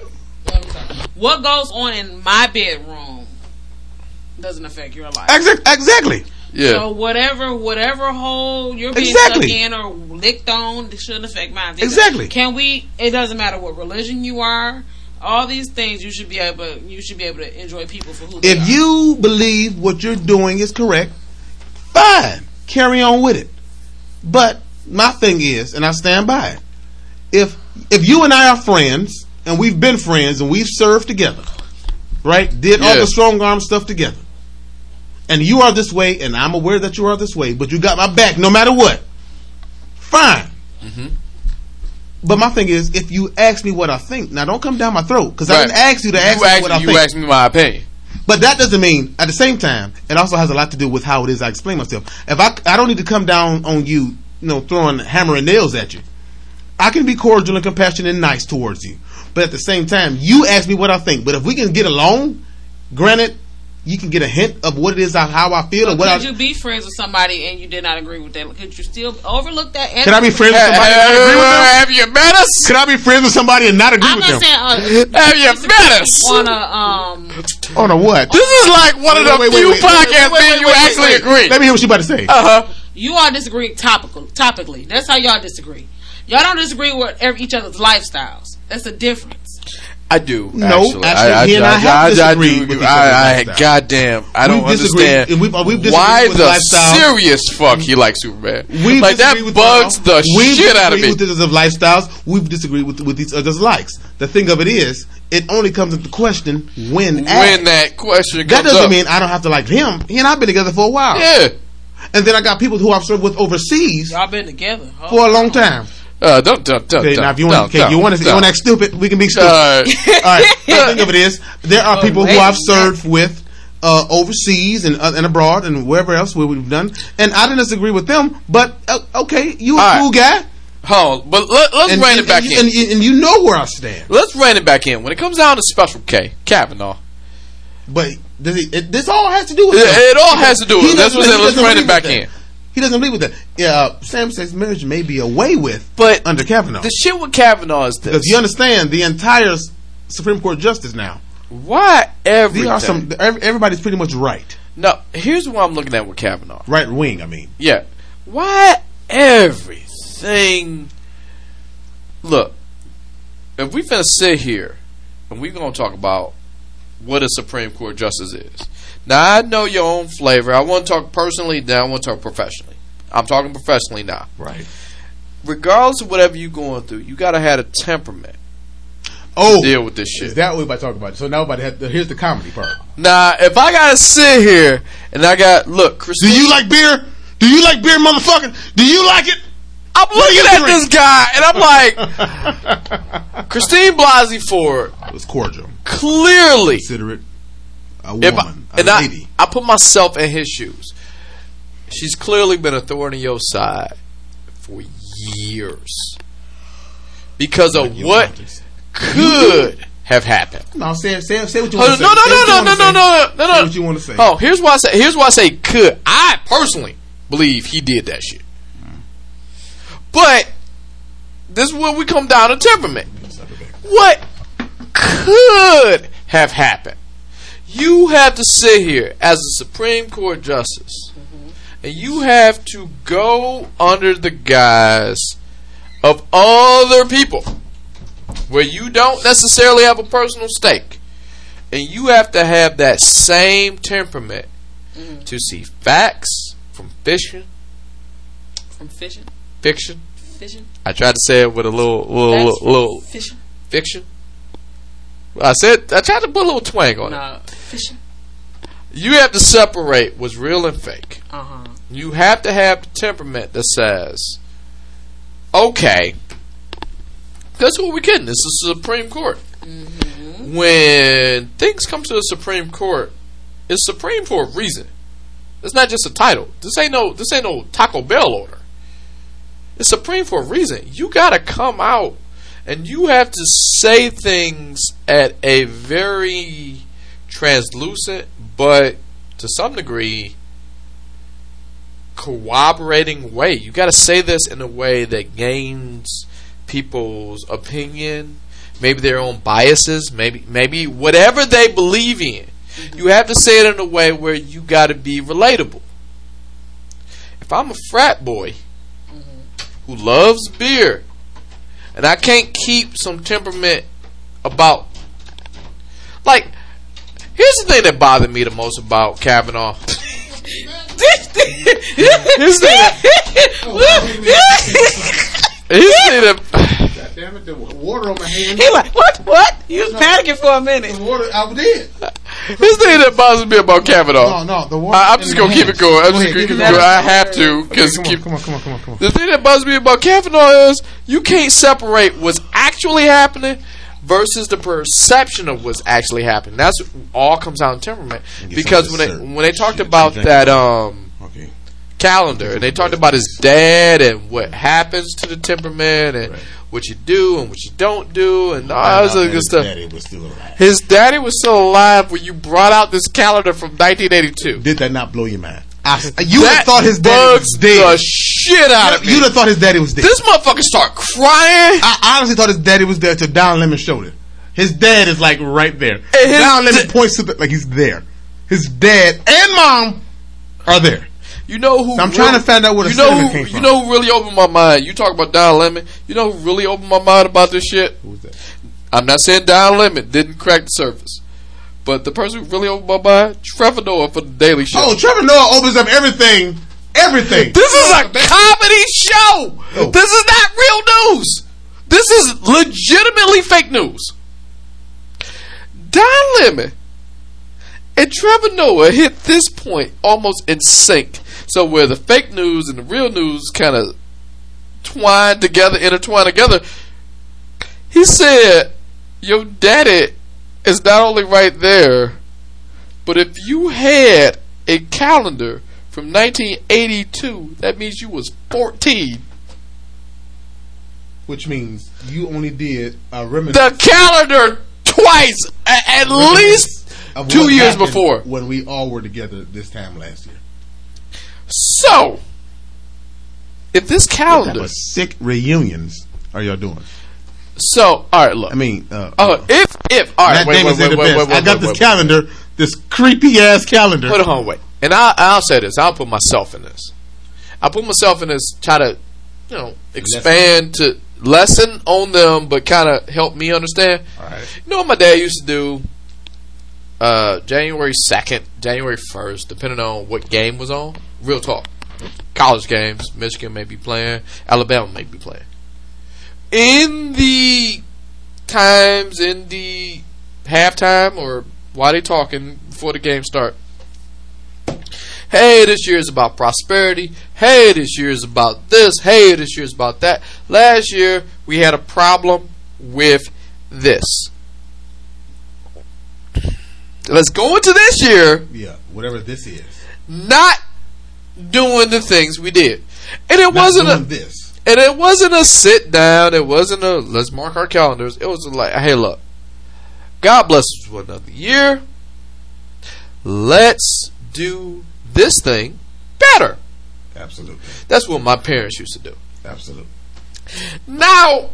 S5: What goes on in my bedroom doesn't affect your life.
S4: Exactly. Exactly.
S1: Yeah.
S5: So whatever, whatever hole you're being
S4: Exactly.
S5: stuck in or licked on, it shouldn't affect mine. either.
S4: Exactly.
S5: Can we? It doesn't matter what religion you are. All these things you should be able. You should be able to enjoy people for who they
S4: If
S5: are.
S4: you believe what you're doing is correct, fine, carry on with it. But my thing is, and I stand by it. If if you and I are friends and we've been friends and we've served together, right? Did all
S1: Yeah.
S4: the strong arm stuff together. And you are this way and I'm aware that you are this way, but you got my back no matter what. Fine.
S1: Mm-hmm.
S4: But my thing is, if you ask me what I think, now don't come down my throat because I
S1: Right.
S4: didn't ask you to ask
S1: you
S4: me
S1: asked,
S4: what I
S1: you
S4: think.
S1: asked me my opinion.
S4: But that doesn't mean at the same time, it also has a lot to do with how it is I explain myself. If I I don't need to come down on you, you know, throwing hammer and nails at you. I can be cordial and compassionate and nice towards you. But at the same time, you ask me what I think. But if we can get along, granted, you can get a hint of what it is I, how I feel or what
S5: could
S4: I
S5: you be friends with somebody and you did not agree with that? Could you still overlook that?
S4: Can I be friends with somebody and not agree with them?
S1: Have you met us?
S4: Can I be friends with somebody and not agree
S5: I'm
S4: with
S5: not
S4: them?
S5: saying
S1: Have you met us?
S5: uh, on a um.
S4: On a what?
S1: This is like one of the
S4: Wait, wait,
S1: few
S4: wait, wait,
S1: podcasts
S4: wait, wait,
S1: where
S4: wait,
S1: you
S4: wait, wait,
S1: actually
S4: wait.
S1: agree.
S4: Let me hear what you about to say.
S1: uh-huh.
S5: You all disagree topical, topically. That's how y'all disagree. Y'all don't disagree with every, each other's lifestyles. That's the difference.
S1: I do.
S4: No,
S1: actually,
S4: actually,
S1: I, I,
S4: he and I have disagreed
S1: do.
S4: with each
S1: I, I,
S4: other's lifestyle.
S1: goddamn, I don't
S4: disagree-
S1: understand
S4: and we've- uh, we've disagreed
S1: why
S4: with
S1: the
S4: lifestyle.
S1: serious fuck he likes Superman.
S4: We've
S1: like that
S4: disagreed with
S1: bugs the
S4: we've
S1: shit out of
S4: disagreed
S1: me.
S4: With each other's lifestyles, we've disagreed with with each other's likes. The thing of it is, it only comes into question when.
S1: When
S4: asked.
S1: that question
S4: that
S1: comes
S4: doesn't
S1: up,
S4: mean I don't have to like him. He and I've been together for a while,
S1: yeah,
S4: and then I got people who I've served with overseas
S5: Y'all been together. huh?
S4: for a long time.
S1: uh, don't, don't, don't,
S4: Okay,
S1: don't,
S4: now if you want,
S1: don't,
S4: okay, you want to, you
S1: don't.
S4: want to act stupid, we can be stupid.
S1: Uh,
S4: All right. The thing of it is, there are people who I've served with uh, overseas and uh, and abroad and wherever else where we've done, and I didn't disagree with them. But uh, okay, you a
S1: All right.
S4: cool guy.
S1: hold, on, but let, let's rein it back
S4: and,
S1: in.
S4: and- and you know where I stand.
S1: let's rein it back in. When it comes down to Special K, Kavanaugh,
S4: But does he, it, this all has to do with
S1: it,
S4: that.
S1: it all has to do with
S4: He
S1: it. That's
S4: doesn't-
S1: what I
S4: he
S1: said, let's
S4: doesn't
S1: rein
S4: believe
S1: it back
S4: that.
S1: in.
S4: He doesn't believe with that. Yeah, uh, Sam says marriage may be away with,
S1: But
S4: under Kavanaugh,
S1: the shit with Kavanaugh is this.
S4: because you understand the entire s- Supreme Court justice now.
S1: Why everything?
S4: These are some. ev- Everybody's pretty much right,
S1: No, here's what I'm looking at with Kavanaugh.
S4: right wing. I mean,
S1: Yeah. Why everything? Look, if we finna sit here and we gonna talk about what a Supreme Court justice is. Now I know your own flavor. I want to talk personally. Now I want to talk professionally. I'm talking professionally now.
S4: right.
S1: Regardless of whatever you going through, you gotta have a temperament to
S4: Oh,
S1: deal with this shit.
S4: is that what I talking about? So now, everybody had the, here's the comedy part.
S1: Now, if I gotta sit here and I got look, Christine,
S4: Do you like beer? Do you like beer, motherfucker? Do you like it?
S1: I'm
S4: do
S1: looking
S4: you
S1: at
S4: drink?
S1: this guy and I'm like, Christine Blasey Ford
S4: It was cordial,
S1: clearly.
S4: considerate, a
S1: If I,
S4: woman, a
S1: and I,
S4: lady.
S1: I put myself in his shoes. She's clearly been a thorn in your side for years because of
S4: your
S1: what
S4: mountains.
S1: could have happened.
S4: no, say, say, say what you
S1: Oh,
S4: want
S1: no, no,
S4: to say. Say what
S1: no,
S4: you
S1: no,
S4: wanna
S1: no, no,
S4: say.
S1: no, no, no,
S4: Say
S1: no.
S4: what you wanna say.
S1: Oh, here's why I say. Here's why I say could. I personally believe he did that shit.
S4: Mm.
S1: But this is where we come down to temperament. What could have happened? You have to sit here as a Supreme Court justice, and you have to go under the guise of other people where you don't necessarily have a personal stake, and you have to have that same temperament to see facts from fiction.
S6: From fishing,
S1: Fiction.
S6: fishing,
S1: I tried to say it with a little, little,
S6: Facts?
S1: little, little
S6: fishing.
S1: fiction. I said I tried to put a little twang on it.
S6: No, fishing.
S1: You have to separate what's real and fake.
S6: Uh
S5: Uh-huh.
S6: huh.
S1: You have to have the temperament that says, okay, that's what we're getting. This is the Supreme Court. When things come to the Supreme Court, it's Supreme for a reason. It's not just a title. This ain't no this ain't no Taco Bell order. It's Supreme for a reason. You gotta come out and you have to say things at a very translucent but to some degree corroborating way. You got to say this in a way that gains people's opinion, maybe their own biases, maybe maybe whatever they believe in. You have to say it in a way where you got to be relatable. If I'm a frat boy who loves beer and I can't keep some temperament about like here's the thing that bothered me the most about Kavanaugh Here's the Here's the
S4: God damn it, there was water on my hand.
S5: He like, what, what? He was panicking for a minute.
S4: Water, I did.
S1: here's the thing that bothers me about
S4: No,
S1: Kavanaugh.
S4: no, the water.
S1: I, I'm just
S4: in
S1: gonna
S4: my
S1: keep it
S4: hand.
S1: going. I'm
S4: Go
S1: just
S4: ahead,
S1: gonna keep it
S4: give
S1: going.
S4: me that.
S1: I have to because
S4: Okay,
S1: keep.
S4: come on, come on, come on, come on, come
S1: The thing that bothers me about Kavanaugh is you can't separate what's actually happening versus the perception of what's actually happening. That's all comes out in temperament
S4: get some
S1: because when they
S4: dessert.
S1: when they talked
S4: Shit,
S1: about
S4: drink
S1: that um
S4: on. Okay.
S1: calendar and they talked about his dad and what happens to the temperament and
S4: Right.
S1: what you do and what you don't do and all this other good stuff.
S4: was still alive.
S1: His daddy was still alive when you brought out this calendar from 1982.
S4: Did that not blow your mind? I, you would
S1: That
S4: have thought his daddy
S1: bugs
S4: was dead.
S1: the shit out of me.
S4: You'd have thought his daddy was dead.
S1: this motherfucker start crying.
S4: I honestly thought his daddy was there till Don Lemon showed it. His dad is like right there.
S1: And his
S4: Don Lemon
S1: da-
S4: points to the like he's there. His dad and mom are there.
S1: You know who?
S4: I'm trying to find out where the
S1: you know
S4: cinnamon
S1: who,
S4: came
S1: You
S4: from.
S1: know who really opened my mind? You talk about Don Lemon. You know who really opened my mind about this shit?
S4: Who's that?
S1: I'm not saying Don Lemon didn't crack the surface, but the person who really opened my mind, Trevor Noah for the Daily Show.
S4: Oh, Trevor Noah opens up everything. Everything.
S1: This is a comedy show. This is not real news. This is legitimately fake news. Don Lemon and Trevor Noah hit this point almost in sync. So where the fake news and the real news kind of twine together, intertwine together. He said, "Your daddy is not only right there." But if you had a calendar from 1982, that means you was 14.
S4: Which means you only did a
S1: The
S4: reminiscence
S1: calendar twice, a- at least
S4: of
S1: two
S4: what
S1: years
S4: happened
S1: before.
S4: when we all were together this time last year.
S1: So, if this
S4: What
S1: calendar,
S4: sick reunions are y'all doing?
S1: so all right, look.
S4: I mean, uh,
S1: oh, if if all right,
S4: Matt
S1: wait,
S4: Damon
S1: wait,
S4: said
S1: wait,
S4: the
S1: wait,
S4: best.
S1: wait, wait,
S4: I got
S1: wait,
S4: this
S1: wait,
S4: calendar, this creepy ass calendar.
S1: Hold on, wait. And I, I'll say this. I'll put myself in this. I put myself in this. Try to, you know, expand to lesson on them, but kind of help me understand.
S4: Alright.
S1: You know what my dad used to do? Uh, January second, January first, depending on what game was on. Real talk. College games. Michigan may be playing. Alabama may be playing. In the times in the halftime or while they talking before the game start. Hey, this year is about prosperity. Hey, this year is about this. Hey, this year is about that. Last year we had a problem with this. Let's go into this year
S4: Yeah, whatever this is.
S1: not doing the things we did. And it
S4: Not
S1: wasn't a
S4: doing this.
S1: and it wasn't a sit down. It wasn't a let's mark our calendars. It was like, hey, look, God bless us for another year. Let's do this thing better.
S4: Absolutely.
S1: That's what my parents used to do.
S4: Absolutely.
S1: Now,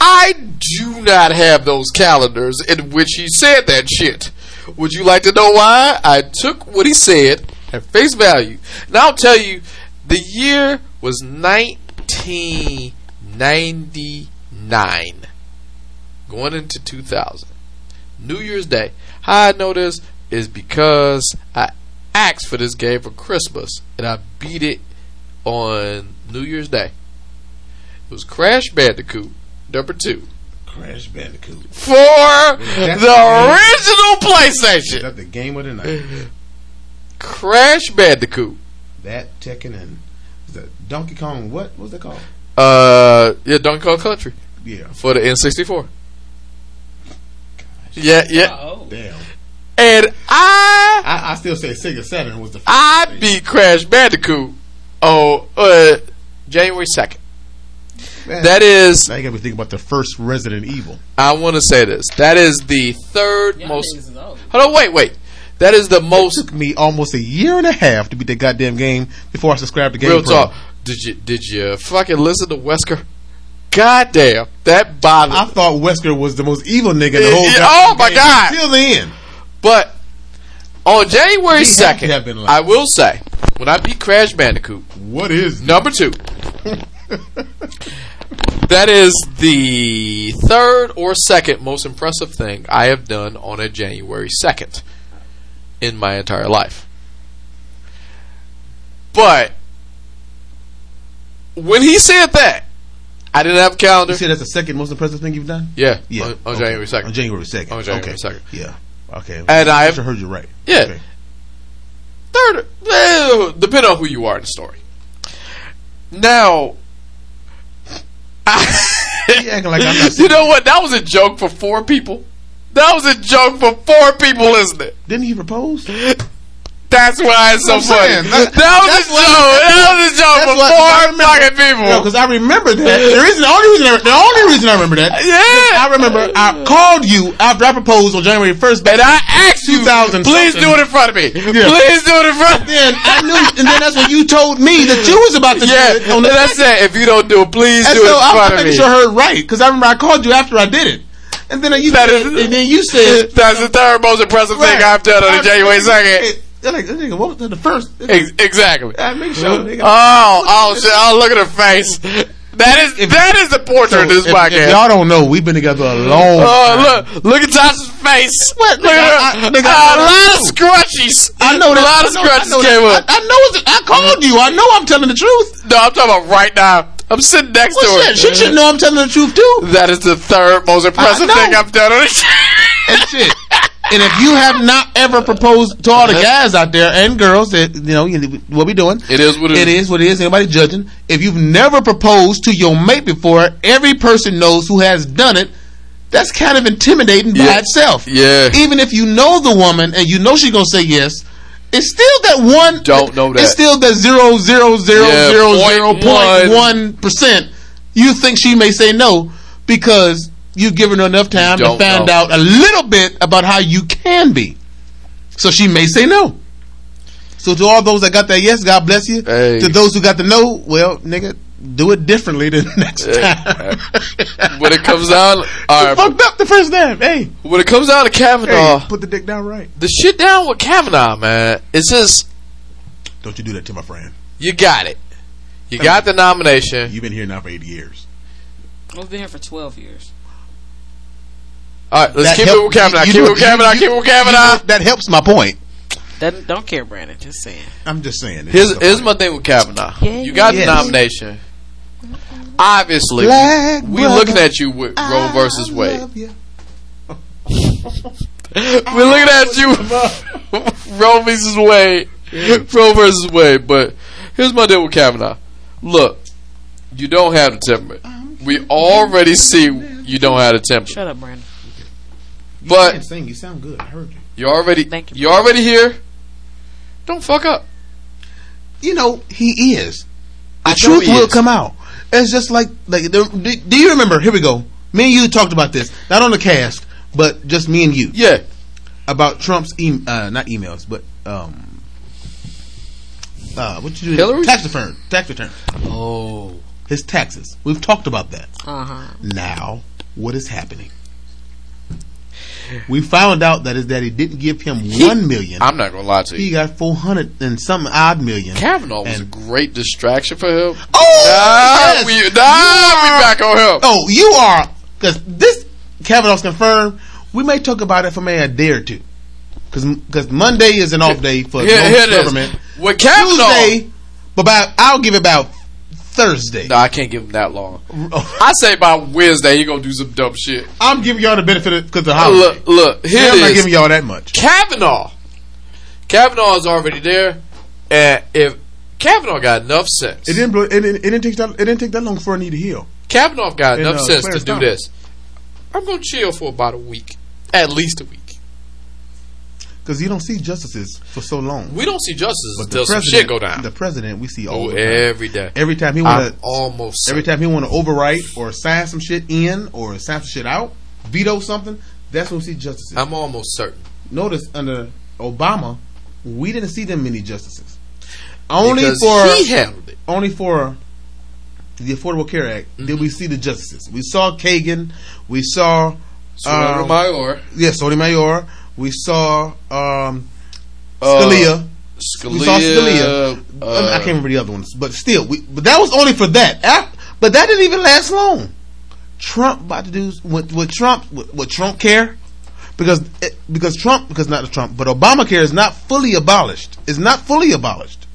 S1: I do not have those calendars in which he said that shit. Would you like to know why? I took what he said at face value. And I'll tell you, the year was 1999, going into 2000. New Year's Day. How I know this is because I asked for this game for Christmas and I beat it on New Year's Day. It was Crash Bandicoot number two
S4: Crash Bandicoot.
S1: for the
S4: Is
S1: original PlayStation.
S4: that the game of the night?
S1: Crash Bandicoot.
S4: That Tekken and is that Donkey Kong. What what was that called?
S1: Uh, yeah, Donkey Kong Country
S4: Yeah.
S1: for the N64. Yeah, yeah.
S5: Oh,
S4: Damn.
S1: And I
S4: I, I still say Sega Saturn was the. First
S1: I beat Crash Bandicoot on uh, January 2nd.
S4: Man,
S1: That is,
S4: Now you got me thinking about the first Resident Evil.
S1: I want to say this. That is the third
S5: y'all
S1: most.
S5: niggas is old.
S1: Hold on, wait, wait. That is the
S4: It
S1: most.
S4: took me almost a year and a half to beat that goddamn game before I subscribed to Game
S1: Real talk. Did you did you fucking listen to Wesker? Goddamn, that bothered.
S4: I
S1: me.
S4: thought Wesker was the most evil nigga in the whole.
S1: Yeah,
S4: goddamn
S1: oh my
S4: game
S1: God.
S4: Till the end.
S1: But on January
S4: He had to
S1: second,
S4: have been lying.
S1: I will say when I beat Crash Bandicoot
S4: What is?
S1: number two. that is the third or second most impressive thing I have done on a January 2nd in my entire life. But when he said that, I didn't have a calendar.
S4: You said that's the second most impressive thing you've done.
S1: yeah,
S4: Yeah.
S1: on, on
S4: Okay.
S1: January 2nd.
S4: On January second.
S1: On January
S4: okay.
S1: 2nd.
S4: Yeah. Okay.
S1: and I
S4: I
S1: have
S4: sure heard you right.
S1: Yeah.
S4: Okay.
S1: third, well, depending on who you are in the story. Now,
S4: You acting like I'm not.
S1: you know what? That was a joke for four people. That was a joke for four people listening.
S4: Didn't he propose?
S1: That's why it's so
S4: That's what I'm
S1: funny.
S4: saying. That-
S1: That, was a joke. that was a joke
S4: that's
S1: for
S4: what-
S1: four
S4: I
S1: fucking
S4: No,
S1: people.
S4: because I remember that. The reason, the only reason, I, the only reason I remember that.
S1: yeah,
S4: I remember I called you after I proposed on January first,
S1: And I asked you,
S4: 2000
S1: please do it in front of me. Please do it in front. of me.
S4: then I knew, and then that's when you told me that you was about to do it
S1: Yeah,
S4: on the
S1: that's it. If you don't do it, please
S4: And
S1: do it
S4: so
S1: in
S4: I,
S1: front
S4: I
S1: of
S4: think
S1: me.
S4: sure heard right because I remember I called you after I did it, and then you
S1: That
S4: said,
S1: is-
S4: and then you said
S1: That's the third most impressive thing
S4: right.
S1: I've done on
S4: I-
S1: the January second.
S4: Hey, They're like, nigga, what was that, the first?
S1: Ex- exactly.
S4: I make sure. Nigga.
S1: Oh, oh shit! Oh, look at her face.
S4: Uh,
S1: That is that is the portrait of this
S4: If- if
S1: podcast.
S4: y'all don't know, we've been together a long.
S1: Oh look! Look at Tasha's face.
S4: What?
S1: Look at
S4: Nigga, I-
S1: her.
S4: I- nigga,
S1: Ah, a
S4: I
S1: lot of
S4: know.
S1: scrunchies.
S4: I know
S1: A
S4: that.
S1: lot of
S4: I know- I
S1: scrunchies
S4: know that.
S1: came
S4: I,
S1: up.
S4: I know. it's- I called you. I know I'm telling the truth.
S1: No, I'm talking about right now. I'm sitting next
S4: Well,
S1: to her.
S4: shit, she should know I'm telling the truth too.
S1: That is the third most impressive
S4: know.
S1: thing I've done on this.
S4: And shit. And if you have not ever proposed to all the guys out there and girls that you know you- what we doing,
S1: It is what it
S4: it
S1: is.
S4: is what it is. Anybody judging? If you've never proposed to your mate before, every person knows who has done it. That's kind of intimidating by
S1: Yeah.
S4: itself.
S1: Yeah.
S4: Even if you know the woman and you know she's gonna say yes, it's still that one.
S1: Don't know that.
S4: It's still that zero zero zero
S1: Yeah,
S4: zero
S1: point
S4: zero
S1: one.
S4: point one percent. You think she may say no because you've given her enough time to
S1: don't
S4: find
S1: know.
S4: out a little bit about how you can be. So she may say no. So to all those that got that yes, God bless you.
S1: Hey.
S4: To those who got the no, well, nigga, do it differently the next time.
S1: when it comes down, all right,
S4: Fucked up the first time. Hey,
S1: when it comes down to
S4: hey,
S1: Kavanaugh,
S4: put the dick down right.
S1: the shit down with Kavanaugh, man. It's just
S4: Don't you do that to my friend.
S1: you got it. You got the nomination.
S4: You've been here now for 80 years.
S5: I've been here for twelve years.
S1: All right, let's
S4: That
S1: keep
S4: help-
S1: it with Kavanaugh.
S4: you- you
S1: Keep it
S4: do-
S1: with Kavanaugh.
S4: you-
S1: Keep it with
S4: You
S1: Kavanaugh.
S4: know, that helps my point.
S5: Doesn't, don't care, Brandon. Just saying.
S4: I'm just saying.
S1: Here's, here's my thing with Kavanaugh. You got the
S4: Yes.
S1: nomination. Obviously,
S4: Black
S1: we
S4: brother,
S1: looking at you with Roe versus Wade.
S4: Wade.
S1: We're looking at you with Roe versus Wade. Roe versus Wade. But here's my deal with Kavanaugh. Look, you don't have the temperament. We already see you don't have the temperament.
S5: Shut up, Brandon.
S1: But-
S4: you sing. You sound good. I heard you.
S1: You already
S5: Thank you.
S1: you already here. Don't fuck up.
S4: You know he is.
S1: I
S4: The
S1: know
S4: truth
S1: he
S4: will
S1: is.
S4: come out. It's just like like. the- Do, do you remember? Here we go. Me and you talked about this, not on the cast, but just me and you
S1: Yeah.
S4: about Trump's e- uh, not emails, but um, uh, what you do?
S1: Hillary?
S4: tax return, tax return,
S1: Oh. Uh-huh.
S4: his taxes. We've talked about that.
S5: Uh huh.
S4: Now, what is happening? We found out that his daddy didn't give him one million.
S1: I'm not gonna lie to
S4: He
S1: you.
S4: got four hundred and some odd million.
S1: Kavanaugh was a
S4: And-
S1: great distraction for him.
S4: Oh,
S1: nah,
S4: yes.
S1: we, nah, we
S4: You are-
S1: back on him.
S4: Oh, you are because this Kavanaugh's confirmed. We may talk about it for maybe a day or two because Monday is an off day for
S1: Here,
S4: most
S1: here it is.
S4: government.
S1: With Kavanaugh,
S4: Tuesday, but by, I'll give it about Thursday.
S1: no, I can't give him that long.
S4: Oh.
S1: I say by Wednesday he gonna do some dumb shit.
S4: I'm giving y'all the benefit because of the holiday.
S1: Look, look, here
S4: Oh. I'm not
S1: it is.
S4: giving y'all that much.
S1: Kavanaugh. Kavanaugh is already there, and if Kavanaugh got enough sense,
S4: It didn't. Blow, it, didn't- it didn't take that. It didn't take that long for Anita Hill.
S1: Kavanaugh got
S4: And,
S1: enough
S4: uh,
S1: sense to
S4: Clarence
S1: do
S4: Thomas.
S1: this. I'm gonna chill for about a week, at least a week.
S4: Because you don't see justices for so long.
S1: We don't see justice
S4: But the
S1: until some
S4: president,
S1: shit go down.
S4: The president we see all
S1: oh,
S4: the time.
S1: every day.
S4: Every time he
S1: I'm
S4: want to,
S1: almost
S4: every
S1: every
S4: time he want to overwrite or sign some shit in or sign some shit out, veto something. That's when we see justices.
S1: I'm almost certain.
S4: Notice under Obama, we didn't see them many justices. Only
S1: Because
S4: for
S1: he handled it.
S4: only for the Affordable Care Act
S1: Mm-hmm.
S4: did we see the justices. We saw Kagan. We saw
S1: Soror
S4: um,
S1: Mayor,
S4: yeah, Sotomayor. We saw um,
S1: Uh,
S4: Scalia.
S1: Scalia.
S4: we saw Scalia. I, mean, I
S1: uh,
S4: can't remember the other ones, but still, we, but that was only for that. Af- but that didn't even last long. Trump about to do with, with Trump with, with Trump care because it, because Trump because not Trump but Obamacare is not fully abolished. It's not fully abolished.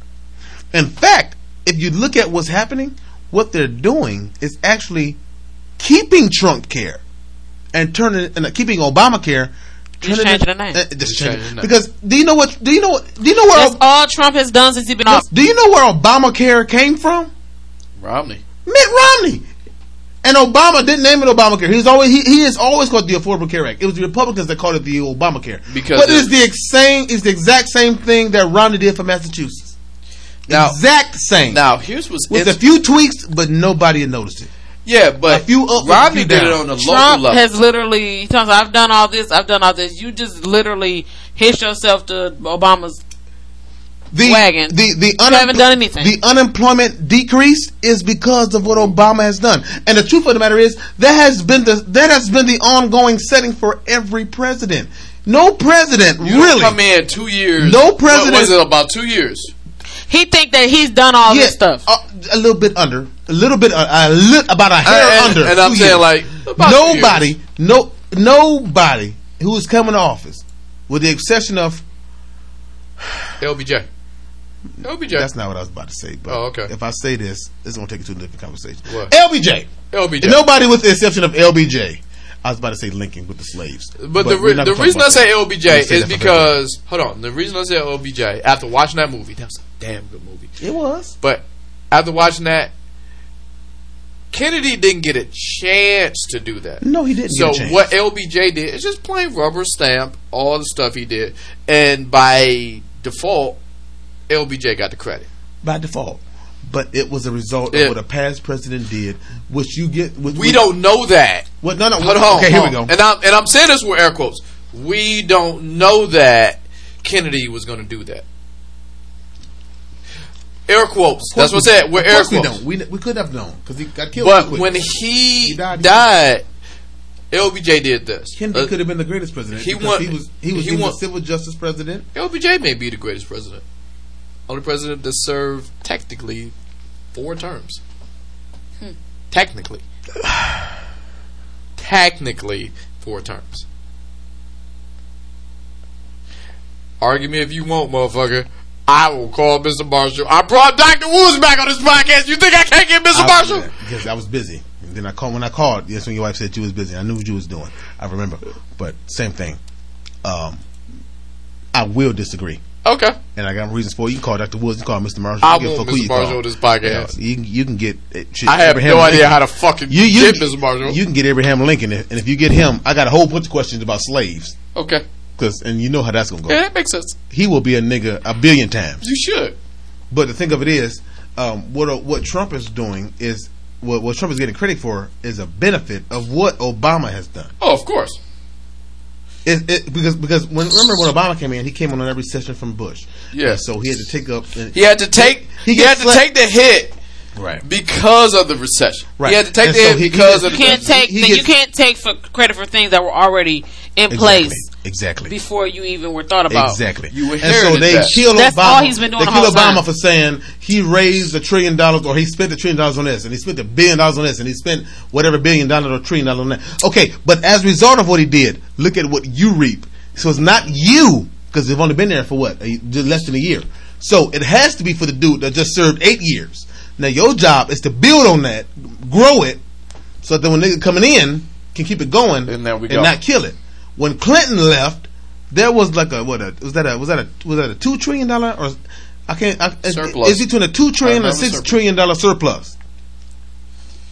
S4: In fact, if you look at what's happening, what they're doing is actually keeping Trump care and turning and keeping Obamacare. Just
S5: changing the name.
S1: changing
S4: just changing-
S1: the name.
S4: Because do you know what? Do you know what? Do you know where?
S5: That's all Trump has done since he's been off.
S4: Do you know where Obamacare came from?
S1: Romney.
S4: Mitt Romney. And Obama didn't name it Obamacare. He's always he, he is always called the Affordable Care Act. It was the Republicans that called it the Obamacare.
S1: Because
S4: but it's
S1: it-
S4: the ex- same it's the exact same thing that Romney did for Massachusetts.
S1: Now,
S4: exact same.
S1: now here's what's
S4: with a
S1: interesting.
S4: few tweaks, but nobody had noticed it.
S1: Yeah, but
S4: a few up, a
S1: Romney
S4: few
S1: did it
S4: down.
S1: on the
S5: Trump
S1: local level.
S5: has literally. He tells us, I've done all this. I've done all this. You just literally hitch yourself to Obama's.
S4: The
S5: Wagon.
S4: the the
S5: You haven't done anything.
S4: The unemployment decrease is because of what Obama has done. And the truth of the matter is that has been the that has been the ongoing setting for every president. No president
S1: You don't
S4: really
S1: come in two years.
S4: No
S1: what
S4: president-
S1: was it about two years?
S5: He think that he's done all
S4: Yeah,
S5: this stuff.
S4: uh, a little bit under, a little bit, uh, a li- about a hair
S1: and-
S4: under.
S1: and I'm
S4: two
S1: saying,
S4: years.
S1: like, about two
S4: nobody, no, nobody who is coming to office, with the exception of
S1: LBJ. LBJ.
S4: that's not what I was about to say. But
S1: Oh, okay.
S4: if I say this, it's gonna take it to a different conversation.
S1: What?
S4: LBJ,
S1: LBJ.
S4: nobody with the exception of LBJ. I was about to say Lincoln with the slaves,
S1: But, the,
S4: we're
S1: re-
S4: not
S1: the
S4: gonna talk
S1: reason
S4: about
S1: I say
S4: that. We'll
S1: LBJ
S4: say
S1: is
S4: that for
S1: because hold on. The reason I say LBJ after watching that movie, that was a damn good movie.
S4: it was.
S1: But after watching that, Kennedy didn't get a chance to do that.
S4: No, he didn't.
S1: So
S4: get a chance.
S1: what LBJ did is just plain rubber stamp all the stuff he did, and by default, LBJ got the credit.
S4: By default. But it was a result
S1: Yeah.
S4: of what a past president did, which you get. Which,
S1: We don't know that.
S4: What, no, no.
S1: Hold on.
S4: okay, here we
S1: hold
S4: go.
S1: on. And I'm and I'm saying this with air quotes. We don't know that Kennedy was going to do that. Air quotes. That's what I said. We're
S4: Of
S1: air
S4: course we
S1: quotes.
S4: don't. We, we could have known because he got killed.
S1: But
S4: too quick.
S1: when he,
S4: He died,
S1: died,
S4: he
S1: LBJ did this.
S4: Kennedy
S1: Uh,
S4: could have been the greatest president.
S1: he
S4: He,
S1: want-
S4: he was he was
S1: he
S4: he was
S1: want-
S4: a civil justice president.
S1: LBJ may be the greatest president. Only president that served technically four terms. Technically. technically four terms. Argue me if you want, motherfucker. I will call Mr. Marshall. I brought Dr. Woods back on this podcast. You think I can't get Mr.
S4: I-
S1: Marshall?
S4: yeah, Because I was busy. And then I called when I called. Yes, when your wife said you was busy. I knew what you was doing. I remember. But same thing. Um, I will disagree.
S1: Okay.
S4: And I got my reasons for it. You can call Dr. Woods. You can call Mr. Marshall.
S1: I
S4: you
S1: want Mr. Marshall on this podcast.
S4: you, can, you can get. eh, shit,
S1: I have
S4: Abraham
S1: no idea
S4: Lincoln.
S1: how to fucking
S4: You you
S1: get Mr. Marshall.
S4: you can get Abraham Lincoln, and if you get him, I got a whole bunch of questions about slaves,
S1: okay.
S4: cause and you know how that's gonna go.
S1: Yeah, that makes sense.
S4: He will be a nigga a billion times.
S1: You should.
S4: But the thing of it is, um, what uh, what Trump is doing is what what Trump is getting credit for is a benefit of what Obama has done.
S1: Oh, of course.
S4: It, it, because because when remember when Obama came in, he came on every session from Bush.
S1: Yeah.
S4: And so he had to take up. And,
S1: He had to take he,
S4: He
S1: had
S4: gets
S1: to
S4: like-
S1: take the hit
S4: Right.
S1: because of the recession.
S4: Right.
S1: He had to take
S4: And
S1: the
S4: so
S1: hit
S4: he- he
S1: because of
S4: did-
S5: You
S1: the
S5: can't take
S4: He
S5: you
S4: gets-
S5: can't take for credit for things that were already in place
S4: Exactly.
S5: before you even were thought about.
S4: Exactly.
S1: You
S4: and so
S1: inherited
S4: they
S1: that.
S4: killed
S5: That's
S4: Obama.
S5: all he's been doing
S4: They
S5: the
S4: killed
S5: whole
S4: Obama
S5: time.
S4: for saying he raised a trillion dollars or he spent a trillion dollars on this and he spent a billion dollars on this and he spent whatever billion dollars or trillion dollars on that. Okay, but as a result of what he did, look at what you reap. So it's not you because they've only been there for what a, just less than a year. So it has to be for the dude that just served eight years. Now your job is to build on that, grow it, so that when nigga coming in can keep it going
S1: And there we go.
S4: not kill it. When Clinton left, there was like a what a, was that a was that a was that a two trillion dollar or I can't I, is-
S1: Surplus.
S4: Is between a two trillion
S1: I
S4: or
S1: remember
S4: six
S1: surplus.
S4: trillion dollar surplus?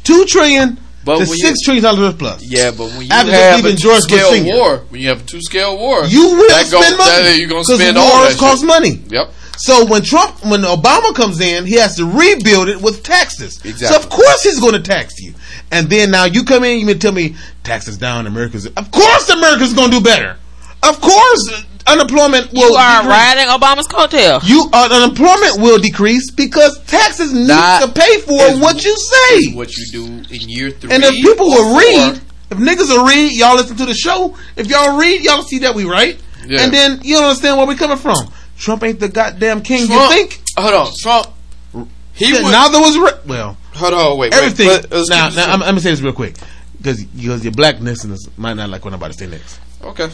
S4: Two trillion
S1: But
S4: to
S1: when you-
S4: six trillion dollar surplus.
S1: Yeah, but when you
S4: After
S1: have
S4: even
S1: a
S4: George Bush
S1: two-scale
S4: Senior.
S1: war, when you have a two-scale war,
S4: You will
S1: that go-
S4: spend money
S1: that- you're gonna
S4: because
S1: spend all
S4: wars
S1: that
S4: cost
S1: shit.
S4: money.
S1: Yep.
S4: So when Trump, when Obama comes in, he has to rebuild it with taxes.
S1: Exactly.
S4: So of course he's going to tax you. And then now you come in, you can tell me taxes down, America's. Of course America's going to do better. Of course uh, unemployment will
S5: You are
S4: decrease.
S5: riding Obama's coattail.
S4: You uh, unemployment will decrease because taxes need
S1: That
S4: to pay for
S1: is-
S4: what you
S1: is
S4: say.
S1: what you do in year three.
S4: and if people
S1: or
S4: will
S1: four,
S4: read, if niggas will read, y'all listen to the show. If y'all read, y'all see that we right.
S1: Yeah.
S4: And then you don't understand where we coming from. Trump ain't the goddamn king
S1: Trump,
S4: you think.
S1: Hold on, Trump. He
S4: Yeah,
S1: would.
S4: Neither was re- well.
S1: hold on, wait, wait.
S4: Everything.
S1: but uh, let's
S4: now,
S1: keep
S4: now
S1: this-
S4: I'm, I'm gonna say this real quick because because your black listeners might not like what I'm about to say next.
S1: okay.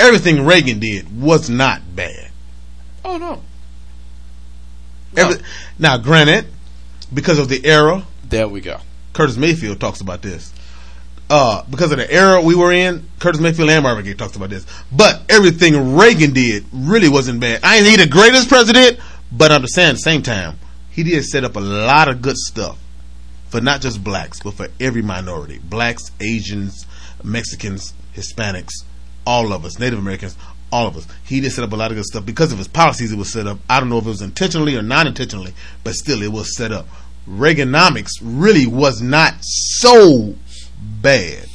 S4: Everything Reagan did was not bad.
S1: Oh no,
S4: Every- Now, granted, because of the era,
S1: there we go.
S4: Curtis Mayfield talks about this. Uh, because of the era we were in, Curtis Mayfield and Marvin Gaye talks about this. But everything Reagan did really wasn't bad. I ain't he the greatest president, but I'm just saying at the same time, he did set up a lot of good stuff for not just blacks, but for every minority. Blacks, Asians, Mexicans, Hispanics, all of us, Native Americans, all of us. He did set up a lot of good stuff. Because of his policies it was set up. I don't know if it was intentionally or non intentionally, but still it was set up. Reaganomics really was not so bad.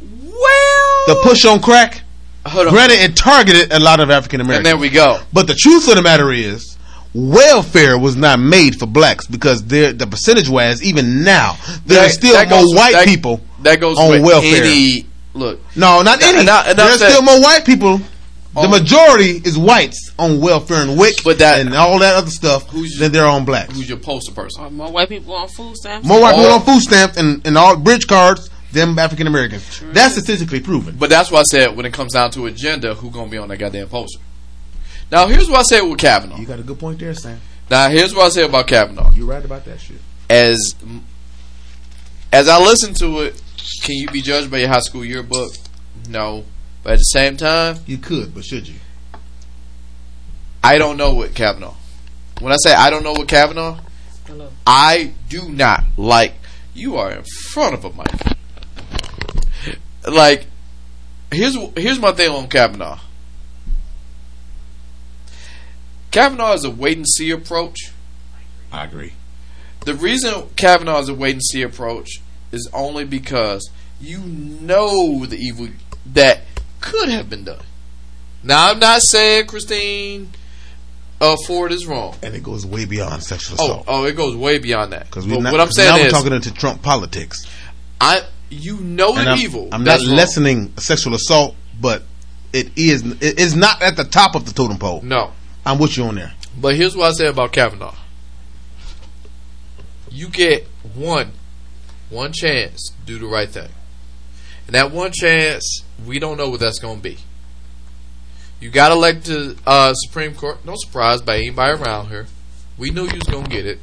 S1: Well,
S4: The push on crack,
S1: hold on,
S4: granted it targeted a lot of African
S1: and there
S4: Americans.
S1: we go.
S4: But the truth of the matter is, welfare was not made for blacks because they're, the percentage wise, even now, there are
S1: That-
S4: still
S1: that
S4: more
S1: goes-
S4: white
S1: that-
S4: people.
S1: That goes
S4: on
S1: with
S4: welfare.
S1: Any, look,
S4: No, not any.
S1: and I- and I
S4: There's
S1: said-
S4: still more white people. The
S1: On-
S4: majority is whites on welfare and WIC
S1: But that-
S4: and all that other stuff
S1: Who's-
S4: than they're on blacks.
S1: who's Oh. your poster person?
S5: More white people on food stamps.
S4: More white people
S1: all-
S4: on food stamps and, and all bridge cards than African Americans. That's statistically proven.
S1: But that's why I said when it comes down to agenda, who gonna be on that goddamn poster? Now here's what I said with Kavanaugh.
S4: You got a good point there, Sam.
S1: Now here's what I said about Kavanaugh.
S4: You're right about that shit.
S1: as as I listen to it, can you be judged by your high school yearbook? No, but at the same time,
S4: You could, but should you?
S1: I don't know what Kavanaugh. When I say I don't know what Kavanaugh, I do not like. You are in front of a mic. Like, here's here's my thing on Kavanaugh. Kavanaugh is a wait and see approach.
S4: I agree.
S1: The reason Kavanaugh is a wait and see approach is only because you know the evil that could have been done. Now I'm not saying Christine uh, Ford is wrong.
S4: And it goes way beyond sexual
S1: Oh,
S4: assault.
S1: oh, it goes way beyond that.
S4: Because
S1: But
S4: we're not,
S1: what I'm
S4: 'cause now
S1: saying
S4: we're
S1: is,
S4: talking into Trump politics.
S1: I you know
S4: And
S1: the
S4: I'm,
S1: evil.
S4: I'm not
S1: that's wrong.
S4: lessening sexual assault, but it is it is not at the top of the totem pole.
S1: No,
S4: I'm with you on there.
S1: but here's what I say about Kavanaugh. You get one, one chance to do the right thing, and that one chance we don't know what that's going to be. You got elected to uh, Supreme Court. No surprise by anybody around here. We knew you was going to get it,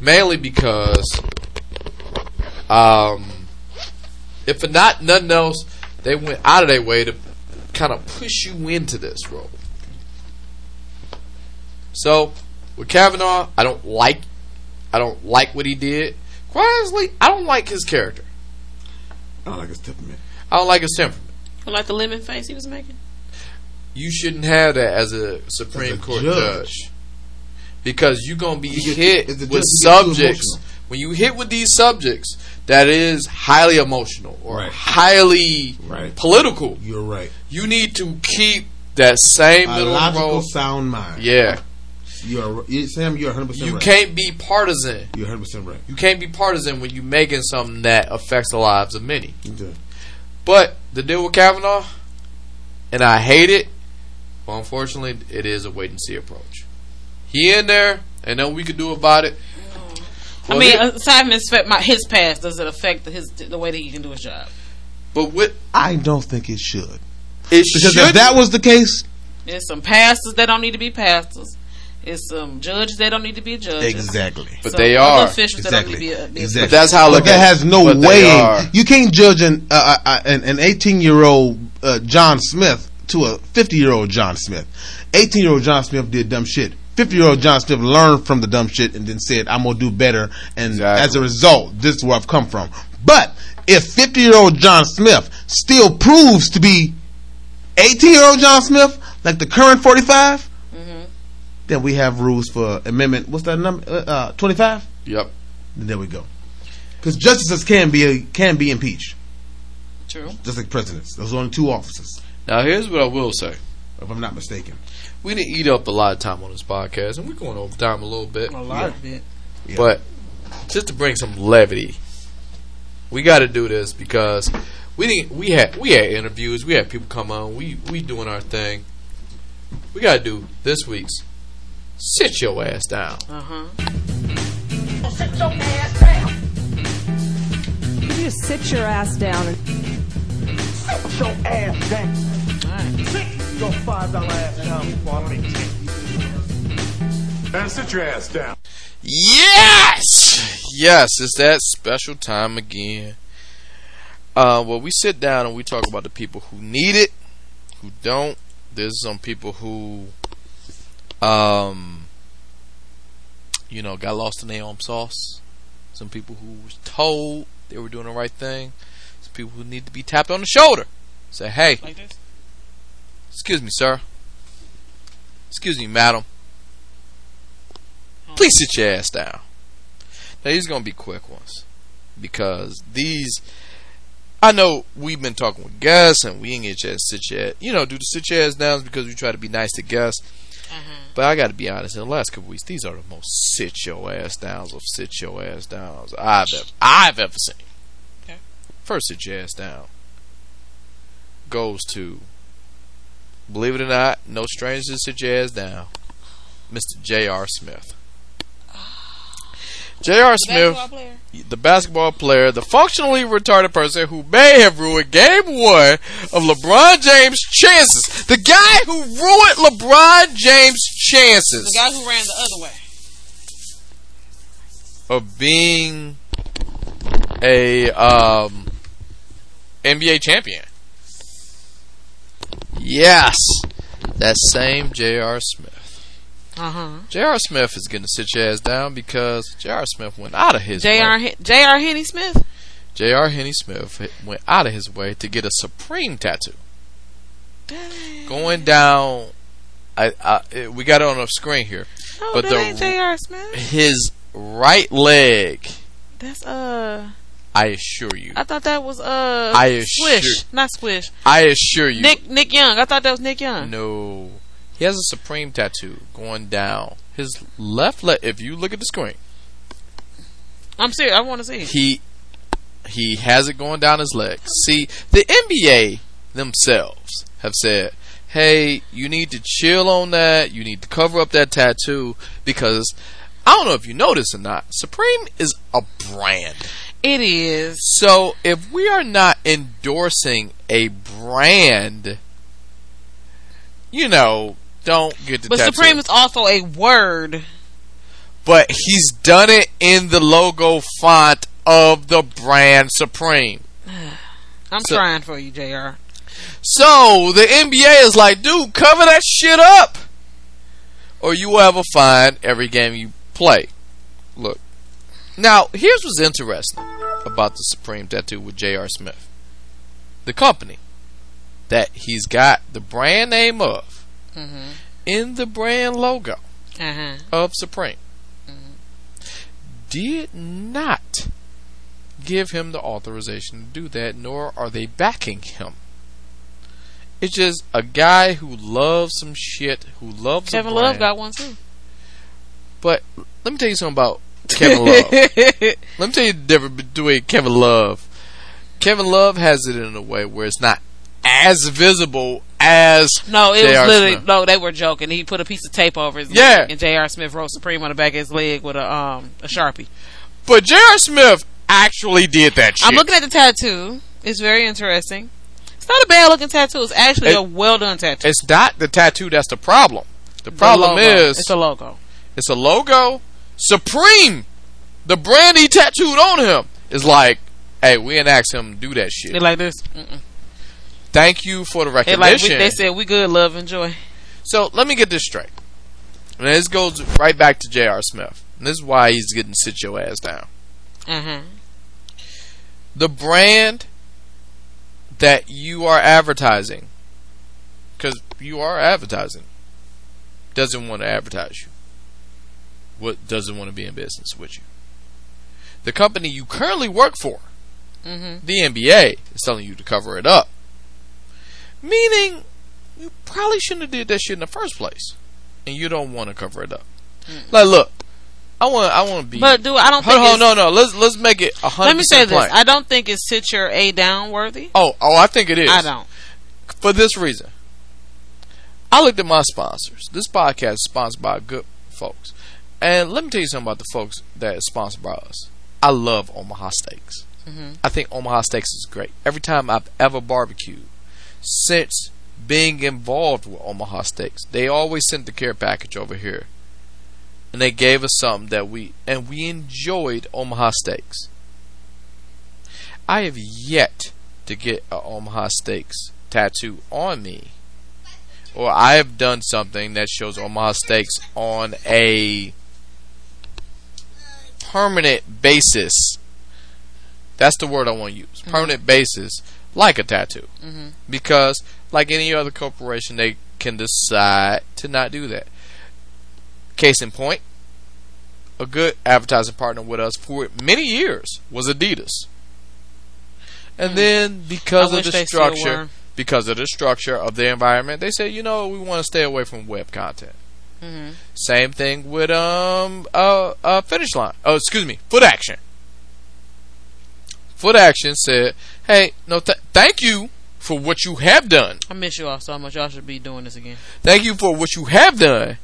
S1: mainly because, um, if for not nothing else, they went out of their way to kind of push you into this role. So with Kavanaugh, I don't like I don't like what he did. Quite honestly, I don't like his character.
S4: I like his temperament.
S1: I don't like his temperament.
S5: You Like the lemon face he was making.
S1: You shouldn't have that as a Supreme
S4: As a
S1: Court judge.
S4: judge.
S1: Because you're gonna be
S4: You get-
S1: hit
S4: as a judge,
S1: with
S4: you get too
S1: subjects.
S4: emotional.
S1: When you hit with these subjects that is highly emotional or
S4: Right.
S1: highly
S4: Right.
S1: political,
S4: You're right.
S1: you need to keep that same
S4: A
S1: middle
S4: logical
S1: road.
S4: sound mind.
S1: Yeah.
S4: You are you- Sam. You're 100 percent
S1: You
S4: right.
S1: can't be partisan.
S4: You're 100 percent right.
S1: You can't be partisan when you're making something that affects the lives of many.
S4: Okay.
S1: But the deal with Kavanaugh, and I hate it, but unfortunately, it is a wait and see approach. He in there, and then we could do about it.
S5: Mm. I
S1: Well,
S5: mean, uh,
S1: it-
S5: aside from his, fa- my, his past, does it affect his the way that he can do his job?
S1: but with
S4: I don't think it should
S1: it
S4: because
S1: should
S4: if that was the case,
S5: There's some pastors that don't need to be pastors. There's some judges that don't need to be judges.
S4: exactly.
S1: but
S5: Some
S1: they
S5: other
S1: are.
S5: officials that
S4: Exactly.
S5: don't need to be, be
S4: Exactly.
S1: But that's how I
S4: But
S1: look at
S4: that
S1: it.
S4: has no
S1: But they
S4: way.
S1: are.
S4: You can't judge an uh, uh, an an 18 year old uh, John Smith to a 50 year old John Smith. 18 year old John Smith did dumb shit. 50 year old John Smith learned from the dumb shit and then said, "I'm gonna do better." And
S1: Exactly.
S4: as a result, this is where I've come from. But if 50 year old John Smith still proves to be 18 year old John Smith, like the current 45,
S5: Mm-hmm.
S4: then we have rules for amendment. What's that number? Uh, Uh, 25.
S1: Yep.
S4: Then there we go. Because justices can be can be impeached,
S5: True.
S4: just like presidents. Those are only two offices,
S1: Now here's what I will say.
S4: if I'm not mistaken.
S1: We didn't eat up a lot of time on this podcast, and we're going over time a little bit.
S5: A lot of it.
S4: Yeah.
S1: But just to bring some levity, we got to do this because we didn't. We had we had interviews. We had people come on. We we doing our thing. We got to do this week's. Sit your ass down.
S5: Uh huh.
S8: You just sit your ass down and
S1: Yes, yes, it's that special time again. Uh, well, we sit down and we talk about the people who need it, who don't. There's some people who, um, you know, got lost in their own sauce. Some people who was told they were doing the right thing. Some people who need to be tapped on the shoulder. Say, hey,
S9: Like this?
S1: excuse me, sir. Excuse me, madam. Please sit your ass down. Now these are gonna be quick ones because these. I know we've been talking with guests and we ain't get your ass sit your ass. You know, do the sit your ass downs because we try to be nice to guests. But I got to be honest. In the last couple weeks, these are the most sit your ass downs of sit your ass downs I've ever, I've ever seen.
S9: Okay.
S1: First sit your ass down goes to Believe it or not, no strangers to sit your ass down. Mr. J.R. Smith. J.R. Smith,
S9: Basketball player?
S1: the basketball player, the functionally retarded person who may have ruined game one of LeBron James' chances. The guy who ruined LeBron James'
S9: The
S1: chances
S9: guy who ran the other way.
S1: of being a um, NBA champion. Yes, that same J.R. Smith.
S5: Uh huh.
S1: J.R. Smith is going to sit your ass down because J.R. Smith went out of his
S5: Jr.
S1: way.
S5: Hen- Jr. Henny Smith.
S1: J.R. Henny Smith h- went out of his way to get a Supreme tattoo. Going down, I, I it- we got it on the screen here.
S5: Oh,
S1: But
S5: that
S1: the-
S5: ain't Jr. Smith.
S1: His right leg,
S5: That's uh.
S1: I assure you,
S5: I thought that was uh.
S1: I assure-
S5: Swish, not Swish.
S1: I assure you,
S5: Nick Nick Young. I thought that was Nick Young.
S1: no, he has a Supreme tattoo going down his left leg. If you look at the screen,
S5: I'm serious. I want to see. it.
S1: he he has it going down his leg. See, the NBA themselves have said, "Hey, you need to chill on that. You need to cover up that tattoo because I don't know if you know this or not. Supreme is a brand.
S5: It is.
S1: So, if we are not endorsing a brand, you know, don't get the
S5: But
S1: tattoo.
S5: Supreme is also a word.
S1: but he's done it in the logo font of the brand Supreme.
S5: I'm
S1: So-
S5: trying for you, Jr.
S1: So the NBA is like, dude, cover that shit up, or you will have a fine every game you play. Look, now here's what's interesting about the Supreme tattoo with J.R. Smith, the company that he's got the brand name of
S5: Mm-hmm.
S1: in the brand logo
S5: Uh huh.
S1: of Supreme
S5: Mm-hmm.
S1: did not give him the authorization to do that, nor are they backing him. It's just a guy who loves some shit, who loves a
S5: Kevin
S1: brand.
S5: Love got one too.
S1: But let me tell you something about Kevin Love. let me tell you the difference between Kevin Love. Kevin Love has it in a way where it's not as visible as
S5: No, it
S1: J.R.
S5: was literally
S1: Smith.
S5: no. They were joking. He put a piece of tape over his
S1: Yeah.
S5: leg, and J.R. Smith wrote Supreme on the back of his leg with a um a sharpie.
S1: But J.R. Smith actually did that shit.
S5: I'm looking at the tattoo. It's very interesting. It's not a bad looking tattoo. It's actually
S1: It-
S5: a well done tattoo.
S1: it's not the tattoo that's the problem. The
S5: The
S1: problem
S5: logo.
S1: is
S5: it's a logo.
S1: It's a logo. Supreme, the brand he tattooed on him, is like, hey, we didn't ask him to do that shit.
S5: It like this. Mm-mm.
S1: Thank you for the
S5: It like
S1: recognition.
S5: we, they said, "We good, love and joy."
S1: so let me get this straight. And this goes right back to J.R. Smith. And this is why he's getting sit your ass down.
S5: Mm-hmm.
S1: The brand that you are advertising, because you are advertising, doesn't want to advertise you. What doesn't want to be in business with you? The company you currently work for
S5: Mm-hmm.
S1: the NBA is telling you to cover it up. Meaning, you probably shouldn't have did that shit in the first place, and you don't want to cover it up. Like, look, I want, I want to be.
S5: Mm. But dude, I don't
S1: hold
S5: think.
S1: on,
S5: it's,
S1: no, no. Let's let's make it a hundred.
S5: Let me say
S1: percent
S5: this.
S1: plain.
S5: I don't think it's sit your a down worthy.
S1: oh, oh, I think it is.
S5: I don't.
S1: for this reason. I looked at my sponsors. This podcast is sponsored by good folks. And let me tell you something about the folks that is sponsored by us. I love Omaha Steaks. I think Omaha Steaks is great. Every time I've ever barbecued since being involved with Omaha Steaks, they always sent the care package over here. And they gave us something that we and we enjoyed Omaha Steaks. I have yet to get a Omaha Steaks tattoo on me, or I have done something that shows Omaha Steaks on a permanent basis. That's the word I want to use.
S5: Mm-hmm.
S1: Permanent basis, like a tattoo,
S5: Mhm.
S1: because like any other corporation, they can decide to not do that. Case in point, a good advertising partner with us for many years was Adidas. And then because
S5: Mm-hmm. I
S1: of
S5: wish
S1: the
S5: they still
S1: structure,
S5: were.
S1: because of the structure of the environment, they said, you know, we want to stay away from web content.
S5: Mhm.
S1: Same thing with um uh, uh finish line. Oh, excuse me, foot action. Foot action said, hey, no, th- thank you for what you have done.
S5: I miss you all so much. Y'all should be doing this again.
S1: Thank you for what you have done,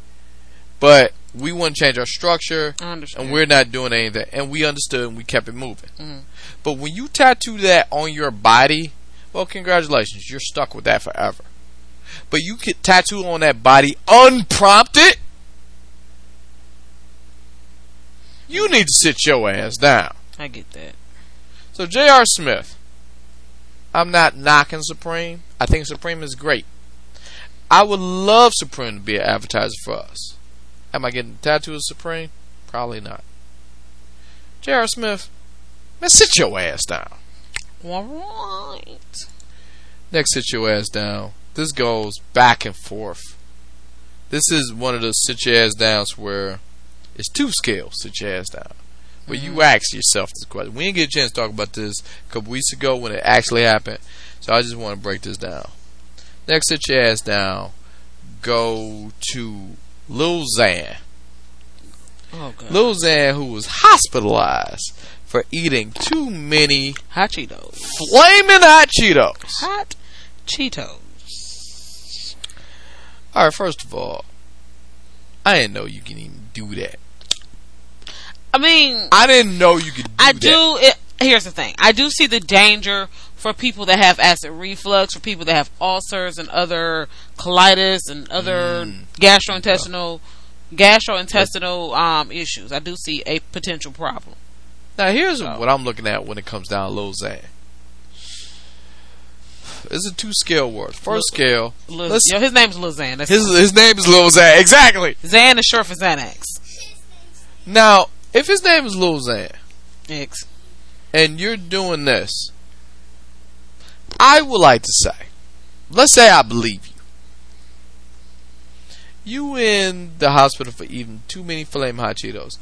S1: but we want to change our structure
S5: I understand.
S1: and we're not doing anything. And we understood and we kept it moving.
S5: Mhm.
S1: But when you tattoo that on your body, well, congratulations, you're stuck with that forever. But you could tattoo on that body unprompted. You need to sit your ass down.
S5: I get that.
S1: So J.R. Smith, I'm not knocking Supreme. I think Supreme is great. I would love Supreme to be an advertiser for us. Am I getting tattooed of Supreme? Probably not. J.R. Smith, man, sit your ass down.
S5: All right.
S1: Next, sit your ass down. This goes back and forth. This is one of those sit your ass downs where it's two scales, sit your ass down. But you ask yourself this question. We didn't get a chance to talk about this a couple weeks ago when it actually happened, so I just want to break this down. Next, sit your ass down. Go to Lil Xan.
S5: Oh god.
S1: Lil Xan, who was hospitalized for eating too many
S5: Hot Cheetos.
S1: flaming hot Cheetos.
S5: Hot Cheetos.
S1: All right, first of all, I didn't know you can even do that.
S5: I mean,
S1: I didn't know you could do
S5: I
S1: that.
S5: do. It, here's the thing. I do see the danger for people that have acid reflux, for people that have ulcers and other colitis and other
S1: Mm.
S5: gastrointestinal gastrointestinal um, issues. I do see a potential problem.
S1: Now here's what I'm looking at when it comes down to Lil Xan. It's a two scale word. First scale,
S5: Lil,
S1: Let's-
S5: yo, his name's Lil Xan. That's
S1: his his name is Lil Xan. Exactly.
S5: Xan is short for Xanax.
S1: Now, if his name is Lil Xan
S5: X.
S1: and you're doing this, I would like to say, let's say I believe you. You in the hospital for eating too many flame hot Cheetos.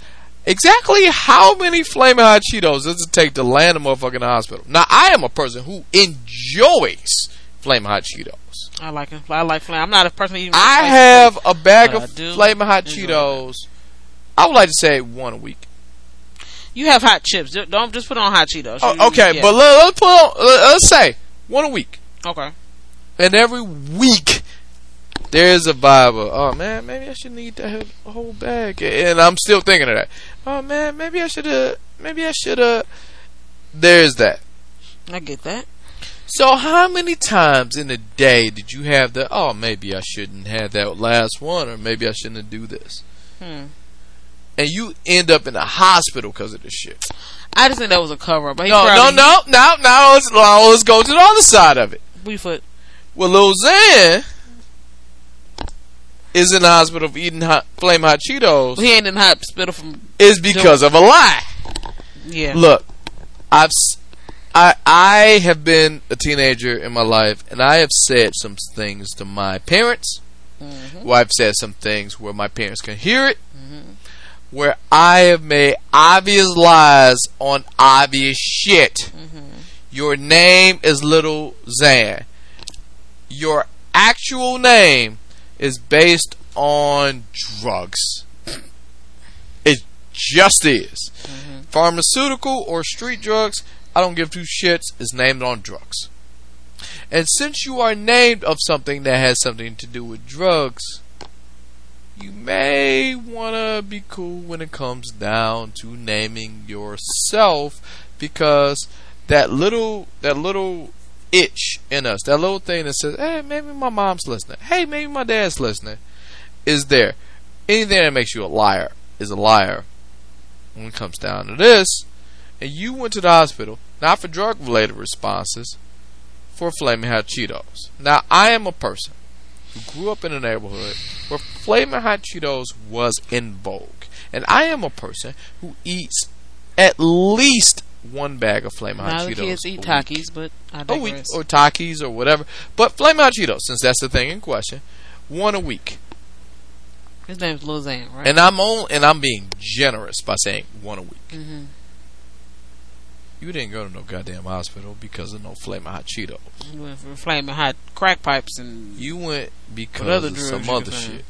S1: Exactly how many flaming hot Cheetos does it take to land a motherfucker in the hospital? Now I am a person who enjoys flaming hot Cheetos.
S5: I like him. I like flame. I'm not a person. that even
S1: I have a bag
S5: But I
S1: of
S5: do
S1: flaming hot
S5: enjoy
S1: Cheetos. I would like to say one a week.
S5: You have hot chips. Ju- Don't just put on hot Cheetos.
S1: Oh,
S5: You-
S1: okay,
S5: yeah.
S1: but let, let's put on, let, let's say one a week.
S5: okay.
S1: And every week there's a vibe of, oh man, maybe I should need that whole bag. And I'm still thinking of that. Oh man, maybe I should have, maybe I should have. There's that.
S5: I get that.
S1: So how many times in a day did you have the, oh maybe I shouldn't have that last one or maybe I shouldn't do this?
S5: Hmm.
S1: And you end up in the hospital because of this shit.
S5: I just think that was a cover up. But he
S1: No, no,
S5: probably-
S1: no, no, no. Let's, now let's go to the other side of it.
S5: We foot.
S1: Well, Lil Xan is in the hospital for eating hot, flame hot Cheetos
S5: He ain't in the hospital from.
S1: is because of a lie.
S5: Yeah.
S1: Look, I've s- I I have been a teenager in my life, and I have said some things to my parents. Where I've said some things where my parents can hear it. Where I have made obvious lies on obvious shit. Your name is Little Zan. Your actual name is based on drugs. It just is. Pharmaceutical or street drugs, I don't give two shits, is named on drugs. And since you are named of something that has something to do with drugs, you may want to be cool when it comes down to naming yourself because that little that little itch in us, that little thing that says, "Hey, maybe my mom's listening. Hey, maybe my dad's listening." is there. Anything that makes you a liar is a liar when it comes down to this. And you went to the hospital, not for drug related responses, for Flaming Hot Cheetos. Now, I am a person who grew up in a neighborhood where Flaming Hot Cheetos was in vogue. And I am a person who eats at least one bag of Flaming Hot
S5: Now the
S1: Cheetos.
S5: kids eat
S1: a week
S5: Takis, but I
S1: a week
S5: digress.
S1: or Takis or whatever. But Flame Hot Cheetos, since that's the thing in question, one a week.
S5: His name's Lil Xan, right?
S1: And I'm on, and I'm being generous by saying one a week.
S5: Mhm.
S1: You didn't go to no goddamn hospital because of no Flame Hot Cheetos.
S5: He went from flaming hot crack pipes and
S1: You went because
S5: What other
S1: of
S5: drugs
S1: some
S5: you
S1: other
S5: could find?
S1: shit.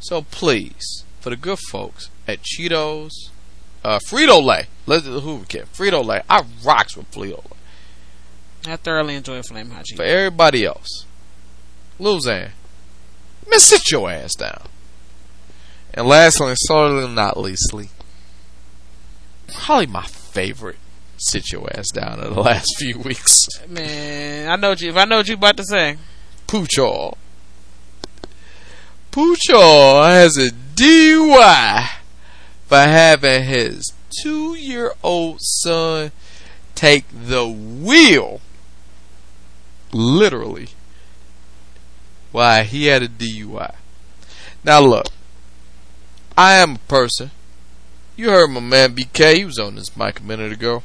S1: So please, for the good folks at Cheetos, uh, Frito Lay, let who care Frito Lay. I rocks with Frito Lay.
S5: I thoroughly enjoy flame hot
S1: For
S5: Cheetos.
S1: everybody else, Lil Xan, man, sit your ass down. And lastly, and certainly not leastly, probably my favorite sit your ass down of the last few weeks.
S5: Man, I know what you. If I know what you about to say,
S1: Puchol. Puchol has a DUI for having his two year old son take the wheel, literally, why he had a DUI. Now, look, I am a person. You heard my man BK, he was on this mic a minute ago.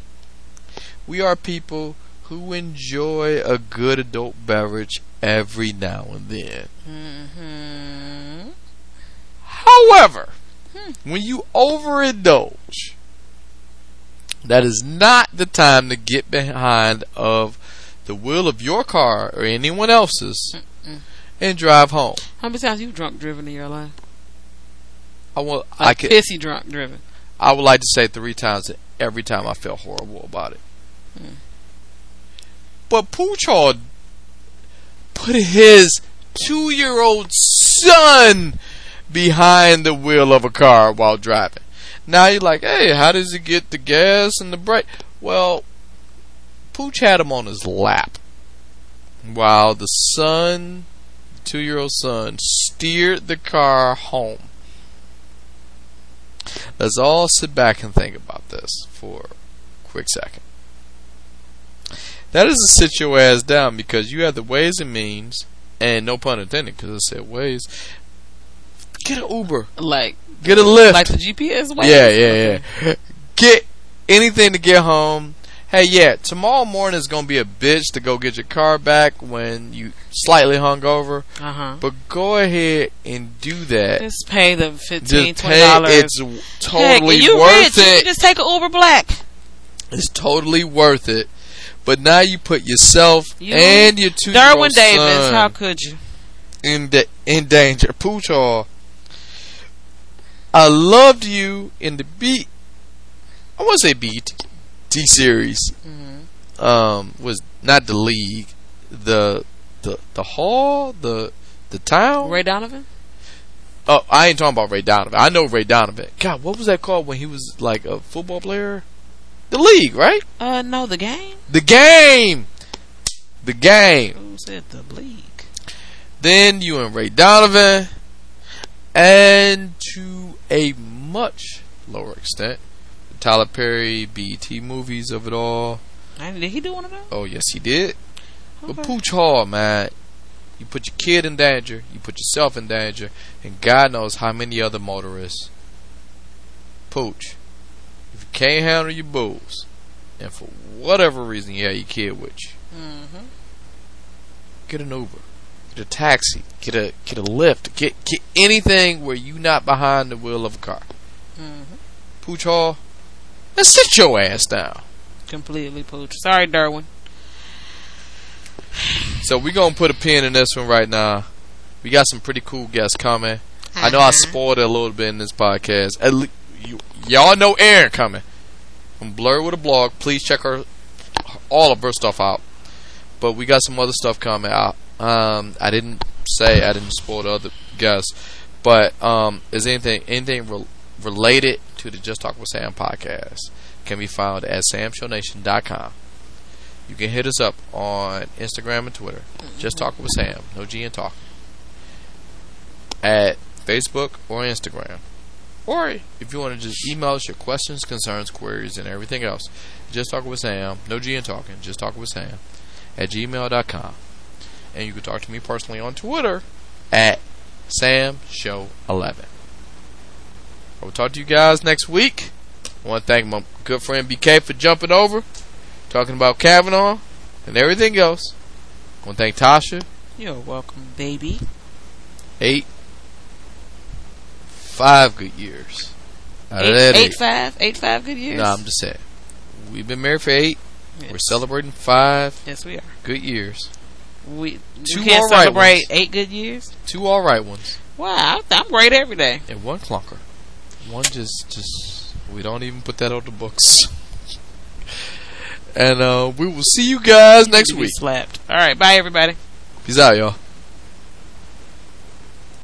S1: We are people who enjoy a good adult beverage every now and then.
S5: Mm-hmm.
S1: However, when you overindulge, that is not the time to get behind of the wheel of your car or anyone else's and drive home.
S5: how many times you drunk driven in your life?
S1: I want I
S5: Like
S1: could,
S5: pissy drunk driven.
S1: I would like to say three times that every time I felt horrible about it. But Puchard put his two year old son behind the wheel of a car while driving. Now you're like, hey, how does he get the gas and the brake? Well, Pooch had him on his lap while the son, two year old son, steered the car home let's all sit back and think about this for a quick second. That is a sit your ass down because you have the ways and means, and no pun intended because I said ways. Get an Uber,
S5: Like
S1: get a Lyft.
S5: like the GPS way.
S1: yeah, yeah, yeah. Get anything to get home. Hey, yeah, tomorrow morning is going to be a bitch to go get your car back when you slightly hungover,
S5: Uh huh.
S1: but go ahead and do that.
S5: Just pay the fifteen,
S1: Just
S5: twenty
S1: pay,
S5: dollars.
S1: it's totally
S5: Heck, you
S1: worth
S5: rich, You
S1: it.
S5: can just take an Uber Black.
S1: It's totally worth it. But now you put yourself
S5: You-
S1: and your two year
S5: Derwin
S1: old
S5: Davis,
S1: son
S5: how could you?
S1: in, da- in danger. Pooch I loved you in the B. I want to say BT T series.
S5: Mm-hmm.
S1: Um, was not the league, the the the hall, the the town.
S5: Ray Donovan?
S1: Oh, I ain't talking about Ray Donovan. I know Ray Donovan. God, what was that called when he was like a football player? The league, right?
S5: Uh, no, the game.
S1: The game, the game.
S5: Who said the league?
S1: Then you and Ray Donovan, and to a much lower extent, the Tyler Perry BET movies of it all.
S5: And did he do one of them?
S1: Oh yes, he did. But
S5: Okay.
S1: Pooch Hall, man, you put your kid in danger, you put yourself in danger, and God knows how many other motorists. Pooch, if you can't handle your bulls, and for whatever reason you had your kid with you,
S5: Mm-hmm.
S1: get an Uber, get a taxi, get a get a lift, get get anything where you not behind the wheel of a car.
S5: Mm-hmm.
S1: Pooch Hall, and sit your ass down.
S5: Completely pooch. Sorry, Derwin.
S1: So we gonna put a pin in this one right now. We got some pretty cool guests coming. I know I spoiled it a little bit in this podcast. At le- you, y'all know Aaron coming from Blur with a Blog. Please check her all of her stuff out. But we got some other stuff coming out. Um, I didn't say I didn't spoil the other guests, but um, is anything anything rel related to the Just Talk with Sam podcast can be found at samshownation.com. You can hit us up on Instagram and Twitter. Just Talk with Sam. No G in talk. At Facebook or Instagram. Or if you want to just email us your questions, concerns, queries, and everything else, just talk with Sam. No G in talking. Just talk with Sam at gmail.com. And you can talk to me personally on Twitter at SamShow11. I will talk to you guys next week. I want to thank my good friend BK for jumping over, talking about Kavanaugh and everything else. I want to thank Tasha,
S5: You're welcome, baby.
S1: eight, five good years. Out of
S5: Eight,
S1: that
S5: eight five, eight five. Good years.
S1: No, I'm just saying. We've been married for eight.
S5: yes.
S1: We're celebrating five
S5: Yes, we are.
S1: good years.
S5: We
S1: Two
S5: you can't
S1: all right
S5: celebrate
S1: ones.
S5: eight good years.
S1: Two all right ones
S5: Wow, I- I'm great every day.
S1: and one clunker. One just, just we don't even put that on the books. and uh, we will see you guys next
S5: You be
S1: week.
S5: Slapped. All right, bye everybody.
S1: Peace out, y'all.